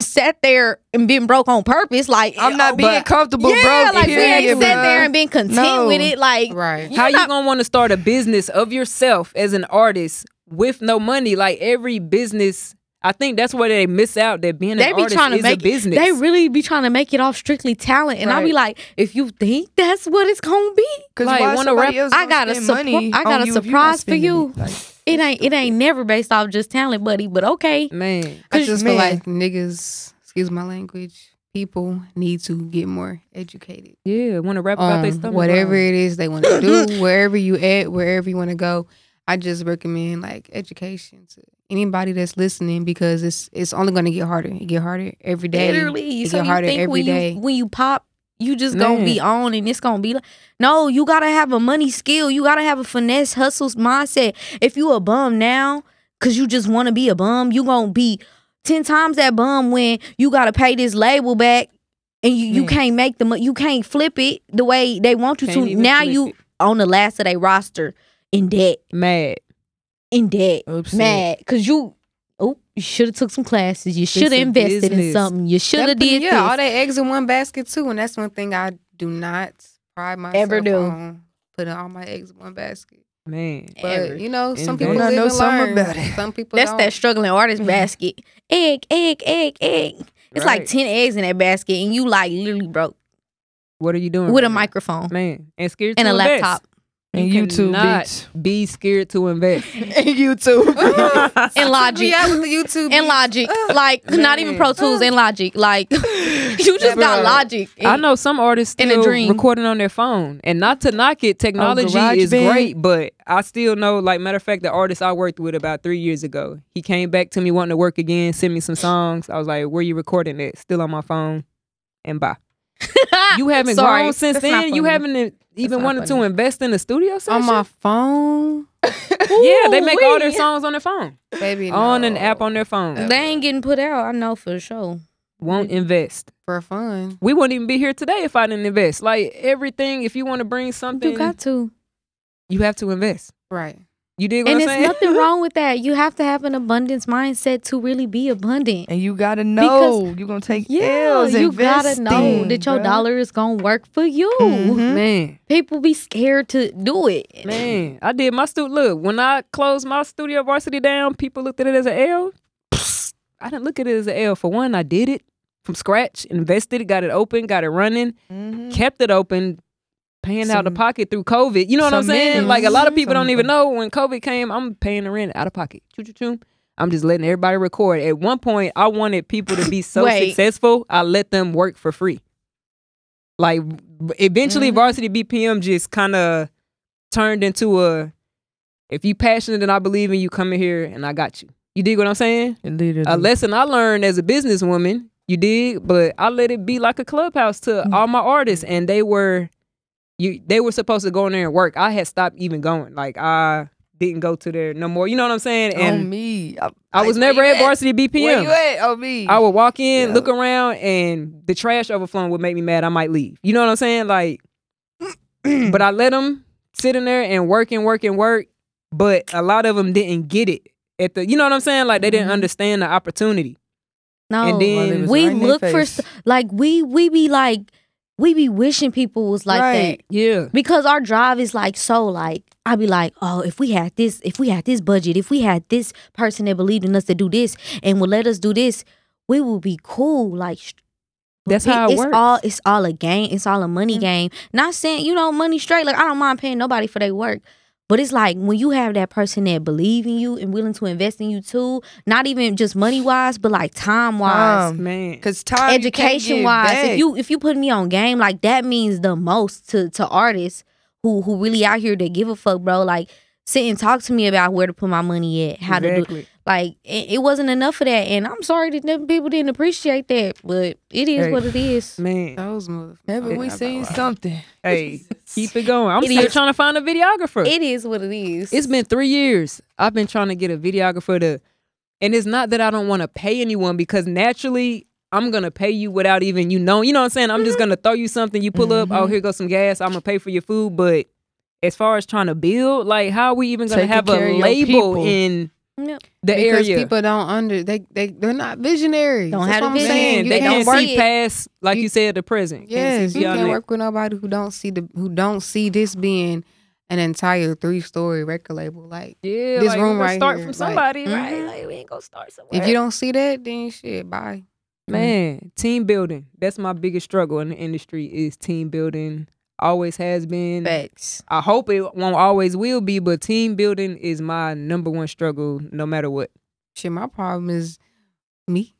Speaker 4: sat there and been broke on purpose. Like
Speaker 5: I'm not
Speaker 4: oh,
Speaker 5: being
Speaker 4: but-
Speaker 5: comfortable,
Speaker 4: yeah,
Speaker 5: bro.
Speaker 4: like we
Speaker 5: period,
Speaker 4: ain't sat
Speaker 5: bruh.
Speaker 4: there and been content
Speaker 5: No.
Speaker 4: with it. Like
Speaker 3: right.
Speaker 4: You
Speaker 2: How you
Speaker 4: not-
Speaker 2: gonna want to start a business of yourself as an artist with no money? Like every business, I think that's where they miss out that being
Speaker 4: they
Speaker 2: an
Speaker 4: be
Speaker 2: artist
Speaker 4: trying to
Speaker 2: is
Speaker 4: make
Speaker 2: a business.
Speaker 4: They really be trying to make it off strictly talent, and I be like, if you think that's what it's gonna be,
Speaker 5: Cause
Speaker 2: Like,
Speaker 5: why
Speaker 2: wanna
Speaker 5: somebody
Speaker 2: rap-
Speaker 5: else
Speaker 4: I
Speaker 5: gonna
Speaker 4: got a
Speaker 5: spend
Speaker 4: surpri-
Speaker 5: money
Speaker 4: I got
Speaker 5: on
Speaker 4: a
Speaker 5: you if you
Speaker 4: surprise
Speaker 5: not
Speaker 4: for
Speaker 5: spending
Speaker 4: you.
Speaker 5: it? Like,
Speaker 4: it ain't it ain't never based off just talent, buddy. But okay,
Speaker 2: Man,
Speaker 3: I
Speaker 5: 'Cause,
Speaker 3: just feel
Speaker 5: man.
Speaker 3: like niggas, excuse my language, people need to get more educated
Speaker 2: yeah, want to rap about
Speaker 4: Um,
Speaker 2: their
Speaker 3: on
Speaker 2: stuff.
Speaker 3: whatever it is they want to do, wherever you at, wherever you want to go. I just recommend like education to anybody that's listening because it's it's only going to get harder. It get harder every day.
Speaker 4: literally.
Speaker 3: It
Speaker 4: So
Speaker 3: get
Speaker 4: you
Speaker 3: harder
Speaker 4: think
Speaker 3: every
Speaker 4: when you
Speaker 3: day.
Speaker 4: when you pop, you just gonna be on, and it's gonna be like, no, you gotta have a money skill. You gotta have a finesse hustles mindset. If you a bum now, cause you just want to be a bum, you gonna be ten times that bum when you gotta pay this label back. And you, you
Speaker 2: Man.
Speaker 4: can't make the mo- you can't flip it the way they want you to. Now you on the last of their roster in debt,
Speaker 2: mad.
Speaker 4: in debt,
Speaker 5: Oops.
Speaker 4: mad because you. Oh, you should have took some classes. You should
Speaker 2: a
Speaker 4: have invested in
Speaker 2: business.
Speaker 4: something. You should have
Speaker 3: That-
Speaker 4: did
Speaker 3: yeah,
Speaker 4: this.
Speaker 3: all they eggs in one basket too, and that's one thing I do not pride myself
Speaker 4: Ever do.
Speaker 3: on putting all my eggs in one basket.
Speaker 2: Man,
Speaker 3: But
Speaker 4: Ever.
Speaker 3: you know, some
Speaker 2: And
Speaker 3: people
Speaker 2: don't
Speaker 5: I
Speaker 3: live
Speaker 5: know
Speaker 3: and
Speaker 5: something
Speaker 3: learn.
Speaker 5: about it.
Speaker 3: Some people
Speaker 4: That's
Speaker 3: don't.
Speaker 4: that struggling artist basket. Egg, egg, egg, egg. It's like
Speaker 2: Right.
Speaker 4: ten eggs in that basket, and you like literally broke
Speaker 2: what are you doing
Speaker 4: with a
Speaker 2: right now?
Speaker 4: microphone
Speaker 2: Man, and scared
Speaker 4: and
Speaker 2: to
Speaker 4: a
Speaker 2: invest.
Speaker 4: laptop
Speaker 5: And
Speaker 2: You
Speaker 5: you too,
Speaker 2: cannot
Speaker 5: bitch.
Speaker 2: Be scared to invest.
Speaker 5: And you too.
Speaker 4: and logic
Speaker 3: Yeah, with the YouTube
Speaker 4: and logic. Like not even Pro Tools and logic. Like you just got
Speaker 3: Bruh.
Speaker 4: logic.
Speaker 2: I know some artists
Speaker 4: In a
Speaker 2: still
Speaker 4: dream.
Speaker 2: recording on their phone, and not to knock it, technology
Speaker 5: Garage
Speaker 2: is
Speaker 5: Band.
Speaker 2: great, but I still know. Like matter of fact, the artist I worked with about three years ago, he came back to me wanting to work again, send me some songs. I was like, "Where you recording it? Still on my phone." And bye. You haven't
Speaker 4: Sorry,
Speaker 2: grown since
Speaker 4: that's not
Speaker 2: then. You
Speaker 4: funny.
Speaker 2: haven't e- even
Speaker 4: not
Speaker 2: wanted to
Speaker 4: funny.
Speaker 2: invest in a studio session.
Speaker 3: on my phone,
Speaker 2: yeah, they make all their
Speaker 4: Ooh-wee.
Speaker 2: songs on their phone,
Speaker 3: baby.
Speaker 2: on an
Speaker 3: no.
Speaker 2: app on their phone.
Speaker 4: They ain't getting put out. I know for sure.
Speaker 2: Won't invest.
Speaker 3: for fun.
Speaker 2: We wouldn't even be here today if I didn't invest. Like everything, if you want to bring something,
Speaker 4: You got to,
Speaker 2: you have to invest.
Speaker 3: Right.
Speaker 2: You dig what I'm
Speaker 4: and it's
Speaker 2: saying?
Speaker 4: nothing wrong with that. You have to have an abundance mindset to really be abundant.
Speaker 5: and you gotta know you're gonna take L's.
Speaker 4: you gotta know
Speaker 5: investing,
Speaker 4: that your
Speaker 5: bruh.
Speaker 4: dollar is gonna work for you.
Speaker 5: Mhm.
Speaker 2: Man,
Speaker 4: People be scared to do it.
Speaker 2: Mm-hmm. man, I did my studio. Look, when I closed my studio varsity down, people looked at it as an L. Psst, I didn't look at it as an L. For one, I did it. from scratch, invested, got it open, got it running, kept it open, paying out of
Speaker 5: Mm-hmm. Some-
Speaker 2: pocket through COVID. You know what I'm
Speaker 5: some
Speaker 2: saying?
Speaker 5: minutes.
Speaker 2: Like a lot of people
Speaker 5: Some-
Speaker 2: don't even know when COVID came, I'm paying the rent out of pocket. Choo choo choo. I'm just letting everybody record. At one point, I wanted people to be so
Speaker 4: Wait.
Speaker 2: successful, I let them work for free. Like eventually,
Speaker 5: Mhm.
Speaker 2: Varsity BPM just kind of turned into a if you passionate and I believe in you, come in here and I got you. You dig what I'm saying?
Speaker 5: Literally.
Speaker 2: a lesson I learned as a businesswoman. You did, but I let it be like a clubhouse to
Speaker 5: Mm.
Speaker 2: all my artists, and they were, you they were supposed to go in there and work. I had stopped even going. Like I didn't go to there no more. You know what I'm saying?
Speaker 5: on
Speaker 2: And
Speaker 5: me. I,
Speaker 2: I was
Speaker 5: like,
Speaker 2: never
Speaker 5: where you
Speaker 2: at Varsity
Speaker 5: Where you
Speaker 2: BPM.
Speaker 5: at? On me.
Speaker 2: I would walk in,
Speaker 5: Yeah.
Speaker 2: look around, and the trash overflowing would make me mad. I might leave. You know what I'm saying? Like, but I let them sit in there and work and work and work. But a lot of them didn't get it at the. You know what I'm saying? Like they didn't
Speaker 5: Mhm.
Speaker 2: understand the opportunity.
Speaker 4: No,
Speaker 2: And then- It was
Speaker 4: we look for st- like we we be like we be wishing people was like
Speaker 5: Right.
Speaker 4: that
Speaker 2: Yeah.
Speaker 4: because our drive is like so like I be like oh if we had this if we had this budget if we had this person that believed in us to do this and would let us do this we would be cool like sh-
Speaker 2: That's how it
Speaker 4: it's
Speaker 2: works. Mm.
Speaker 4: all it's all a game it's all a money
Speaker 5: Mhm.
Speaker 4: game not saying you know money straight like I don't mind paying nobody for their work. But it's like when you have that person that believe in you and willing to invest in you too, not even just money wise, but like time wise
Speaker 2: Oh,
Speaker 3: Um,
Speaker 2: man.
Speaker 5: Cause time Oh, you can't get
Speaker 4: education wise,
Speaker 5: back.
Speaker 4: if you if you put me on game, like that means the most to to artists who who really out here that give a fuck, bro. Like sit and talk to me about where to put my money at, how to do.
Speaker 2: exactly.
Speaker 4: Like it, it wasn't enough of that, and I'm sorry that them people didn't appreciate that, but it is
Speaker 2: Hey.
Speaker 4: what it is.
Speaker 2: Man,
Speaker 3: Those motherfuckers.
Speaker 5: Maybe we seen something.
Speaker 2: hey, keep it going. I'm
Speaker 4: It
Speaker 2: still
Speaker 4: is-
Speaker 2: trying to find a videographer.
Speaker 4: It is what it is.
Speaker 2: it's been three years. I've been trying to get a videographer to, and it's not that I don't want to pay anyone because naturally I'm gonna pay you without even you know. You know what I'm saying? I'm just gonna throw you something. You pull up. Oh, here goes some gas. I'm gonna pay for your food. But as far as trying to build, like, how are we even gonna
Speaker 5: Taking
Speaker 2: have a
Speaker 5: care of your
Speaker 2: label
Speaker 5: people.
Speaker 2: in
Speaker 4: Yep.
Speaker 2: the
Speaker 3: because
Speaker 2: area?
Speaker 3: people don't under they they they're not visionaries.
Speaker 4: Don't
Speaker 3: That's
Speaker 4: have
Speaker 3: what
Speaker 4: the
Speaker 3: I'm
Speaker 4: vision.
Speaker 3: saying.
Speaker 2: Man,
Speaker 3: You
Speaker 2: they
Speaker 4: don't
Speaker 2: can't
Speaker 4: work
Speaker 2: see
Speaker 4: it.
Speaker 2: past, like you,
Speaker 3: You-
Speaker 2: says, the present.
Speaker 3: Yes, you
Speaker 2: beyond
Speaker 3: can't
Speaker 2: that.
Speaker 3: work with nobody who don't see the who don't see this being an entire three story record label. Like
Speaker 2: Yeah,
Speaker 3: This
Speaker 2: like,
Speaker 3: room
Speaker 2: we gonna
Speaker 3: right
Speaker 2: start
Speaker 3: here,
Speaker 2: from
Speaker 3: like-
Speaker 2: somebody, right?
Speaker 4: Mhm.
Speaker 2: Like we ain't gonna start somewhere.
Speaker 3: if you don't see that, then shit, bye.
Speaker 2: Man, team building. That's my biggest struggle in the industry is team building. Always has been.
Speaker 4: Facts.
Speaker 2: I hope it won't always will be, but team building is my number one struggle no matter what.
Speaker 3: Shit, my problem is me,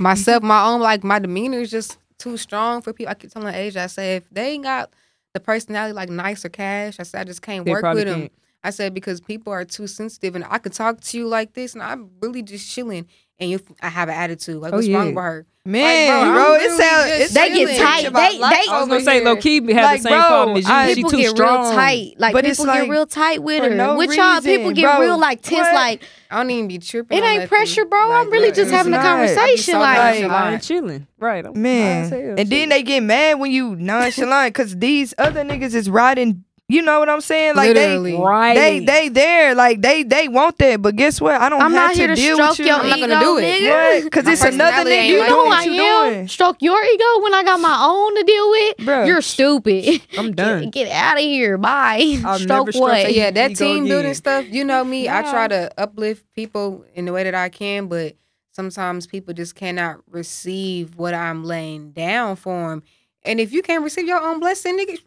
Speaker 3: myself, my own. Like my demeanor is just too strong for people. I keep telling Asia, I say if they ain't got the personality like nice or cash, I said I just can't
Speaker 2: They
Speaker 3: work
Speaker 2: probably
Speaker 3: with them.
Speaker 2: can't.
Speaker 3: I said because people are too sensitive, and I could talk to you like this, and I'm really just chilling, and you, I have an attitude. Like
Speaker 2: Oh,
Speaker 3: what's
Speaker 2: yeah.
Speaker 3: wrong with her?
Speaker 5: Man,
Speaker 3: Like, bro,
Speaker 5: bro,
Speaker 3: I'm
Speaker 5: it
Speaker 3: really
Speaker 5: sound-
Speaker 3: just
Speaker 5: it
Speaker 4: They
Speaker 5: sound-
Speaker 4: get tight. They they
Speaker 2: I was
Speaker 3: over
Speaker 2: gonna say
Speaker 3: here.
Speaker 2: low key has
Speaker 5: Like,
Speaker 2: the same
Speaker 5: bro,
Speaker 2: problem as you.
Speaker 5: I-
Speaker 2: she
Speaker 4: people
Speaker 2: too
Speaker 4: get
Speaker 2: strong.
Speaker 4: real tight. Like
Speaker 5: But it's
Speaker 4: people
Speaker 5: like,
Speaker 4: get real tight with
Speaker 5: for
Speaker 4: her.
Speaker 5: no
Speaker 4: with y'all, people
Speaker 5: reason,
Speaker 4: get
Speaker 5: bro.
Speaker 4: real like tense.
Speaker 5: What?
Speaker 4: Like
Speaker 3: I don't even be tripping.
Speaker 4: It
Speaker 3: on
Speaker 4: ain't
Speaker 3: nothing.
Speaker 4: pressure, bro. I'm really
Speaker 3: bro,
Speaker 4: just
Speaker 3: it's
Speaker 5: having a
Speaker 3: not.
Speaker 4: conversation,
Speaker 3: I be so
Speaker 4: like-
Speaker 2: Like,
Speaker 3: nonchalant.
Speaker 2: I'm chilling. Right. I'm high as
Speaker 5: Man,
Speaker 2: hell,
Speaker 5: and
Speaker 2: shit.
Speaker 5: then they get mad when you nonchalant because these other niggas is riding. You know what I'm saying? Like
Speaker 3: Literally.
Speaker 5: they,
Speaker 2: right.
Speaker 5: they, they there. like they, they want that. But guess what? I don't.
Speaker 4: I'm
Speaker 5: have
Speaker 4: not here to
Speaker 5: deal
Speaker 4: stroke
Speaker 5: with you.
Speaker 4: your
Speaker 3: I'm
Speaker 4: ego,
Speaker 3: not gonna do it.
Speaker 4: nigga.
Speaker 5: because
Speaker 3: My
Speaker 5: it's another
Speaker 3: personality
Speaker 5: nigga
Speaker 3: ain't
Speaker 5: you
Speaker 3: like
Speaker 5: doing
Speaker 3: that.
Speaker 5: what you doing,
Speaker 4: Stroke your ego when I got my own to deal with.
Speaker 5: bro.
Speaker 4: You're stupid.
Speaker 2: I'm done.
Speaker 4: Get, get out of here. Bye.
Speaker 2: I'll
Speaker 4: stroke
Speaker 2: never stroke
Speaker 4: what?
Speaker 3: So yeah,
Speaker 2: you
Speaker 3: that
Speaker 2: go
Speaker 3: team
Speaker 2: again.
Speaker 3: building stuff. You know me. I
Speaker 4: Yeah.
Speaker 3: try to uplift people in the way that I can, but sometimes people just cannot receive what I'm laying down for them. And if you can't receive your own blessing, nigga,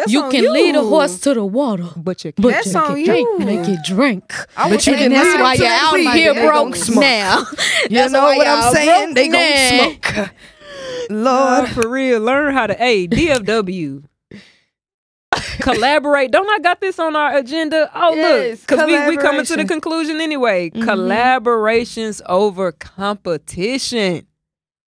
Speaker 3: that's
Speaker 4: you
Speaker 3: on
Speaker 4: can
Speaker 3: you.
Speaker 4: lead a horse to the water.
Speaker 2: but you
Speaker 4: But
Speaker 3: That's
Speaker 4: you can
Speaker 3: on
Speaker 4: drink,
Speaker 3: you.
Speaker 4: make it drink.
Speaker 3: I
Speaker 5: but
Speaker 3: would-
Speaker 5: you
Speaker 3: and
Speaker 5: can
Speaker 4: And that's
Speaker 5: lead
Speaker 4: why
Speaker 5: to
Speaker 4: you're
Speaker 5: the
Speaker 4: out
Speaker 5: creek. They
Speaker 4: here
Speaker 5: gonna
Speaker 4: broke
Speaker 5: smoke.
Speaker 4: now.
Speaker 5: You
Speaker 4: That's
Speaker 5: know
Speaker 4: why
Speaker 5: what I'm
Speaker 4: y'all
Speaker 5: saying?
Speaker 4: broke
Speaker 5: They
Speaker 4: now.
Speaker 5: gonna smoke.
Speaker 4: Uh,
Speaker 2: Nah,
Speaker 5: Lord,
Speaker 2: for real. Learn how to. Hey, DFW. collaborate. Don't I got this on our agenda? Oh
Speaker 5: Yes,
Speaker 2: look, because we we coming to the
Speaker 5: collaboration.
Speaker 2: conclusion anyway.
Speaker 4: Mm-hmm.
Speaker 5: Mhm.
Speaker 2: Collaborations over competition.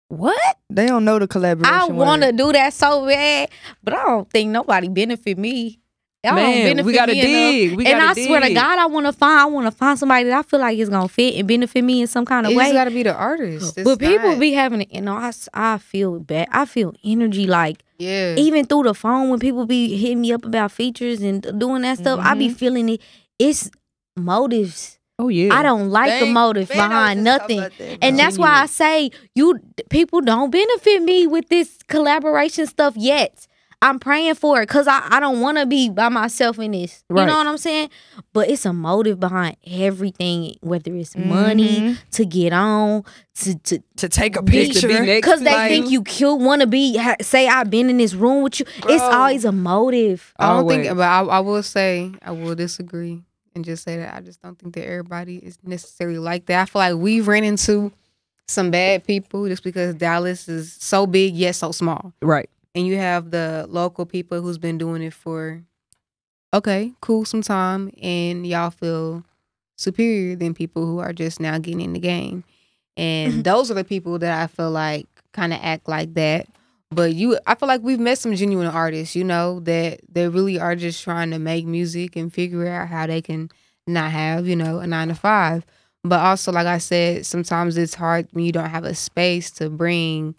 Speaker 4: What?
Speaker 5: they don't know the collaboration.
Speaker 4: I want to
Speaker 5: word.
Speaker 4: do that so bad, but I don't think nobody benefit me. Y'all don't
Speaker 2: Man,
Speaker 4: benefit
Speaker 2: we gotta
Speaker 4: me enough.
Speaker 2: dig. We
Speaker 4: and
Speaker 2: gotta
Speaker 4: I swear to
Speaker 2: dig.
Speaker 4: God, I want to find. I want to find somebody that I feel like is gonna fit and benefit me in some kind of
Speaker 3: It
Speaker 4: way.
Speaker 3: just gotta be the artist. It's
Speaker 4: but people
Speaker 3: not-
Speaker 4: be having, it, you know, I, s- I feel bad. I feel energy like
Speaker 3: yeah.
Speaker 4: even through the phone when people be hitting me up about features and doing that stuff. I
Speaker 5: Mm-hmm.
Speaker 4: be feeling it. It's motives.
Speaker 2: Oh yeah.
Speaker 4: I don't like the
Speaker 5: They-
Speaker 4: motive
Speaker 5: Man, I was
Speaker 4: behind
Speaker 5: just talking
Speaker 4: nothing.
Speaker 5: about that,
Speaker 4: And
Speaker 5: bro.
Speaker 4: that's why I say you people don't benefit me with this collaboration stuff yet. I'm praying for it because I, I don't want to be by myself in this. You
Speaker 2: Right.
Speaker 4: know what I'm saying? But it's a motive behind everything, whether it's
Speaker 5: Mm-hmm.
Speaker 4: money to get on, to to
Speaker 5: to take a
Speaker 4: Be-
Speaker 2: to
Speaker 5: picture.
Speaker 2: be next.
Speaker 4: because they
Speaker 5: Like-
Speaker 4: think you cute, want to be. ha- Say I've been in this room with you. It's
Speaker 5: Bro.
Speaker 4: always a motive.
Speaker 3: I don't
Speaker 2: Always.
Speaker 3: think, but I, I will say, I will disagree and just say that I just don't think that everybody is necessarily like that. I feel like we ran into some bad people just because Dallas is so big yet so small.
Speaker 2: Right.
Speaker 3: And you have the local people who's been doing it for, okay, cool, some time, and y'all feel superior than people who are just now getting in the game. And those are the people that I feel like kind of act like that but you i feel like we've met some genuine artists you know that they really are just trying to make music and figure out how they can not have you know a nine to five but also like i said sometimes it's hard when you don't have a space to bring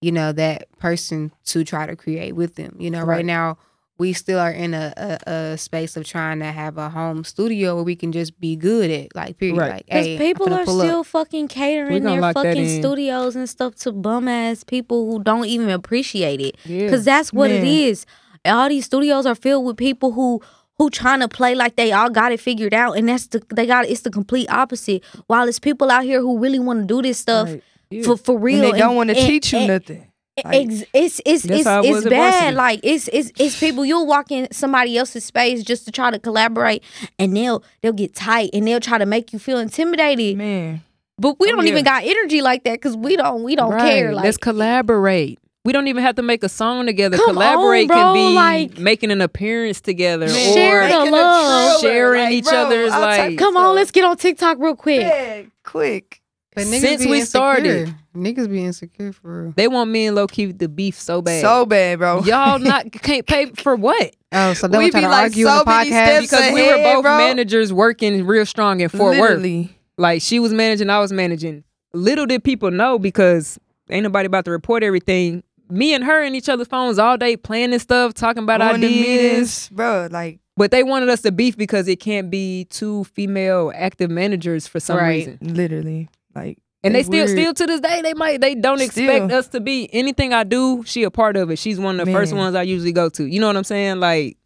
Speaker 3: you know that person to try to create with them you know right,
Speaker 2: Right.
Speaker 3: now we still are in a, a, a space of trying to have a home studio where we can just be good at like period
Speaker 2: Right.
Speaker 3: like
Speaker 4: Because
Speaker 3: hey, I'm
Speaker 4: people
Speaker 3: finna
Speaker 4: are
Speaker 3: pull up.
Speaker 4: still fucking
Speaker 2: We
Speaker 4: catering
Speaker 2: gonna
Speaker 4: their
Speaker 2: lock that
Speaker 4: fucking
Speaker 2: in.
Speaker 4: studios and stuff to bum ass people who don't even appreciate it.
Speaker 2: Yeah.
Speaker 4: Because that's what it
Speaker 2: Man.
Speaker 4: is. All these studios are filled with people who who trying to play like they all got it figured out, and that's the they got it's the complete opposite. While it's people out here who really want to do this stuff
Speaker 2: Right. Yeah.
Speaker 4: for for real,
Speaker 5: and they don't want to
Speaker 4: and-
Speaker 5: teach you
Speaker 4: and-
Speaker 5: nothing. Like-
Speaker 4: E, Ex- it's it's
Speaker 2: That's
Speaker 4: it's,
Speaker 2: how it was
Speaker 4: it's
Speaker 2: at
Speaker 4: bad.
Speaker 2: varsity.
Speaker 4: Like it's it's it's people. You'll walk in somebody else's space just to try to collaborate, and they'll they'll get tight and they'll try to make you feel intimidated.
Speaker 5: Man,
Speaker 4: But we
Speaker 2: Oh,
Speaker 4: don't even
Speaker 2: yeah.
Speaker 4: got energy like that because we don't we don't
Speaker 2: Right.
Speaker 4: care. Like
Speaker 2: let's collaborate. We don't even have to make a song together.
Speaker 4: Come
Speaker 2: collaborate
Speaker 4: on, bro,
Speaker 2: can be
Speaker 4: like-
Speaker 2: making an appearance together
Speaker 5: Man.
Speaker 4: Share
Speaker 2: or
Speaker 4: the
Speaker 5: Making a
Speaker 4: love.
Speaker 5: trailer,
Speaker 2: sharing
Speaker 5: like,
Speaker 2: each
Speaker 5: bro,
Speaker 2: other's
Speaker 5: all type
Speaker 2: like.
Speaker 5: of
Speaker 4: come on,
Speaker 5: stuff.
Speaker 4: let's get on TikTok real quick.
Speaker 5: Yeah, quick.
Speaker 3: but niggas
Speaker 2: Since
Speaker 3: be
Speaker 2: we started.
Speaker 3: insecure. niggas be insecure for real
Speaker 2: They want me and low key to beef so bad.
Speaker 5: So bad, bro.
Speaker 2: y'all not can't pay for what?
Speaker 3: oh so
Speaker 5: We
Speaker 3: don't try
Speaker 5: be
Speaker 3: to
Speaker 5: like
Speaker 3: argue
Speaker 5: so
Speaker 3: on the
Speaker 5: many
Speaker 3: podcast
Speaker 5: steps
Speaker 2: Because we were
Speaker 5: ahead,
Speaker 2: both
Speaker 5: bro.
Speaker 2: managers working real strong in Fort Worth.
Speaker 5: Literally.
Speaker 2: Like she was managing, I was managing. Little did people know because ain't nobody about to report everything. Me and her in each other's phones all day planning stuff, talking about
Speaker 5: Going to
Speaker 2: ideas.
Speaker 5: meetings, bro. Like
Speaker 2: But they wanted us to beef because it can't be two female active managers for some
Speaker 3: Right.
Speaker 2: reason.
Speaker 5: literally, like
Speaker 2: And they,
Speaker 5: They
Speaker 2: still, still
Speaker 5: weird.
Speaker 2: to this day, they might they don't expect
Speaker 5: Still.
Speaker 2: us to be anything I do. She a part of it. She's one of the first
Speaker 5: Man.
Speaker 2: ones I usually go to. You know what I'm saying? Like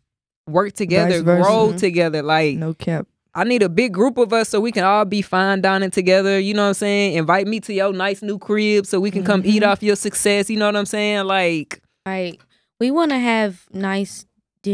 Speaker 2: work together,
Speaker 5: Vice versa. Mm-hmm.
Speaker 2: grow
Speaker 4: Mhm.
Speaker 2: together. Like
Speaker 5: no cap.
Speaker 2: I need a big group of us so we can all be fine dining together. You know what I'm saying? Invite me to your nice new crib so we can come eat
Speaker 4: Mm-hmm.
Speaker 5: Mhm.
Speaker 2: off your success. You know what I'm saying? Like
Speaker 4: Like we want to have nice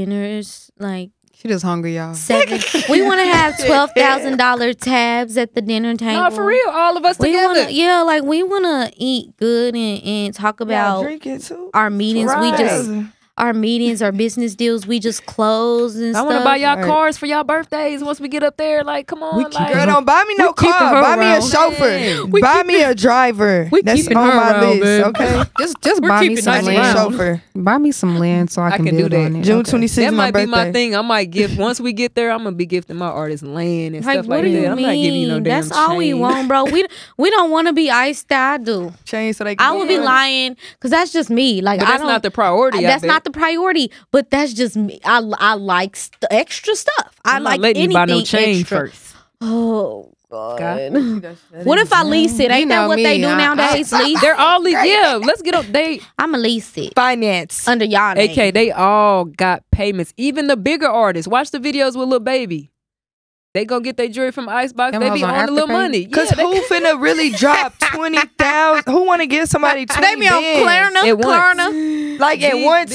Speaker 4: dinners. Like
Speaker 3: she just hungry
Speaker 2: Uh-huh.
Speaker 3: y'all
Speaker 4: seven. we want to have twelve thousand dollar tabs at the dinner table.
Speaker 2: no, for real, all of us
Speaker 4: We
Speaker 2: together.
Speaker 4: wanna, yeah, like we wanna eat good and, and talk about
Speaker 5: drinking too.
Speaker 4: our meetings. We just
Speaker 5: Right.
Speaker 4: our meetings, our business deals. We just close and
Speaker 2: I
Speaker 4: stuff.
Speaker 2: want to buy y'all
Speaker 5: Right.
Speaker 2: cars for y'all birthdays once we get up there. Like, come on,
Speaker 9: We keep
Speaker 2: like,
Speaker 5: Girl, don't buy me no
Speaker 2: We keeping
Speaker 5: car.
Speaker 2: her
Speaker 5: Buy me a
Speaker 2: around.
Speaker 5: chauffeur.
Speaker 2: Man. We
Speaker 5: buy me a driver.
Speaker 2: we
Speaker 5: That's
Speaker 2: keeping
Speaker 5: on
Speaker 2: her
Speaker 5: my
Speaker 2: around,
Speaker 5: list.
Speaker 2: babe.
Speaker 5: Okay,
Speaker 3: Just just
Speaker 2: We're
Speaker 3: buy me
Speaker 2: keeping
Speaker 3: some
Speaker 2: nice
Speaker 5: buy me a
Speaker 2: around.
Speaker 3: land.
Speaker 5: chauffeur.
Speaker 3: Buy me some land so I,
Speaker 2: I
Speaker 3: can,
Speaker 2: can do
Speaker 3: build
Speaker 2: that.
Speaker 3: on it.
Speaker 5: June
Speaker 3: Okay.
Speaker 5: twenty sixth,
Speaker 2: that
Speaker 5: my
Speaker 2: might
Speaker 5: birthday.
Speaker 2: be my thing. I might gift once we get there. I'm gonna be gifting my artists land and
Speaker 4: Like,
Speaker 2: stuff
Speaker 4: what
Speaker 2: like
Speaker 4: do
Speaker 2: that.
Speaker 4: you
Speaker 2: I'm
Speaker 4: mean?
Speaker 2: not giving you no damn.
Speaker 4: That's all we
Speaker 2: chain.
Speaker 4: want, bro. We we don't want to be iced out, dude.
Speaker 5: Change so they. Can
Speaker 4: I would be
Speaker 5: get it.
Speaker 4: lying because that's just me. Like
Speaker 2: But
Speaker 4: I
Speaker 2: that's
Speaker 4: don't. uh,
Speaker 2: not the priority. I
Speaker 4: that's
Speaker 2: bet.
Speaker 4: not the priority, but that's just me. I, I like st- extra stuff. I
Speaker 2: I'm not
Speaker 4: like
Speaker 2: letting
Speaker 4: anything
Speaker 2: you buy no chain
Speaker 4: extra.
Speaker 2: first.
Speaker 4: Oh
Speaker 2: God.
Speaker 4: God! What if I lease it?
Speaker 3: You
Speaker 4: Ain't that
Speaker 3: know
Speaker 4: what they
Speaker 3: me,
Speaker 4: do
Speaker 3: I-
Speaker 4: nowadays? lease.
Speaker 2: They're all le- yeah. Let's get on. They
Speaker 4: I'm going to lease it
Speaker 5: finance?
Speaker 4: under y'all name.
Speaker 2: AK. They all got payments. Even the bigger artists. Watch the videos with Lil Baby. They go get their jewelry from Icebox.
Speaker 3: Them
Speaker 2: They
Speaker 3: hoes
Speaker 2: be
Speaker 3: on
Speaker 2: on a little
Speaker 3: Afterpay?
Speaker 2: money. Yeah,
Speaker 5: Cause
Speaker 2: they-
Speaker 5: who finna really drop twenty thousand? Who wanna give somebody
Speaker 4: They
Speaker 5: twenty
Speaker 4: be on
Speaker 5: bands?
Speaker 4: Klarna.
Speaker 2: At once.
Speaker 4: Klarna.
Speaker 5: like at
Speaker 2: These-
Speaker 5: one
Speaker 2: these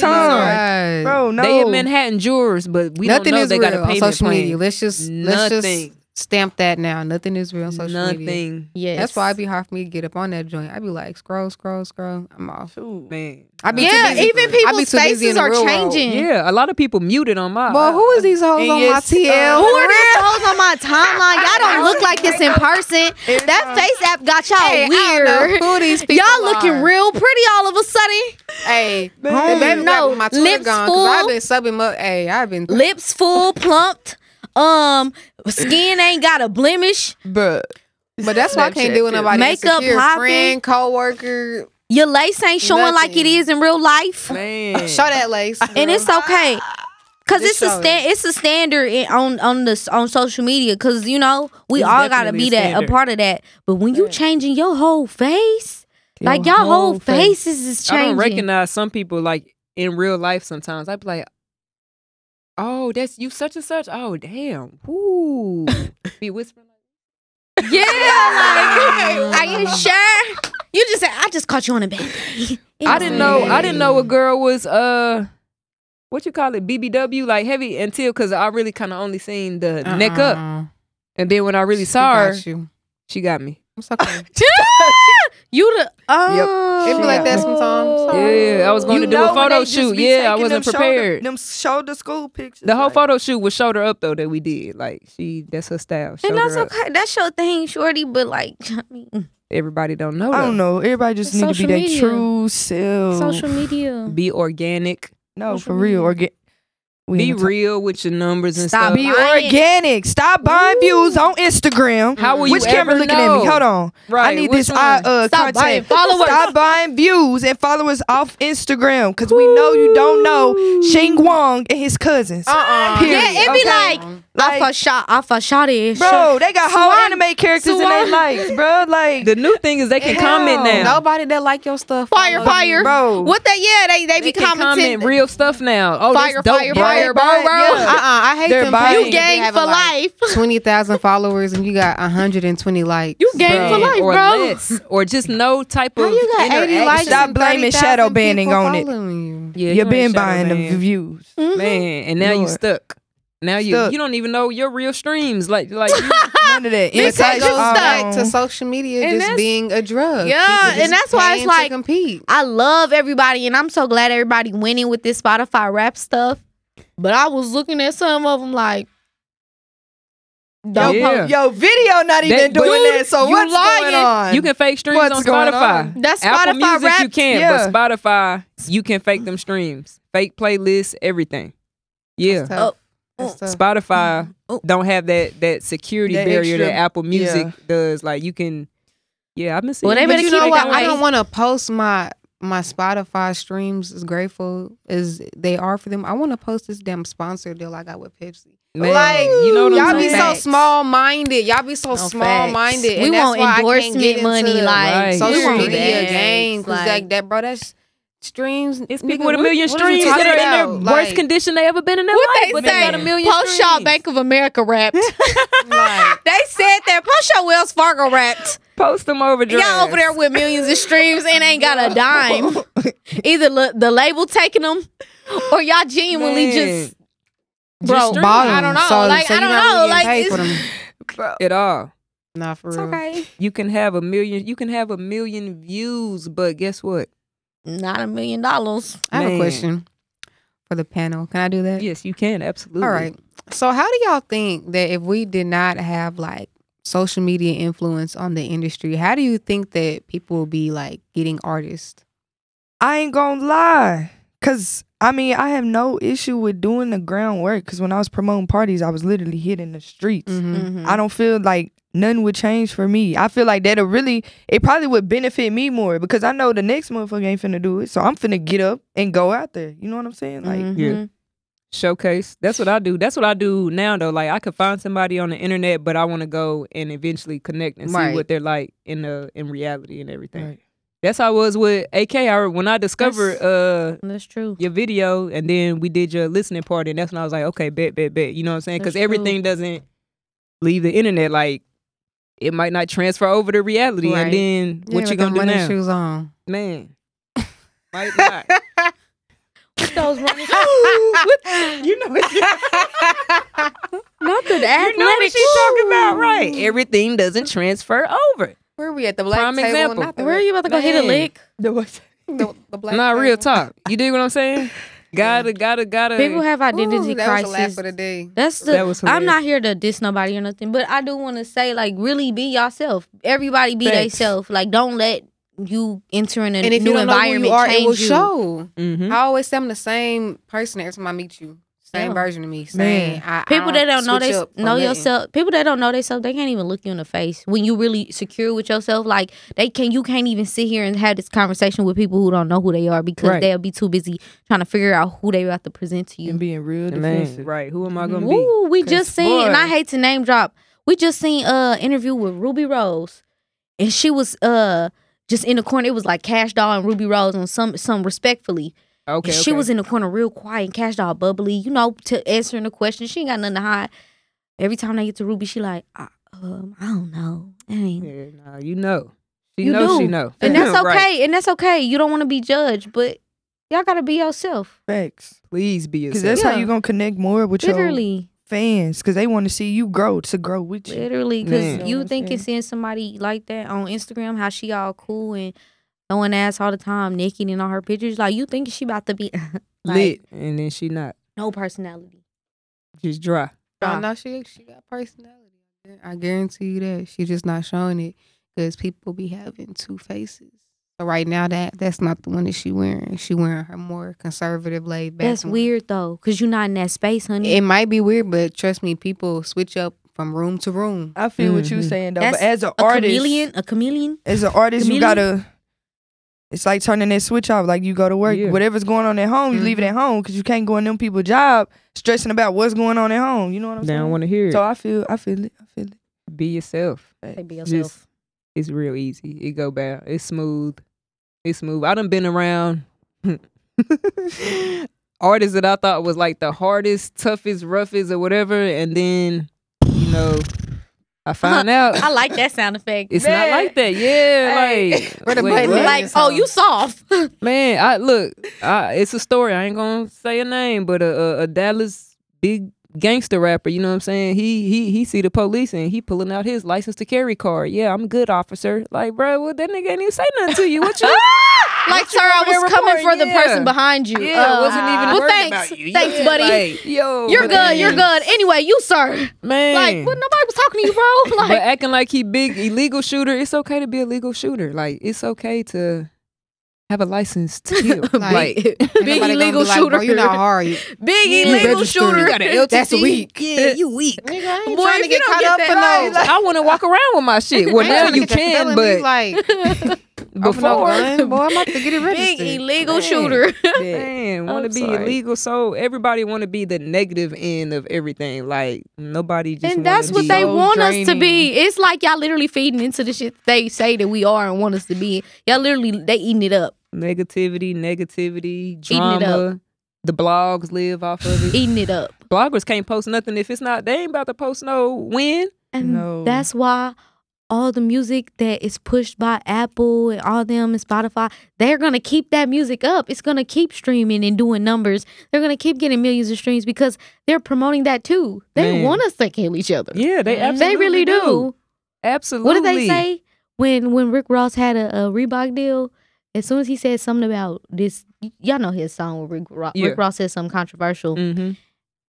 Speaker 3: Right.
Speaker 5: time, bro? No,
Speaker 2: They in Manhattan jewelers, but we
Speaker 3: Nothing
Speaker 2: don't know
Speaker 3: is
Speaker 2: they
Speaker 3: real
Speaker 2: got a
Speaker 3: on
Speaker 2: payment
Speaker 3: social
Speaker 2: plan.
Speaker 3: media. Let's just let's just
Speaker 2: Nothing.
Speaker 3: stamp that now. Nothing is real on social
Speaker 2: Nothing.
Speaker 3: media.
Speaker 4: Yes.
Speaker 3: That's why it'd be hard for me to get up on that joint. I'd be like, scroll, scroll, scroll. I'm off.
Speaker 5: Shoot.
Speaker 2: Man.
Speaker 3: I be
Speaker 4: Yeah,
Speaker 3: too busy.
Speaker 4: even
Speaker 3: I be
Speaker 4: people's
Speaker 3: too busy in
Speaker 4: faces
Speaker 3: the
Speaker 4: are
Speaker 3: real world.
Speaker 4: changing.
Speaker 2: Yeah, a lot of people muted on my.
Speaker 3: Well, who is these hoes
Speaker 5: And
Speaker 3: on my
Speaker 5: yes,
Speaker 3: TL?
Speaker 5: uh,
Speaker 4: Who are these hoes on my timeline? Y'all don't look like this in person.
Speaker 5: Every
Speaker 4: That
Speaker 5: time.
Speaker 4: face app got y'all
Speaker 3: uh, Hey, I
Speaker 4: weird.
Speaker 3: don't know who these people
Speaker 4: y'all looking
Speaker 3: are.
Speaker 4: real pretty all of a sudden.
Speaker 3: Hey,
Speaker 5: Man.
Speaker 3: baby,
Speaker 4: No,
Speaker 3: no, my Twitter
Speaker 4: lips
Speaker 3: gone because I've
Speaker 4: full.
Speaker 3: been subbing up. Hey, I've been
Speaker 4: Lips full, plumped. Um, skin ain't got a blemish.
Speaker 5: bro.
Speaker 3: But that's why I can't do with nobody.
Speaker 4: Makeup
Speaker 3: Insecure,
Speaker 4: popping.
Speaker 3: friend, coworker.
Speaker 4: Your lace ain't showing like it
Speaker 3: Nothing.
Speaker 4: is in real life.
Speaker 5: Uh-uh.
Speaker 2: Man.
Speaker 3: Show that lace.
Speaker 4: Uh, and it's okay because
Speaker 3: Just
Speaker 4: it's a
Speaker 3: show
Speaker 4: stand it's a standard in, on on this on social media because you know we
Speaker 2: It's
Speaker 4: all gotta
Speaker 2: definitely
Speaker 4: be
Speaker 2: a
Speaker 4: that a
Speaker 2: standard.
Speaker 4: part of that but when you changing your whole face like your whole faces is
Speaker 2: I don't
Speaker 4: changing
Speaker 2: recognize some people like in real life sometimes. I'd be like, oh, that's you such and such. Oh, damn. Woo. be whispering.
Speaker 4: Yeah, like, are you sure? You just said I just caught you on a bad day.
Speaker 2: I didn't know. I didn't know a girl was uh, what you call it, BBW, like heavy until because I really kind of only seen the
Speaker 5: Uh-uh.
Speaker 2: neck up, and then when I really saw her,
Speaker 3: Uh-uh. You.
Speaker 2: she got me.
Speaker 3: It's okay.
Speaker 4: you the oh.
Speaker 3: It be like that sometimes.
Speaker 2: Yeah, I was going to do a photo shoot. Yeah, I wasn't prepared.
Speaker 5: them shoulder school pictures.
Speaker 2: The whole photo shoot was shoulder up though that we did. Like she, that's her style. Shoulder
Speaker 4: And that's
Speaker 2: up.
Speaker 4: okay. That's your thing, shorty. But like, I mean,
Speaker 2: Everybody don't know.
Speaker 5: I don't
Speaker 2: that.
Speaker 5: know. Everybody just
Speaker 4: It's
Speaker 5: need to be
Speaker 4: social
Speaker 5: their
Speaker 4: media.
Speaker 5: true self.
Speaker 4: social media.
Speaker 2: Be organic.
Speaker 5: No,
Speaker 4: social
Speaker 5: for real.
Speaker 4: media.
Speaker 5: Orga- we
Speaker 2: Be
Speaker 5: ain't gonna
Speaker 2: real with your numbers and
Speaker 4: Stop
Speaker 2: stuff.
Speaker 5: talk- Be
Speaker 4: Buy it.
Speaker 5: organic. Stop buying views on Instagram.
Speaker 2: How will Mm, you
Speaker 5: Which camera
Speaker 2: ever
Speaker 5: looking
Speaker 2: know?
Speaker 5: at me? Hold on.
Speaker 2: Right.
Speaker 5: I need
Speaker 2: which
Speaker 5: this eye,
Speaker 2: one?
Speaker 5: uh,
Speaker 4: Stop
Speaker 5: content.
Speaker 4: buying followers.
Speaker 5: Stop buying views and followers off Instagram because we know you don't know Shing Wong and his cousins.
Speaker 3: Uh-uh.
Speaker 5: Period.
Speaker 4: Yeah, it be
Speaker 5: okay?
Speaker 4: like
Speaker 5: Like-
Speaker 4: off a shot, off a shot is
Speaker 5: bro, they got whole
Speaker 4: Swan-
Speaker 5: anime characters in their
Speaker 4: Swan-
Speaker 5: lives, bro. Like,
Speaker 2: the new thing is they can comment
Speaker 5: Hell.
Speaker 2: now.
Speaker 3: Nobody that like your stuff. follow
Speaker 4: fire,
Speaker 3: you.
Speaker 4: fire.
Speaker 5: bro,
Speaker 4: What that? Yeah, they they,
Speaker 2: They
Speaker 4: be
Speaker 2: can
Speaker 4: commenting.
Speaker 2: comment real stuff now. Oh,
Speaker 4: fire,
Speaker 2: that's dope.
Speaker 4: fire,
Speaker 2: bro.
Speaker 4: fire, bro,
Speaker 5: Right,
Speaker 4: bro.
Speaker 3: Yeah, uh-uh. I hate
Speaker 5: They're
Speaker 3: them.
Speaker 5: buying.
Speaker 3: fans
Speaker 4: You
Speaker 3: that
Speaker 4: gang
Speaker 3: have,
Speaker 4: for
Speaker 3: like,
Speaker 4: life.
Speaker 3: Twenty thousand followers and you got hundred and twenty likes.
Speaker 4: You
Speaker 2: Bro.
Speaker 4: gang for life,
Speaker 2: or
Speaker 4: bro.
Speaker 2: less, or just no type
Speaker 3: How
Speaker 2: of
Speaker 3: you got eighty
Speaker 2: interaction.
Speaker 3: likes?
Speaker 5: Stop
Speaker 3: and
Speaker 5: blaming
Speaker 3: 30,000
Speaker 5: shadow banning
Speaker 3: people
Speaker 5: on it.
Speaker 3: following you?
Speaker 2: Yeah,
Speaker 5: you
Speaker 2: you
Speaker 5: been
Speaker 2: ain't shadow
Speaker 5: buying
Speaker 2: banned.
Speaker 5: the views.
Speaker 4: Mhm.
Speaker 2: man, and now you
Speaker 5: Lord.
Speaker 2: stuck. Now you
Speaker 5: Stuck.
Speaker 2: you don't even know your real streams. Like like you,
Speaker 5: None of that. uh,
Speaker 4: Because
Speaker 5: Insights
Speaker 4: you
Speaker 3: goes
Speaker 5: all
Speaker 3: back
Speaker 5: wrong.
Speaker 3: to social media
Speaker 4: And
Speaker 3: just
Speaker 4: that's-
Speaker 3: being a drug.
Speaker 4: Yeah,
Speaker 3: People
Speaker 4: and
Speaker 3: just
Speaker 4: that's why it's
Speaker 3: paying to
Speaker 4: like-
Speaker 3: compete.
Speaker 4: I love everybody, and I'm so glad everybody winning with this Spotify rap stuff. But I was looking at some of them like,
Speaker 2: Yo,
Speaker 4: Don't post-
Speaker 2: yeah.
Speaker 5: Yo, video not even
Speaker 2: That-
Speaker 5: doing
Speaker 2: dude,
Speaker 5: that. So
Speaker 4: you
Speaker 5: what's going
Speaker 4: lying.
Speaker 5: on?
Speaker 2: you can fake streams
Speaker 5: What's
Speaker 2: on
Speaker 5: going
Speaker 2: Spotify.
Speaker 5: on?
Speaker 4: that's
Speaker 2: Apple
Speaker 4: Spotify
Speaker 2: Music
Speaker 4: rap.
Speaker 2: you can,
Speaker 5: yeah.
Speaker 2: but Spotify you can fake them streams, fake playlists, everything. Yeah,
Speaker 3: That's tough.
Speaker 4: Oh.
Speaker 3: That's tough.
Speaker 2: Spotify don't have that that security
Speaker 5: Mm, oh. That
Speaker 2: barrier that
Speaker 5: extra-
Speaker 2: Apple Music does. Like you can, yeah, I've been seeing.
Speaker 4: Well, they
Speaker 2: it.
Speaker 4: better
Speaker 3: But you know
Speaker 4: it
Speaker 3: what?
Speaker 4: that
Speaker 3: I
Speaker 4: way.
Speaker 3: don't want to post my my Spotify streams as grateful as they are for them. I want to post this damn sponsor deal I got with Pepsi.
Speaker 2: Man,
Speaker 3: like
Speaker 2: you know what I'm
Speaker 3: y'all be
Speaker 2: saying?
Speaker 3: so
Speaker 4: Facts.
Speaker 3: small minded. Y'all be so
Speaker 4: No,
Speaker 3: small minded.
Speaker 4: facts. We want endorsement money, like
Speaker 2: Right.
Speaker 4: we
Speaker 3: social
Speaker 4: want
Speaker 3: media
Speaker 4: ads,
Speaker 3: game. 'cause
Speaker 4: like-
Speaker 3: Like, that, bro. That's streams.
Speaker 2: It's
Speaker 3: nigga,
Speaker 2: people with a
Speaker 3: what-
Speaker 2: million
Speaker 3: what
Speaker 2: streams
Speaker 3: you
Speaker 2: that
Speaker 3: talking
Speaker 2: are in
Speaker 3: about?
Speaker 2: their worst
Speaker 3: Like-
Speaker 2: condition they ever been in their
Speaker 4: What
Speaker 2: life,
Speaker 4: they
Speaker 2: but they got a
Speaker 4: say?
Speaker 2: million
Speaker 4: Post Shaw
Speaker 2: streams.
Speaker 4: Bank of America rapped. they said that Post Shaw Wells Fargo rapped.
Speaker 2: Post them over.
Speaker 4: Y'all over there with millions of streams and ain't got a dime. Either l- the label taking them, or y'all genuinely just bro.
Speaker 2: stream.
Speaker 4: I don't know.
Speaker 3: So-
Speaker 4: like
Speaker 3: so
Speaker 4: I
Speaker 3: you're
Speaker 4: don't
Speaker 3: not
Speaker 4: know.
Speaker 3: really getting
Speaker 4: Like
Speaker 3: paid for
Speaker 4: it's-
Speaker 3: them.
Speaker 2: at all.
Speaker 3: Nah, for
Speaker 4: it's
Speaker 3: real.
Speaker 4: okay.
Speaker 2: You can have a million. You can have a million views, but guess what?
Speaker 4: Not a million dollars.
Speaker 3: I have
Speaker 2: Man.
Speaker 3: a question for the panel. Can I do that?
Speaker 2: Yes, you can absolutely.
Speaker 3: All right. So, how do y'all think that if we did not have like social media influence on the industry, how do you think that people will be like getting artists?
Speaker 5: I ain't gonna lie. Cause I mean, I have no issue with doing the groundwork. Cause when I was promoting parties, I was literally hitting the streets.
Speaker 2: Mm-hmm.
Speaker 3: Mm-hmm.
Speaker 4: Mhm.
Speaker 5: I don't feel like nothing would change for me. I feel like that'll really, it probably would benefit me more because I know the next motherfucker ain't finna do it. So I'm finna get up and go out there. You know what I'm saying? Like,
Speaker 3: Mm-hmm.
Speaker 2: yeah.
Speaker 4: Mhm.
Speaker 2: Showcase. That's what I do. That's what I do now though. Like I could find somebody on the internet, but I want to go and eventually connect and
Speaker 3: Right.
Speaker 2: see what they're like in the in reality and everything.
Speaker 5: Right.
Speaker 2: That's how I was with AK. I, when I discovered uh
Speaker 4: That's true.
Speaker 2: your video and then we did your listening party and that's when I was like, okay, bet, bet, bet. You know what I'm saying? Because
Speaker 4: That's
Speaker 2: everything doesn't leave the internet. Like it might not transfer over to reality. And
Speaker 4: Right.
Speaker 2: then what you gonna do now?
Speaker 3: Shoes on.
Speaker 2: Man. might not.
Speaker 4: With those running,
Speaker 5: Mm-hmm.
Speaker 2: you know what
Speaker 4: not the athletic.
Speaker 2: You know what she talking about, right? Everything doesn't transfer over.
Speaker 3: Where are we at the black
Speaker 2: Prime
Speaker 3: table?
Speaker 2: example.
Speaker 3: Not the,
Speaker 4: Where are you about to go hit
Speaker 2: Man.
Speaker 4: a lick?
Speaker 3: the, the black
Speaker 2: Not
Speaker 3: table.
Speaker 2: real talk. You dig what I'm saying? Gotta, gotta, gotta.
Speaker 4: People have identity
Speaker 3: Ooh, that was the
Speaker 4: crisis.
Speaker 3: laugh of the day.
Speaker 4: That's the.
Speaker 2: That was
Speaker 4: I'm
Speaker 2: hilarious.
Speaker 4: not here to diss nobody or nothing, but I do want to say, like, really be yourself. Everybody be
Speaker 2: Thanks.
Speaker 4: themselves. Like, don't let you enter in a
Speaker 3: And if
Speaker 4: new
Speaker 3: you don't know who
Speaker 4: environment
Speaker 3: you are,
Speaker 4: change
Speaker 3: it will
Speaker 4: you.
Speaker 3: show.
Speaker 2: Mhm.
Speaker 3: I always say I'm the same person every time I meet you. Same
Speaker 4: Yeah.
Speaker 3: version of me. Same.
Speaker 5: Man.
Speaker 3: I, I
Speaker 4: People that don't know
Speaker 3: switch
Speaker 4: they
Speaker 3: up for
Speaker 4: know
Speaker 3: nothing.
Speaker 4: yourself. People that don't know themselves, they can't even look you in the face when you really secure with yourself. Like they can, you can't even sit here and have this conversation with people who don't know who they are because
Speaker 2: Right.
Speaker 4: they'll be too busy trying to figure out who they about to present to you.
Speaker 5: and being real
Speaker 2: Man,
Speaker 5: defensive.
Speaker 2: right? Who am I gonna be?
Speaker 4: Ooh, we
Speaker 2: 'Cause
Speaker 4: just seen, and I
Speaker 2: boy.
Speaker 4: hate to name drop. We just seen uh interview with Ruby Rose, and she was uh just in the corner. It was like Cash Doll and Ruby Rose on some some respectfully,
Speaker 2: Okay.
Speaker 4: She
Speaker 2: okay.
Speaker 4: was in the corner real quiet and cashed all bubbly, you know, to answering the question. She ain't got nothing to hide. Every time they get to Ruby, she like, I, um, I don't know. I ain't-
Speaker 2: Yeah, nah, you know. She
Speaker 4: You
Speaker 2: know she
Speaker 4: do.
Speaker 2: know.
Speaker 4: And that's okay.
Speaker 2: Right.
Speaker 4: And that's okay. You don't want to be judged, but y'all gotta be yourself.
Speaker 5: Facts.
Speaker 2: Please be
Speaker 5: Because
Speaker 2: yourself.
Speaker 5: that's how
Speaker 4: Yeah.
Speaker 5: you're going to connect more with your
Speaker 4: Literally,
Speaker 5: fans. Because they want to see you grow, to grow with you.
Speaker 4: literally,
Speaker 2: Man.
Speaker 4: because
Speaker 5: Know
Speaker 4: you
Speaker 5: what I'm
Speaker 4: thinking seeing somebody like that on Instagram, how she all cool and throwing ass all the time, naked and all her pictures, like you think she about to be like,
Speaker 2: lit. And then she not.
Speaker 4: no personality.
Speaker 2: She's dry.
Speaker 4: Ah.
Speaker 3: Oh, no, she she got personality. I guarantee you that she's just not showing it because people be having two faces. So right now, that that's not the one that she wearing. She wearing her more conservative, laid back.
Speaker 4: That's
Speaker 3: one.
Speaker 4: weird though, cause you're not in that space, honey.
Speaker 3: It might be weird, but trust me, people switch up from room to room.
Speaker 5: I feel what you
Speaker 2: Mhm.
Speaker 5: saying, though.
Speaker 4: That's
Speaker 5: but as an
Speaker 4: a
Speaker 5: artist,
Speaker 4: chameleon, a chameleon.
Speaker 5: as an artist, you
Speaker 4: Chameleon?
Speaker 5: gotta. It's like turning that switch off. Like you go to work,
Speaker 2: Yeah.
Speaker 5: whatever's going on at home, you leave it at
Speaker 4: Mm-hmm.
Speaker 5: home because you can't go in them people's job stressing about what's going on at home. You know what I'm
Speaker 2: They don't
Speaker 5: saying?
Speaker 2: want to hear it.
Speaker 5: so I feel, I feel it, I feel it.
Speaker 2: be yourself.
Speaker 4: Say be
Speaker 2: Eh, Just-
Speaker 4: yourself.
Speaker 2: It's real easy. It go bad. It's smooth. It's smooth. I done been around artists that I thought was like the hardest, toughest, roughest, or whatever, and then you know, I find out
Speaker 4: I like that sound effect.
Speaker 2: it's
Speaker 4: Man.
Speaker 2: not like that. Yeah,
Speaker 4: Hey.
Speaker 2: like
Speaker 3: Where the
Speaker 2: wait,
Speaker 3: button
Speaker 2: what?
Speaker 3: at?
Speaker 4: Like, oh, you soft.
Speaker 2: Man, I look. I, it's a story. I ain't gonna say a name, but a, a, a Dallas big gangster rapper. You know what I'm saying? He he he see the police and he pulling out his license to carry card. Yeah, I'm good, officer. Like, bro, well, that nigga ain't even say nothing to you. What you?
Speaker 4: like,
Speaker 2: What
Speaker 4: sir,
Speaker 2: you
Speaker 4: I
Speaker 2: over there
Speaker 4: was coming for
Speaker 2: reporting?
Speaker 4: the
Speaker 2: Yeah.
Speaker 4: person behind you. Uh,
Speaker 2: Yeah, I wasn't even
Speaker 4: well,
Speaker 2: worried
Speaker 4: thanks,
Speaker 2: about you.
Speaker 4: thanks,
Speaker 2: Yeah,
Speaker 4: buddy.
Speaker 2: like, yo,
Speaker 4: you're
Speaker 2: but
Speaker 4: good. You're
Speaker 2: then-
Speaker 4: good. Anyway, you, sir.
Speaker 2: man.
Speaker 4: Like, what? Nobody was talking to you, bro.
Speaker 2: but
Speaker 4: Like,
Speaker 2: acting like he big illegal shooter. It's okay to be a legal shooter. Like, it's okay to have a license to kill. like,
Speaker 4: big
Speaker 3: Ain't nobody gonna
Speaker 4: illegal
Speaker 3: be like,
Speaker 4: shooter.
Speaker 3: Bro, you're not hard. You-
Speaker 4: big
Speaker 3: you
Speaker 4: illegal
Speaker 3: registered.
Speaker 4: shooter.
Speaker 3: You got an LTC. That's weak.
Speaker 4: Yeah, you weak.
Speaker 3: Nigga, I ain't
Speaker 4: Boy,
Speaker 3: trying to
Speaker 4: if you
Speaker 3: get
Speaker 4: don't
Speaker 3: caught
Speaker 4: get
Speaker 3: up
Speaker 4: that
Speaker 3: for
Speaker 4: right,
Speaker 3: no.
Speaker 4: like-
Speaker 2: I want to walk around with my shit.
Speaker 3: I
Speaker 2: Well,
Speaker 3: ain't
Speaker 2: now
Speaker 3: trying to
Speaker 2: you
Speaker 3: get that
Speaker 2: can,
Speaker 3: felony,
Speaker 2: but
Speaker 3: like,
Speaker 2: before.
Speaker 3: before, boy, I'm about to get it
Speaker 4: Big
Speaker 3: registered.
Speaker 4: illegal
Speaker 2: Man.
Speaker 4: shooter.
Speaker 2: Man,
Speaker 4: I'm
Speaker 2: want to be
Speaker 4: sorry.
Speaker 2: illegal. So everybody want to be the negative end of everything. Like nobody just. wanna
Speaker 4: and that's what
Speaker 2: be-
Speaker 4: they
Speaker 5: so
Speaker 4: want us to
Speaker 5: draining.
Speaker 4: be. It's like y'all literally feeding into the shit they say that we are and want us to be. Y'all literally they eating it up,
Speaker 2: negativity, negativity,
Speaker 4: it up.
Speaker 2: drama. The blogs live off of it.
Speaker 4: eating it up.
Speaker 2: Bloggers can't post nothing if it's not. They ain't about to post no win.
Speaker 4: And
Speaker 5: No.
Speaker 4: that's why all the music that is pushed by Apple and all them and Spotify, they're gonna keep that music up. It's gonna keep streaming and doing numbers. They're gonna keep getting millions of streams because they're promoting that too. They
Speaker 2: Man.
Speaker 4: want us to kill each other.
Speaker 2: Yeah, they
Speaker 4: Mhm.
Speaker 2: absolutely
Speaker 4: they really do.
Speaker 2: Absolutely.
Speaker 4: What did they say when when Rick Ross had a, a Reebok deal? As soon as he said something about this, y- y'all know his song where Rick, Ro-
Speaker 2: Yeah.
Speaker 4: Rick Ross said something controversial.
Speaker 2: hmm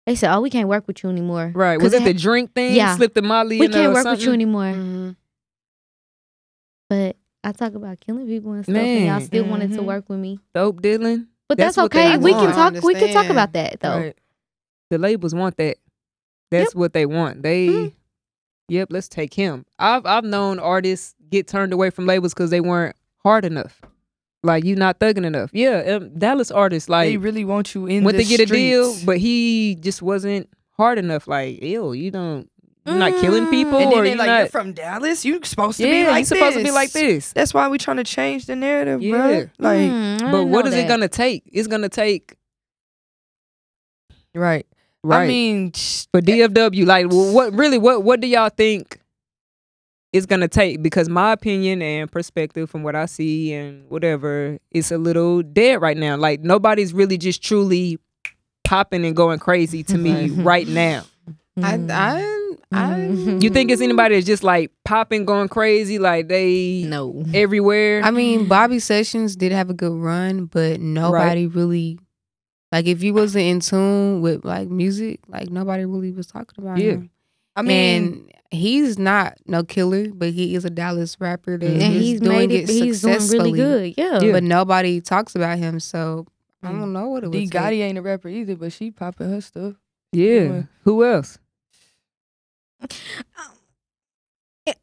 Speaker 4: They said, "Oh, we can't work with you anymore."
Speaker 2: Right.
Speaker 4: 'Cause
Speaker 2: Was it the
Speaker 4: ha-
Speaker 2: drink thing?
Speaker 4: Yeah.
Speaker 2: Slip the Molly.
Speaker 4: we
Speaker 2: in there
Speaker 4: can't
Speaker 2: or
Speaker 4: work with you
Speaker 2: something?
Speaker 4: anymore?
Speaker 3: Mhm.
Speaker 4: But I talk about killing people and stuff, and
Speaker 2: Man.
Speaker 4: y'all still wanted to
Speaker 5: Mhm.
Speaker 4: work with me.
Speaker 2: Dope dealing.
Speaker 4: But
Speaker 2: That's
Speaker 4: that's,
Speaker 2: what they
Speaker 4: okay. We can
Speaker 2: want.
Speaker 4: talk. We can talk
Speaker 3: Understand.
Speaker 4: about that though.
Speaker 5: Right.
Speaker 2: the labels want that. That's what they want. They,
Speaker 5: Mm-hmm.
Speaker 4: Mhm.
Speaker 2: yep, let's take him. I've I've known artists get turned away from labels because they weren't hard enough. Like you not thugging enough. Yeah, um, Dallas artists
Speaker 5: They
Speaker 2: like
Speaker 5: really want you in.
Speaker 2: went
Speaker 5: the
Speaker 2: to get a deal,
Speaker 5: streets.
Speaker 2: but he just wasn't hard enough. Like, ew, you don't, you're not killing
Speaker 4: Mm.
Speaker 2: people,
Speaker 5: and then
Speaker 2: or
Speaker 5: they
Speaker 2: you're
Speaker 5: like,
Speaker 2: not.
Speaker 5: you're from Dallas. You supposed to
Speaker 2: yeah,
Speaker 5: be like
Speaker 2: you're supposed to be like this.
Speaker 5: That's why we trying to change the narrative,
Speaker 2: Yeah.
Speaker 5: bro. Like,
Speaker 4: Mm, I
Speaker 2: But
Speaker 4: didn't
Speaker 2: what
Speaker 4: know
Speaker 2: is it
Speaker 4: that.
Speaker 2: gonna take? It's gonna take
Speaker 5: right.
Speaker 2: right.
Speaker 5: I mean, sh-
Speaker 2: for DFW, like wh- what really what what do y'all think it's gonna take? Because my opinion and perspective from what I see and whatever, it's a little dead right now. Like nobody's really just truly popping and going crazy to me
Speaker 4: Right.
Speaker 2: right now.
Speaker 4: Mm.
Speaker 3: I, I, I,
Speaker 2: You think it's
Speaker 4: Mm-hmm.
Speaker 2: anybody that's just like popping, going crazy, like they
Speaker 4: no.
Speaker 2: everywhere?
Speaker 3: I mean, Bobby Sessions did have a good run, but nobody really, like, if you wasn't in tune with like music, like nobody really was talking about
Speaker 2: Yeah.
Speaker 3: him.
Speaker 5: I mean,
Speaker 3: and he's not no killer, but he is a Dallas rapper that
Speaker 2: Mhm.
Speaker 3: is
Speaker 4: And he's
Speaker 3: doing
Speaker 4: made it.
Speaker 3: it
Speaker 4: He's doing
Speaker 3: successfully.
Speaker 4: really good. Yeah.
Speaker 3: But nobody talks about him, so I
Speaker 5: Mm.
Speaker 3: don't know what it
Speaker 5: D
Speaker 3: was.
Speaker 5: Gotti ain't a rapper either, but she popping her stuff.
Speaker 2: yeah. Who else?
Speaker 4: Um,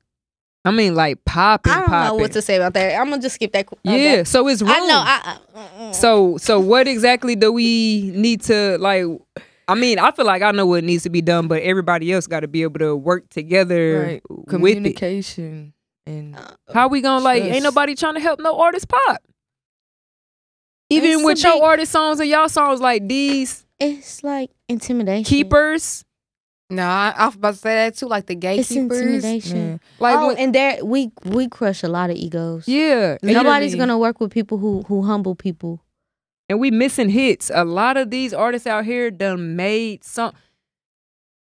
Speaker 2: I mean, like popping,
Speaker 4: I don't know what
Speaker 2: popping.
Speaker 4: to say about that. I'm gonna just skip that. qu- uh,
Speaker 2: Yeah.
Speaker 4: that-
Speaker 2: So it's room.
Speaker 4: I know. I, I, mm,
Speaker 2: So so what exactly do we need to like I mean, I feel like I know what needs to be done, but everybody else got to be able to work together
Speaker 5: Right.
Speaker 2: with it.
Speaker 5: Communication and
Speaker 4: Uh,
Speaker 2: How we gonna like? Ain't
Speaker 5: Trust.
Speaker 2: nobody trying to help no artist pop. Even
Speaker 4: It's a
Speaker 2: with your
Speaker 4: big-
Speaker 2: artist songs and y'all songs, like these
Speaker 4: It's like intimidation.
Speaker 2: keepers,
Speaker 3: No, I, I was about to say that too. Like the
Speaker 4: It's
Speaker 3: gatekeepers.
Speaker 4: intimidation.
Speaker 2: like
Speaker 4: oh,
Speaker 2: when-
Speaker 4: and there we we crush a lot of egos.
Speaker 2: yeah,
Speaker 4: Nobody's
Speaker 2: literally.
Speaker 4: gonna work with people who who humble people.
Speaker 2: And we missing hits. A lot of these artists out here done made some.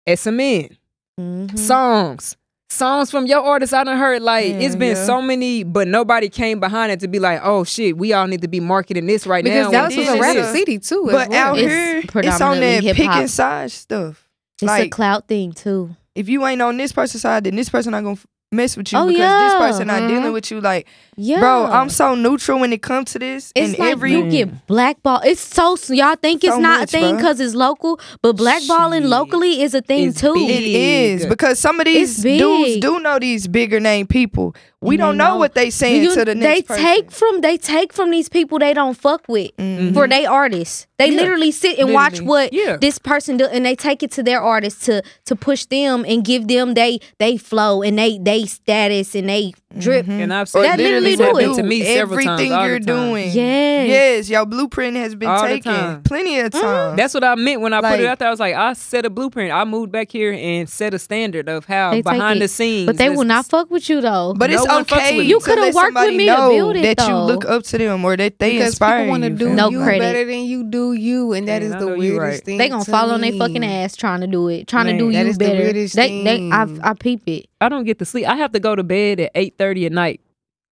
Speaker 2: SMN. Mm-hmm.
Speaker 4: Mhm.
Speaker 2: songs. Songs from your artists I done heard like
Speaker 5: Yeah,
Speaker 2: it's been
Speaker 5: yeah.
Speaker 2: so many, but nobody came behind it to be like, oh shit, we all need to be marketing this right
Speaker 3: Because
Speaker 2: now.
Speaker 3: that was
Speaker 5: when
Speaker 3: a
Speaker 5: this
Speaker 3: rap
Speaker 5: is-
Speaker 3: city too. as
Speaker 5: But
Speaker 3: well.
Speaker 5: out
Speaker 4: It's
Speaker 5: here, it's on
Speaker 4: predominantly
Speaker 5: that pick
Speaker 4: hip-hop.
Speaker 5: and size stuff.
Speaker 4: It's a
Speaker 5: like-
Speaker 4: clout thing too.
Speaker 5: If you ain't on this person's side, then this person not gonna f- mess with you
Speaker 4: Oh,
Speaker 5: because this
Speaker 4: yeah. uh-huh.
Speaker 5: person not
Speaker 3: Mhm.
Speaker 5: dealing with you. Like,
Speaker 4: Yeah,
Speaker 5: bro, I'm so neutral when it comes to this.
Speaker 4: It's
Speaker 5: and
Speaker 4: like
Speaker 5: every
Speaker 4: you get blackballed. It's so y'all think it's
Speaker 5: So
Speaker 4: not
Speaker 5: much,
Speaker 4: a thing
Speaker 5: bruh.
Speaker 4: because it's local, but blackballing
Speaker 2: Shit.
Speaker 4: locally is a thing
Speaker 2: It's
Speaker 4: too.
Speaker 2: big.
Speaker 5: It is
Speaker 2: big.
Speaker 5: because some of
Speaker 4: It's
Speaker 5: these dudes
Speaker 4: big.
Speaker 5: do know these bigger name people. We
Speaker 4: And
Speaker 5: don't
Speaker 4: they
Speaker 5: know,
Speaker 4: know.
Speaker 5: what they saying
Speaker 4: You-
Speaker 5: to the next
Speaker 4: they
Speaker 5: person.
Speaker 4: take from they take from these people they don't fuck with
Speaker 5: Mhm.
Speaker 4: for they artists. They
Speaker 2: Mm-hmm. Yeah.
Speaker 4: literally sit and watch
Speaker 2: Literally.
Speaker 4: what
Speaker 2: Yeah.
Speaker 4: this person do, and they take it to their artists to to push them and give them they they flow and they they status and they drip.
Speaker 2: Mm-hmm. and I've seen
Speaker 5: Or
Speaker 4: That literally
Speaker 2: this
Speaker 4: do
Speaker 2: happen
Speaker 4: it.
Speaker 2: to me several times.
Speaker 5: everything
Speaker 2: all the
Speaker 5: you're
Speaker 2: time.
Speaker 5: doing.
Speaker 4: Yes.
Speaker 5: yes, your blueprint has been
Speaker 2: All the time.
Speaker 5: taken plenty
Speaker 4: Mm-hmm.
Speaker 5: of times.
Speaker 2: That's what I meant when I put it
Speaker 5: Like-
Speaker 2: out there. I was like, I set a blueprint. I moved back here and set a standard of how
Speaker 4: They take
Speaker 2: behind
Speaker 4: it.
Speaker 2: the scenes.
Speaker 4: But they will
Speaker 2: this-
Speaker 4: not fuck with you though.
Speaker 5: But it's
Speaker 2: No one fucks
Speaker 5: okay.
Speaker 2: with
Speaker 5: to
Speaker 2: you. You
Speaker 4: coulda
Speaker 5: let
Speaker 4: worked with
Speaker 5: somebody
Speaker 4: me to
Speaker 5: know
Speaker 4: build it,
Speaker 5: that you
Speaker 4: though.
Speaker 5: look up to them or that they
Speaker 3: because
Speaker 5: inspire
Speaker 3: people want to
Speaker 5: you,
Speaker 3: do
Speaker 5: fam.
Speaker 4: No
Speaker 3: you
Speaker 4: credit.
Speaker 3: better than you do you, and that
Speaker 2: Man,
Speaker 3: is
Speaker 2: I
Speaker 3: the
Speaker 2: know you
Speaker 3: weirdest
Speaker 2: right.
Speaker 3: thing.
Speaker 4: They gonna
Speaker 3: to
Speaker 4: fall on their
Speaker 3: me.
Speaker 4: fucking ass trying to do it, trying
Speaker 2: Man,
Speaker 4: to do
Speaker 3: that
Speaker 4: you
Speaker 3: is the
Speaker 4: better.
Speaker 3: weirdest
Speaker 4: they, they, I,
Speaker 3: thing.
Speaker 4: I peep it.
Speaker 2: I don't get to sleep. I have to go to bed at eight thirty at night,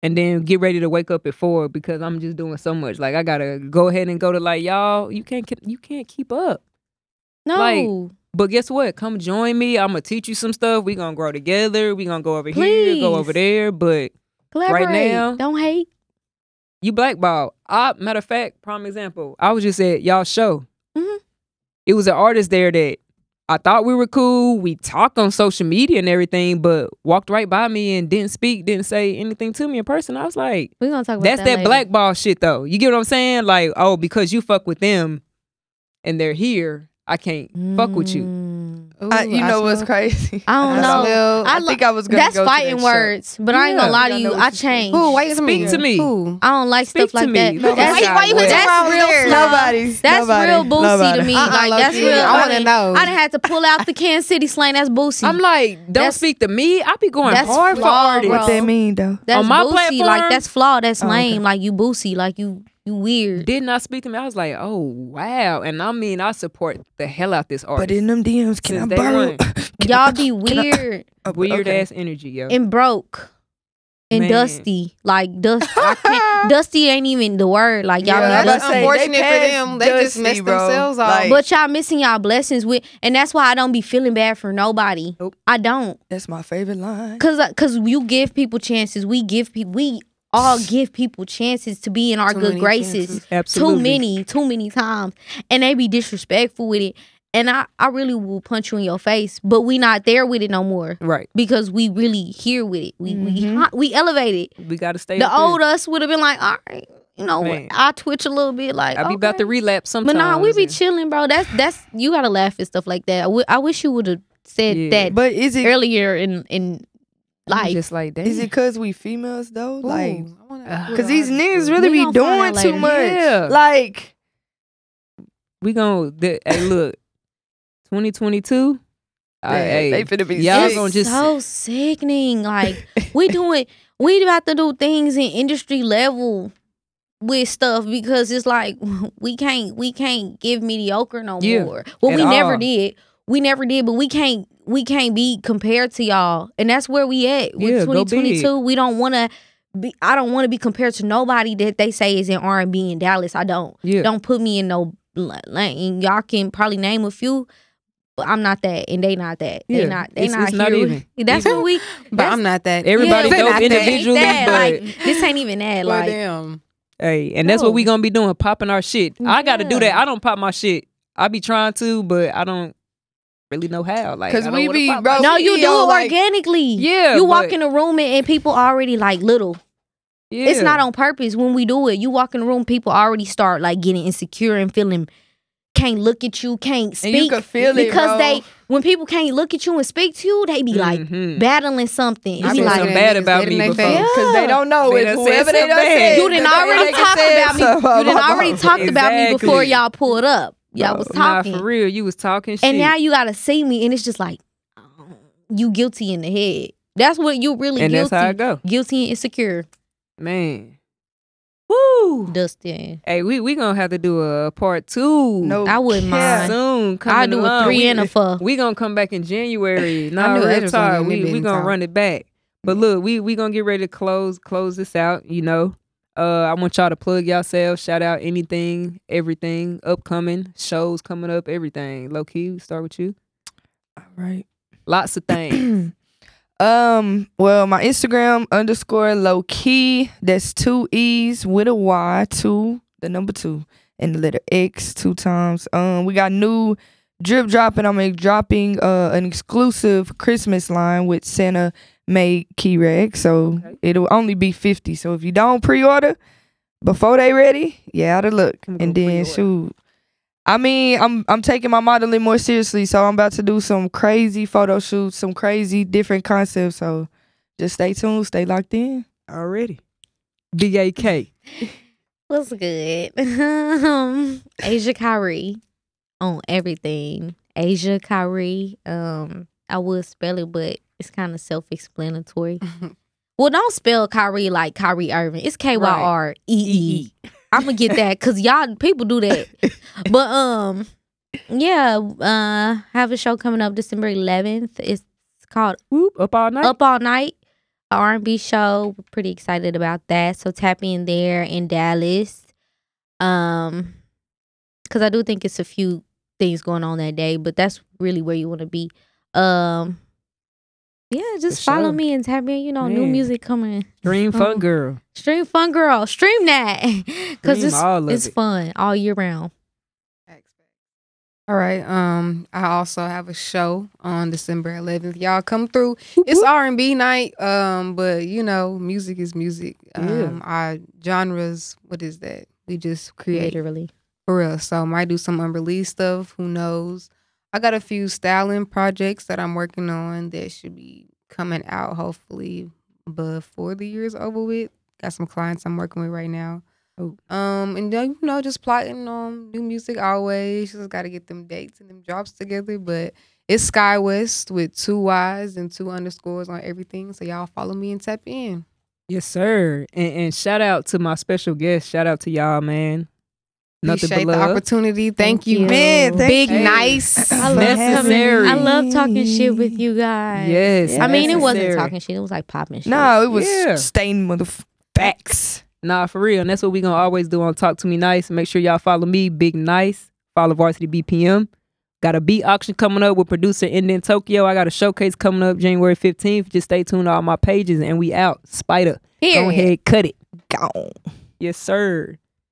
Speaker 2: and then get ready to wake up at four because I'm just doing so much. Like I gotta go ahead and go to like y'all. You can't you can't keep up.
Speaker 4: No,
Speaker 2: Like, But guess what? Come join me. I'm gonna teach you some stuff. We gonna grow together. We gonna go over here, go
Speaker 4: Please.
Speaker 2: over there. But
Speaker 4: collaborate.
Speaker 2: now-
Speaker 4: don't hate.
Speaker 2: you blackball. I matter of fact, prime example. I was just at y'all show.
Speaker 4: Mhm.
Speaker 2: It was an artist there that I thought we were cool. We talked on social media and everything, but walked right by me and didn't speak, didn't say anything to me in person. I was like,
Speaker 4: We're gonna talk about
Speaker 2: that's
Speaker 4: that.
Speaker 2: that,
Speaker 4: later.
Speaker 2: blackball shit though. You get what I'm saying? Like, oh, because you fuck with them and they're here, I can't fuck with you.
Speaker 4: Mm.
Speaker 3: Ooh,
Speaker 5: I, you
Speaker 3: I
Speaker 5: know what's
Speaker 3: smell-
Speaker 5: crazy?
Speaker 4: I don't
Speaker 3: I
Speaker 4: know.
Speaker 3: smell-
Speaker 5: I,
Speaker 4: lo-
Speaker 5: think I was gonna
Speaker 4: that's
Speaker 5: go to that
Speaker 4: fighting
Speaker 5: show.
Speaker 4: words, but I ain't
Speaker 2: Yeah.
Speaker 4: gonna lie
Speaker 5: I
Speaker 4: to
Speaker 5: know
Speaker 4: you.
Speaker 5: what
Speaker 4: I
Speaker 5: you said.
Speaker 4: changed.
Speaker 3: Who? Wait a
Speaker 2: Speak
Speaker 3: minute.
Speaker 2: to me.
Speaker 3: Who?
Speaker 4: I don't like
Speaker 2: Speak
Speaker 4: stuff like
Speaker 2: to
Speaker 4: that.
Speaker 2: me.
Speaker 4: That's,
Speaker 3: Why- why you went
Speaker 4: that's
Speaker 3: around
Speaker 4: real
Speaker 3: there?
Speaker 4: slow.
Speaker 5: Nobody.
Speaker 4: That's
Speaker 5: nobody,
Speaker 4: real boosie
Speaker 5: nobody.
Speaker 4: to me.
Speaker 3: Uh-uh,
Speaker 4: like that's
Speaker 3: low-key.
Speaker 4: real.
Speaker 3: I wanna
Speaker 4: done-
Speaker 3: know.
Speaker 4: I done had to pull out the Kansas City slang. That's boosie.
Speaker 2: I'm like, don't
Speaker 4: That's-
Speaker 2: speak to me. I be going
Speaker 4: that's
Speaker 2: hard for
Speaker 4: flawed,
Speaker 2: artists.
Speaker 4: bro.
Speaker 5: What that mean though?
Speaker 4: that's
Speaker 2: on my
Speaker 4: boosie.
Speaker 2: platform-
Speaker 4: Like that's flawed. That's
Speaker 5: Oh, okay.
Speaker 4: lame. Like you boosie. Like you you weird.
Speaker 2: Did not speak to me. I was like, oh wow. And I mean I support the hell out this artist.
Speaker 5: But in them DMs, can
Speaker 2: Since
Speaker 5: I
Speaker 2: day
Speaker 5: borrow?
Speaker 2: one.
Speaker 5: Can I-
Speaker 4: Y'all be
Speaker 5: can I-
Speaker 4: weird
Speaker 5: Oh,
Speaker 2: Weird
Speaker 5: okay.
Speaker 2: ass energy, yo.
Speaker 4: and broke. And
Speaker 2: Man.
Speaker 4: dusty, like dust, I can't, dusty ain't even the word. Like y'all,
Speaker 5: Yeah,
Speaker 4: be
Speaker 5: I was
Speaker 4: dusty.
Speaker 5: about to say,
Speaker 3: unfortunate
Speaker 5: they
Speaker 3: for
Speaker 5: passed
Speaker 3: them. They just
Speaker 5: Dusty,
Speaker 3: messed
Speaker 5: bro.
Speaker 3: themselves up.
Speaker 5: Like,
Speaker 4: Uh, But y'all missing y'all blessings with, and that's why I don't be feeling bad for nobody.
Speaker 2: Nope.
Speaker 4: I don't,
Speaker 5: that's my favorite line.
Speaker 4: cause uh, cause you give people chances. We give people. We all give people chances to be in our
Speaker 3: Too
Speaker 4: good
Speaker 3: many
Speaker 4: graces.
Speaker 3: chances.
Speaker 2: Absolutely.
Speaker 4: Too many, too many times, and they be disrespectful with it. And I, I really will punch you in your face, but we not there with it no more
Speaker 2: Right.
Speaker 4: because we really here with it. We
Speaker 2: Mm-hmm.
Speaker 4: we hot- we elevated.
Speaker 2: We gotta stay
Speaker 4: The
Speaker 2: up here.
Speaker 4: old us would have been like, all right, you know,
Speaker 2: Man.
Speaker 4: I twitch a little bit, like
Speaker 2: I be about
Speaker 4: okay.
Speaker 2: to relapse
Speaker 4: But
Speaker 2: sometimes.
Speaker 4: nah, we be
Speaker 2: and-
Speaker 4: chilling, bro. That's that's you gotta laugh and stuff like that. I wi- I wish you would have said
Speaker 2: Yeah.
Speaker 4: that
Speaker 5: But is it is
Speaker 4: earlier in in
Speaker 2: I'm
Speaker 4: life.
Speaker 2: just like that.
Speaker 5: it cause we females though? Like,
Speaker 3: Ooh, I wanna-
Speaker 2: uh,
Speaker 5: cause these niggas really
Speaker 4: We
Speaker 5: be
Speaker 4: gonna
Speaker 5: doing
Speaker 4: find out
Speaker 5: too
Speaker 4: later.
Speaker 5: much.
Speaker 2: Yeah.
Speaker 5: Like,
Speaker 2: we gonna the, hey look 2022 I-
Speaker 5: Yeah,
Speaker 2: hey,
Speaker 5: they finna be
Speaker 2: y'all
Speaker 5: sick.
Speaker 2: gonna just
Speaker 4: so sickening. Like we doing, we about to do things in industry level with stuff because it's like we can't, we can't give mediocre no
Speaker 2: Yeah,
Speaker 4: more. Well,
Speaker 2: at
Speaker 4: we never
Speaker 2: all.
Speaker 4: did, we never did, but we can't, we can't be compared to y'all, and that's where we at with
Speaker 2: Yeah, go big.
Speaker 4: 2022. We don't want to. Be, I don't want to be compared to nobody that they say is in R and B in Dallas. I don't.
Speaker 2: yeah
Speaker 4: Don't put me in no l- lane. Y'all can probably name a few, but I'm not that, and they not that. They
Speaker 2: Yeah,
Speaker 4: not. They
Speaker 2: it's-
Speaker 4: not
Speaker 2: it's not
Speaker 4: here.
Speaker 2: even.
Speaker 4: That's what we.
Speaker 3: But I'm not that.
Speaker 2: everybody
Speaker 4: Yeah,
Speaker 2: dope
Speaker 4: not that.
Speaker 2: individually
Speaker 4: Ain't
Speaker 2: but
Speaker 4: that, like, this ain't even that.
Speaker 3: But
Speaker 4: Like,
Speaker 3: damn.
Speaker 2: hey and that's what we
Speaker 4: No.
Speaker 2: gonna be doing popping our shit I gotta do
Speaker 4: Yeah.
Speaker 2: that I don't pop my shit I be trying to but I don't really know how like
Speaker 5: Cause
Speaker 2: I don't
Speaker 5: we
Speaker 2: wanna
Speaker 5: be,
Speaker 2: pop
Speaker 5: bro,
Speaker 2: my
Speaker 5: Oh,
Speaker 4: no,
Speaker 5: she
Speaker 4: you
Speaker 5: be
Speaker 4: do
Speaker 5: on,
Speaker 4: it
Speaker 5: like-
Speaker 4: organically.
Speaker 2: Yeah,
Speaker 4: you walk
Speaker 2: but-
Speaker 4: in a room and, and people already like little.
Speaker 2: shit.
Speaker 4: It's
Speaker 2: Yeah.
Speaker 4: not on purpose when we do it. You walk in the room, people already start like getting insecure and feeling can't look at you, can't
Speaker 5: And
Speaker 4: speak.
Speaker 5: you can feel it,
Speaker 4: because
Speaker 5: bro.
Speaker 4: they when people can't look at you and speak to you, they be like
Speaker 2: Mhm.
Speaker 4: battling something. It's
Speaker 2: I
Speaker 3: I've
Speaker 2: seen
Speaker 3: been
Speaker 2: some
Speaker 4: like
Speaker 3: seeing
Speaker 2: bad
Speaker 3: niggas
Speaker 2: about
Speaker 3: dead in
Speaker 2: me
Speaker 3: they
Speaker 2: before.
Speaker 3: face.
Speaker 5: because they don't know
Speaker 2: They
Speaker 5: if
Speaker 2: done said
Speaker 5: whoever they
Speaker 2: something
Speaker 5: done
Speaker 2: bad.
Speaker 5: said.
Speaker 4: you didn't
Speaker 5: They done
Speaker 4: already talk
Speaker 5: said
Speaker 4: about me.
Speaker 5: something.
Speaker 4: You didn't already talked about me before
Speaker 2: Exactly.
Speaker 4: y'all pulled up. Y'all was talking,
Speaker 2: Nah, for real, you was talking shit.
Speaker 4: and now you gotta see me, and it's just like oh, you guilty in the head. That's what you really
Speaker 2: and that's
Speaker 4: guilty.
Speaker 2: how I go,
Speaker 4: Guilty and insecure,
Speaker 2: man. Woo!
Speaker 4: Dustin.
Speaker 2: Hey, we we gonna have to do a part two.
Speaker 5: No,
Speaker 4: I wouldn't
Speaker 5: Yeah.
Speaker 4: mind.
Speaker 2: soon. Coming
Speaker 4: I do a
Speaker 2: along.
Speaker 4: three
Speaker 2: we,
Speaker 4: and a four.
Speaker 2: We gonna come back in January. Nah,
Speaker 3: knew
Speaker 2: real
Speaker 3: Ed was gonna
Speaker 2: talk.
Speaker 3: get me
Speaker 2: We we
Speaker 3: beaten
Speaker 2: gonna
Speaker 3: down.
Speaker 2: run it back. But
Speaker 5: Mm-hmm.
Speaker 2: look, we we gonna get ready to close close this out. You know, uh, I want y'all to plug yourselves, shout out anything, everything, upcoming shows coming up, everything. Low key, we start with you.
Speaker 5: All right.
Speaker 2: Lots of things.
Speaker 5: Um, well, my Instagram underscore low key. That's two E's with a Y, two, the number two, and the letter X two times. Um, we got new drip dropping. I'm like, dropping uh an exclusive Christmas line with Santa made Key Rag. So
Speaker 2: Okay.
Speaker 5: it'll only be fifty. So if you don't pre order before they ready, yeah, out of luck.
Speaker 2: I'm gonna
Speaker 5: And then
Speaker 2: pre-order.
Speaker 5: shoot. I mean, I'm I'm taking my modeling more seriously, so I'm about to do some crazy photo shoots, some crazy different concepts. So just stay tuned, stay locked in.
Speaker 2: Already. B A K.
Speaker 4: What's good? um, Asia Kyrie on everything. Asia Kyrie. Um, I would spell it, but it's kind of self-explanatory. Well, don't spell Kyrie like Kyrie Irving. It's K Y R E E. I'm gonna get that because y'all people do that. but um, yeah. Uh, have a show coming up December 11th. It's called
Speaker 2: Whoop up all night.
Speaker 4: up all night a r&b show we're pretty excited about that so tap in there in dallas um because i do think it's a few things going on that day but that's really where you want to be um yeah just
Speaker 2: For
Speaker 4: follow
Speaker 2: sure.
Speaker 4: me and tap in you know new
Speaker 2: Man.
Speaker 4: music coming
Speaker 2: Dream
Speaker 4: Oh.
Speaker 2: fun girl.
Speaker 4: stream fun girl stream that because
Speaker 2: Stream
Speaker 4: it's,
Speaker 2: all of
Speaker 4: it's
Speaker 2: it.
Speaker 4: fun all year round
Speaker 3: All right. Um, I also have a show on December 11th. Y'all come through. It's R and B night. Um, but you know, music is music. Um,
Speaker 2: Yeah.
Speaker 3: our genres. What is that? We just create
Speaker 4: literally
Speaker 3: for real. So might do some unreleased stuff. Who knows? I got a few styling projects that I'm working on that should be coming out hopefully before the year's over with. Got some clients I'm working with right now.
Speaker 2: Oh.
Speaker 3: Um, and then, you know, just plotting on new music always. Just got to get them dates and them drops together. But it's Sky West with two Y's and two underscores on everything. So y'all follow me and tap in.
Speaker 2: Yes, sir. And, and shout out to my special guest. Shout out to y'all, man. Nothing
Speaker 3: Appreciate
Speaker 2: but
Speaker 3: the
Speaker 2: love.
Speaker 3: opportunity. Thank,
Speaker 4: Thank
Speaker 3: you.
Speaker 4: you. Man, thank
Speaker 3: Big
Speaker 2: you.
Speaker 3: nice.
Speaker 5: I
Speaker 4: love coming-
Speaker 2: Necessary.
Speaker 4: i love talking shit with you guys
Speaker 2: Yes.
Speaker 4: i mean it wasn't
Speaker 2: necessary.
Speaker 4: talking shit it was like popping shit
Speaker 5: No, it was
Speaker 2: Yeah.
Speaker 5: stained motherf facts.
Speaker 2: Nah, for real. And that's what we gonna always do on Talk to Me Nice. Make sure y'all follow me, Big Nice. Follow Varsity BPM. Got a beat auction coming up with producer Indian Tokyo. I got a showcase coming up January 15th. Just stay tuned to all my pages and we out. Spider. Go
Speaker 4: Period.
Speaker 2: ahead, cut it.
Speaker 5: Gone.
Speaker 2: Yes, sir.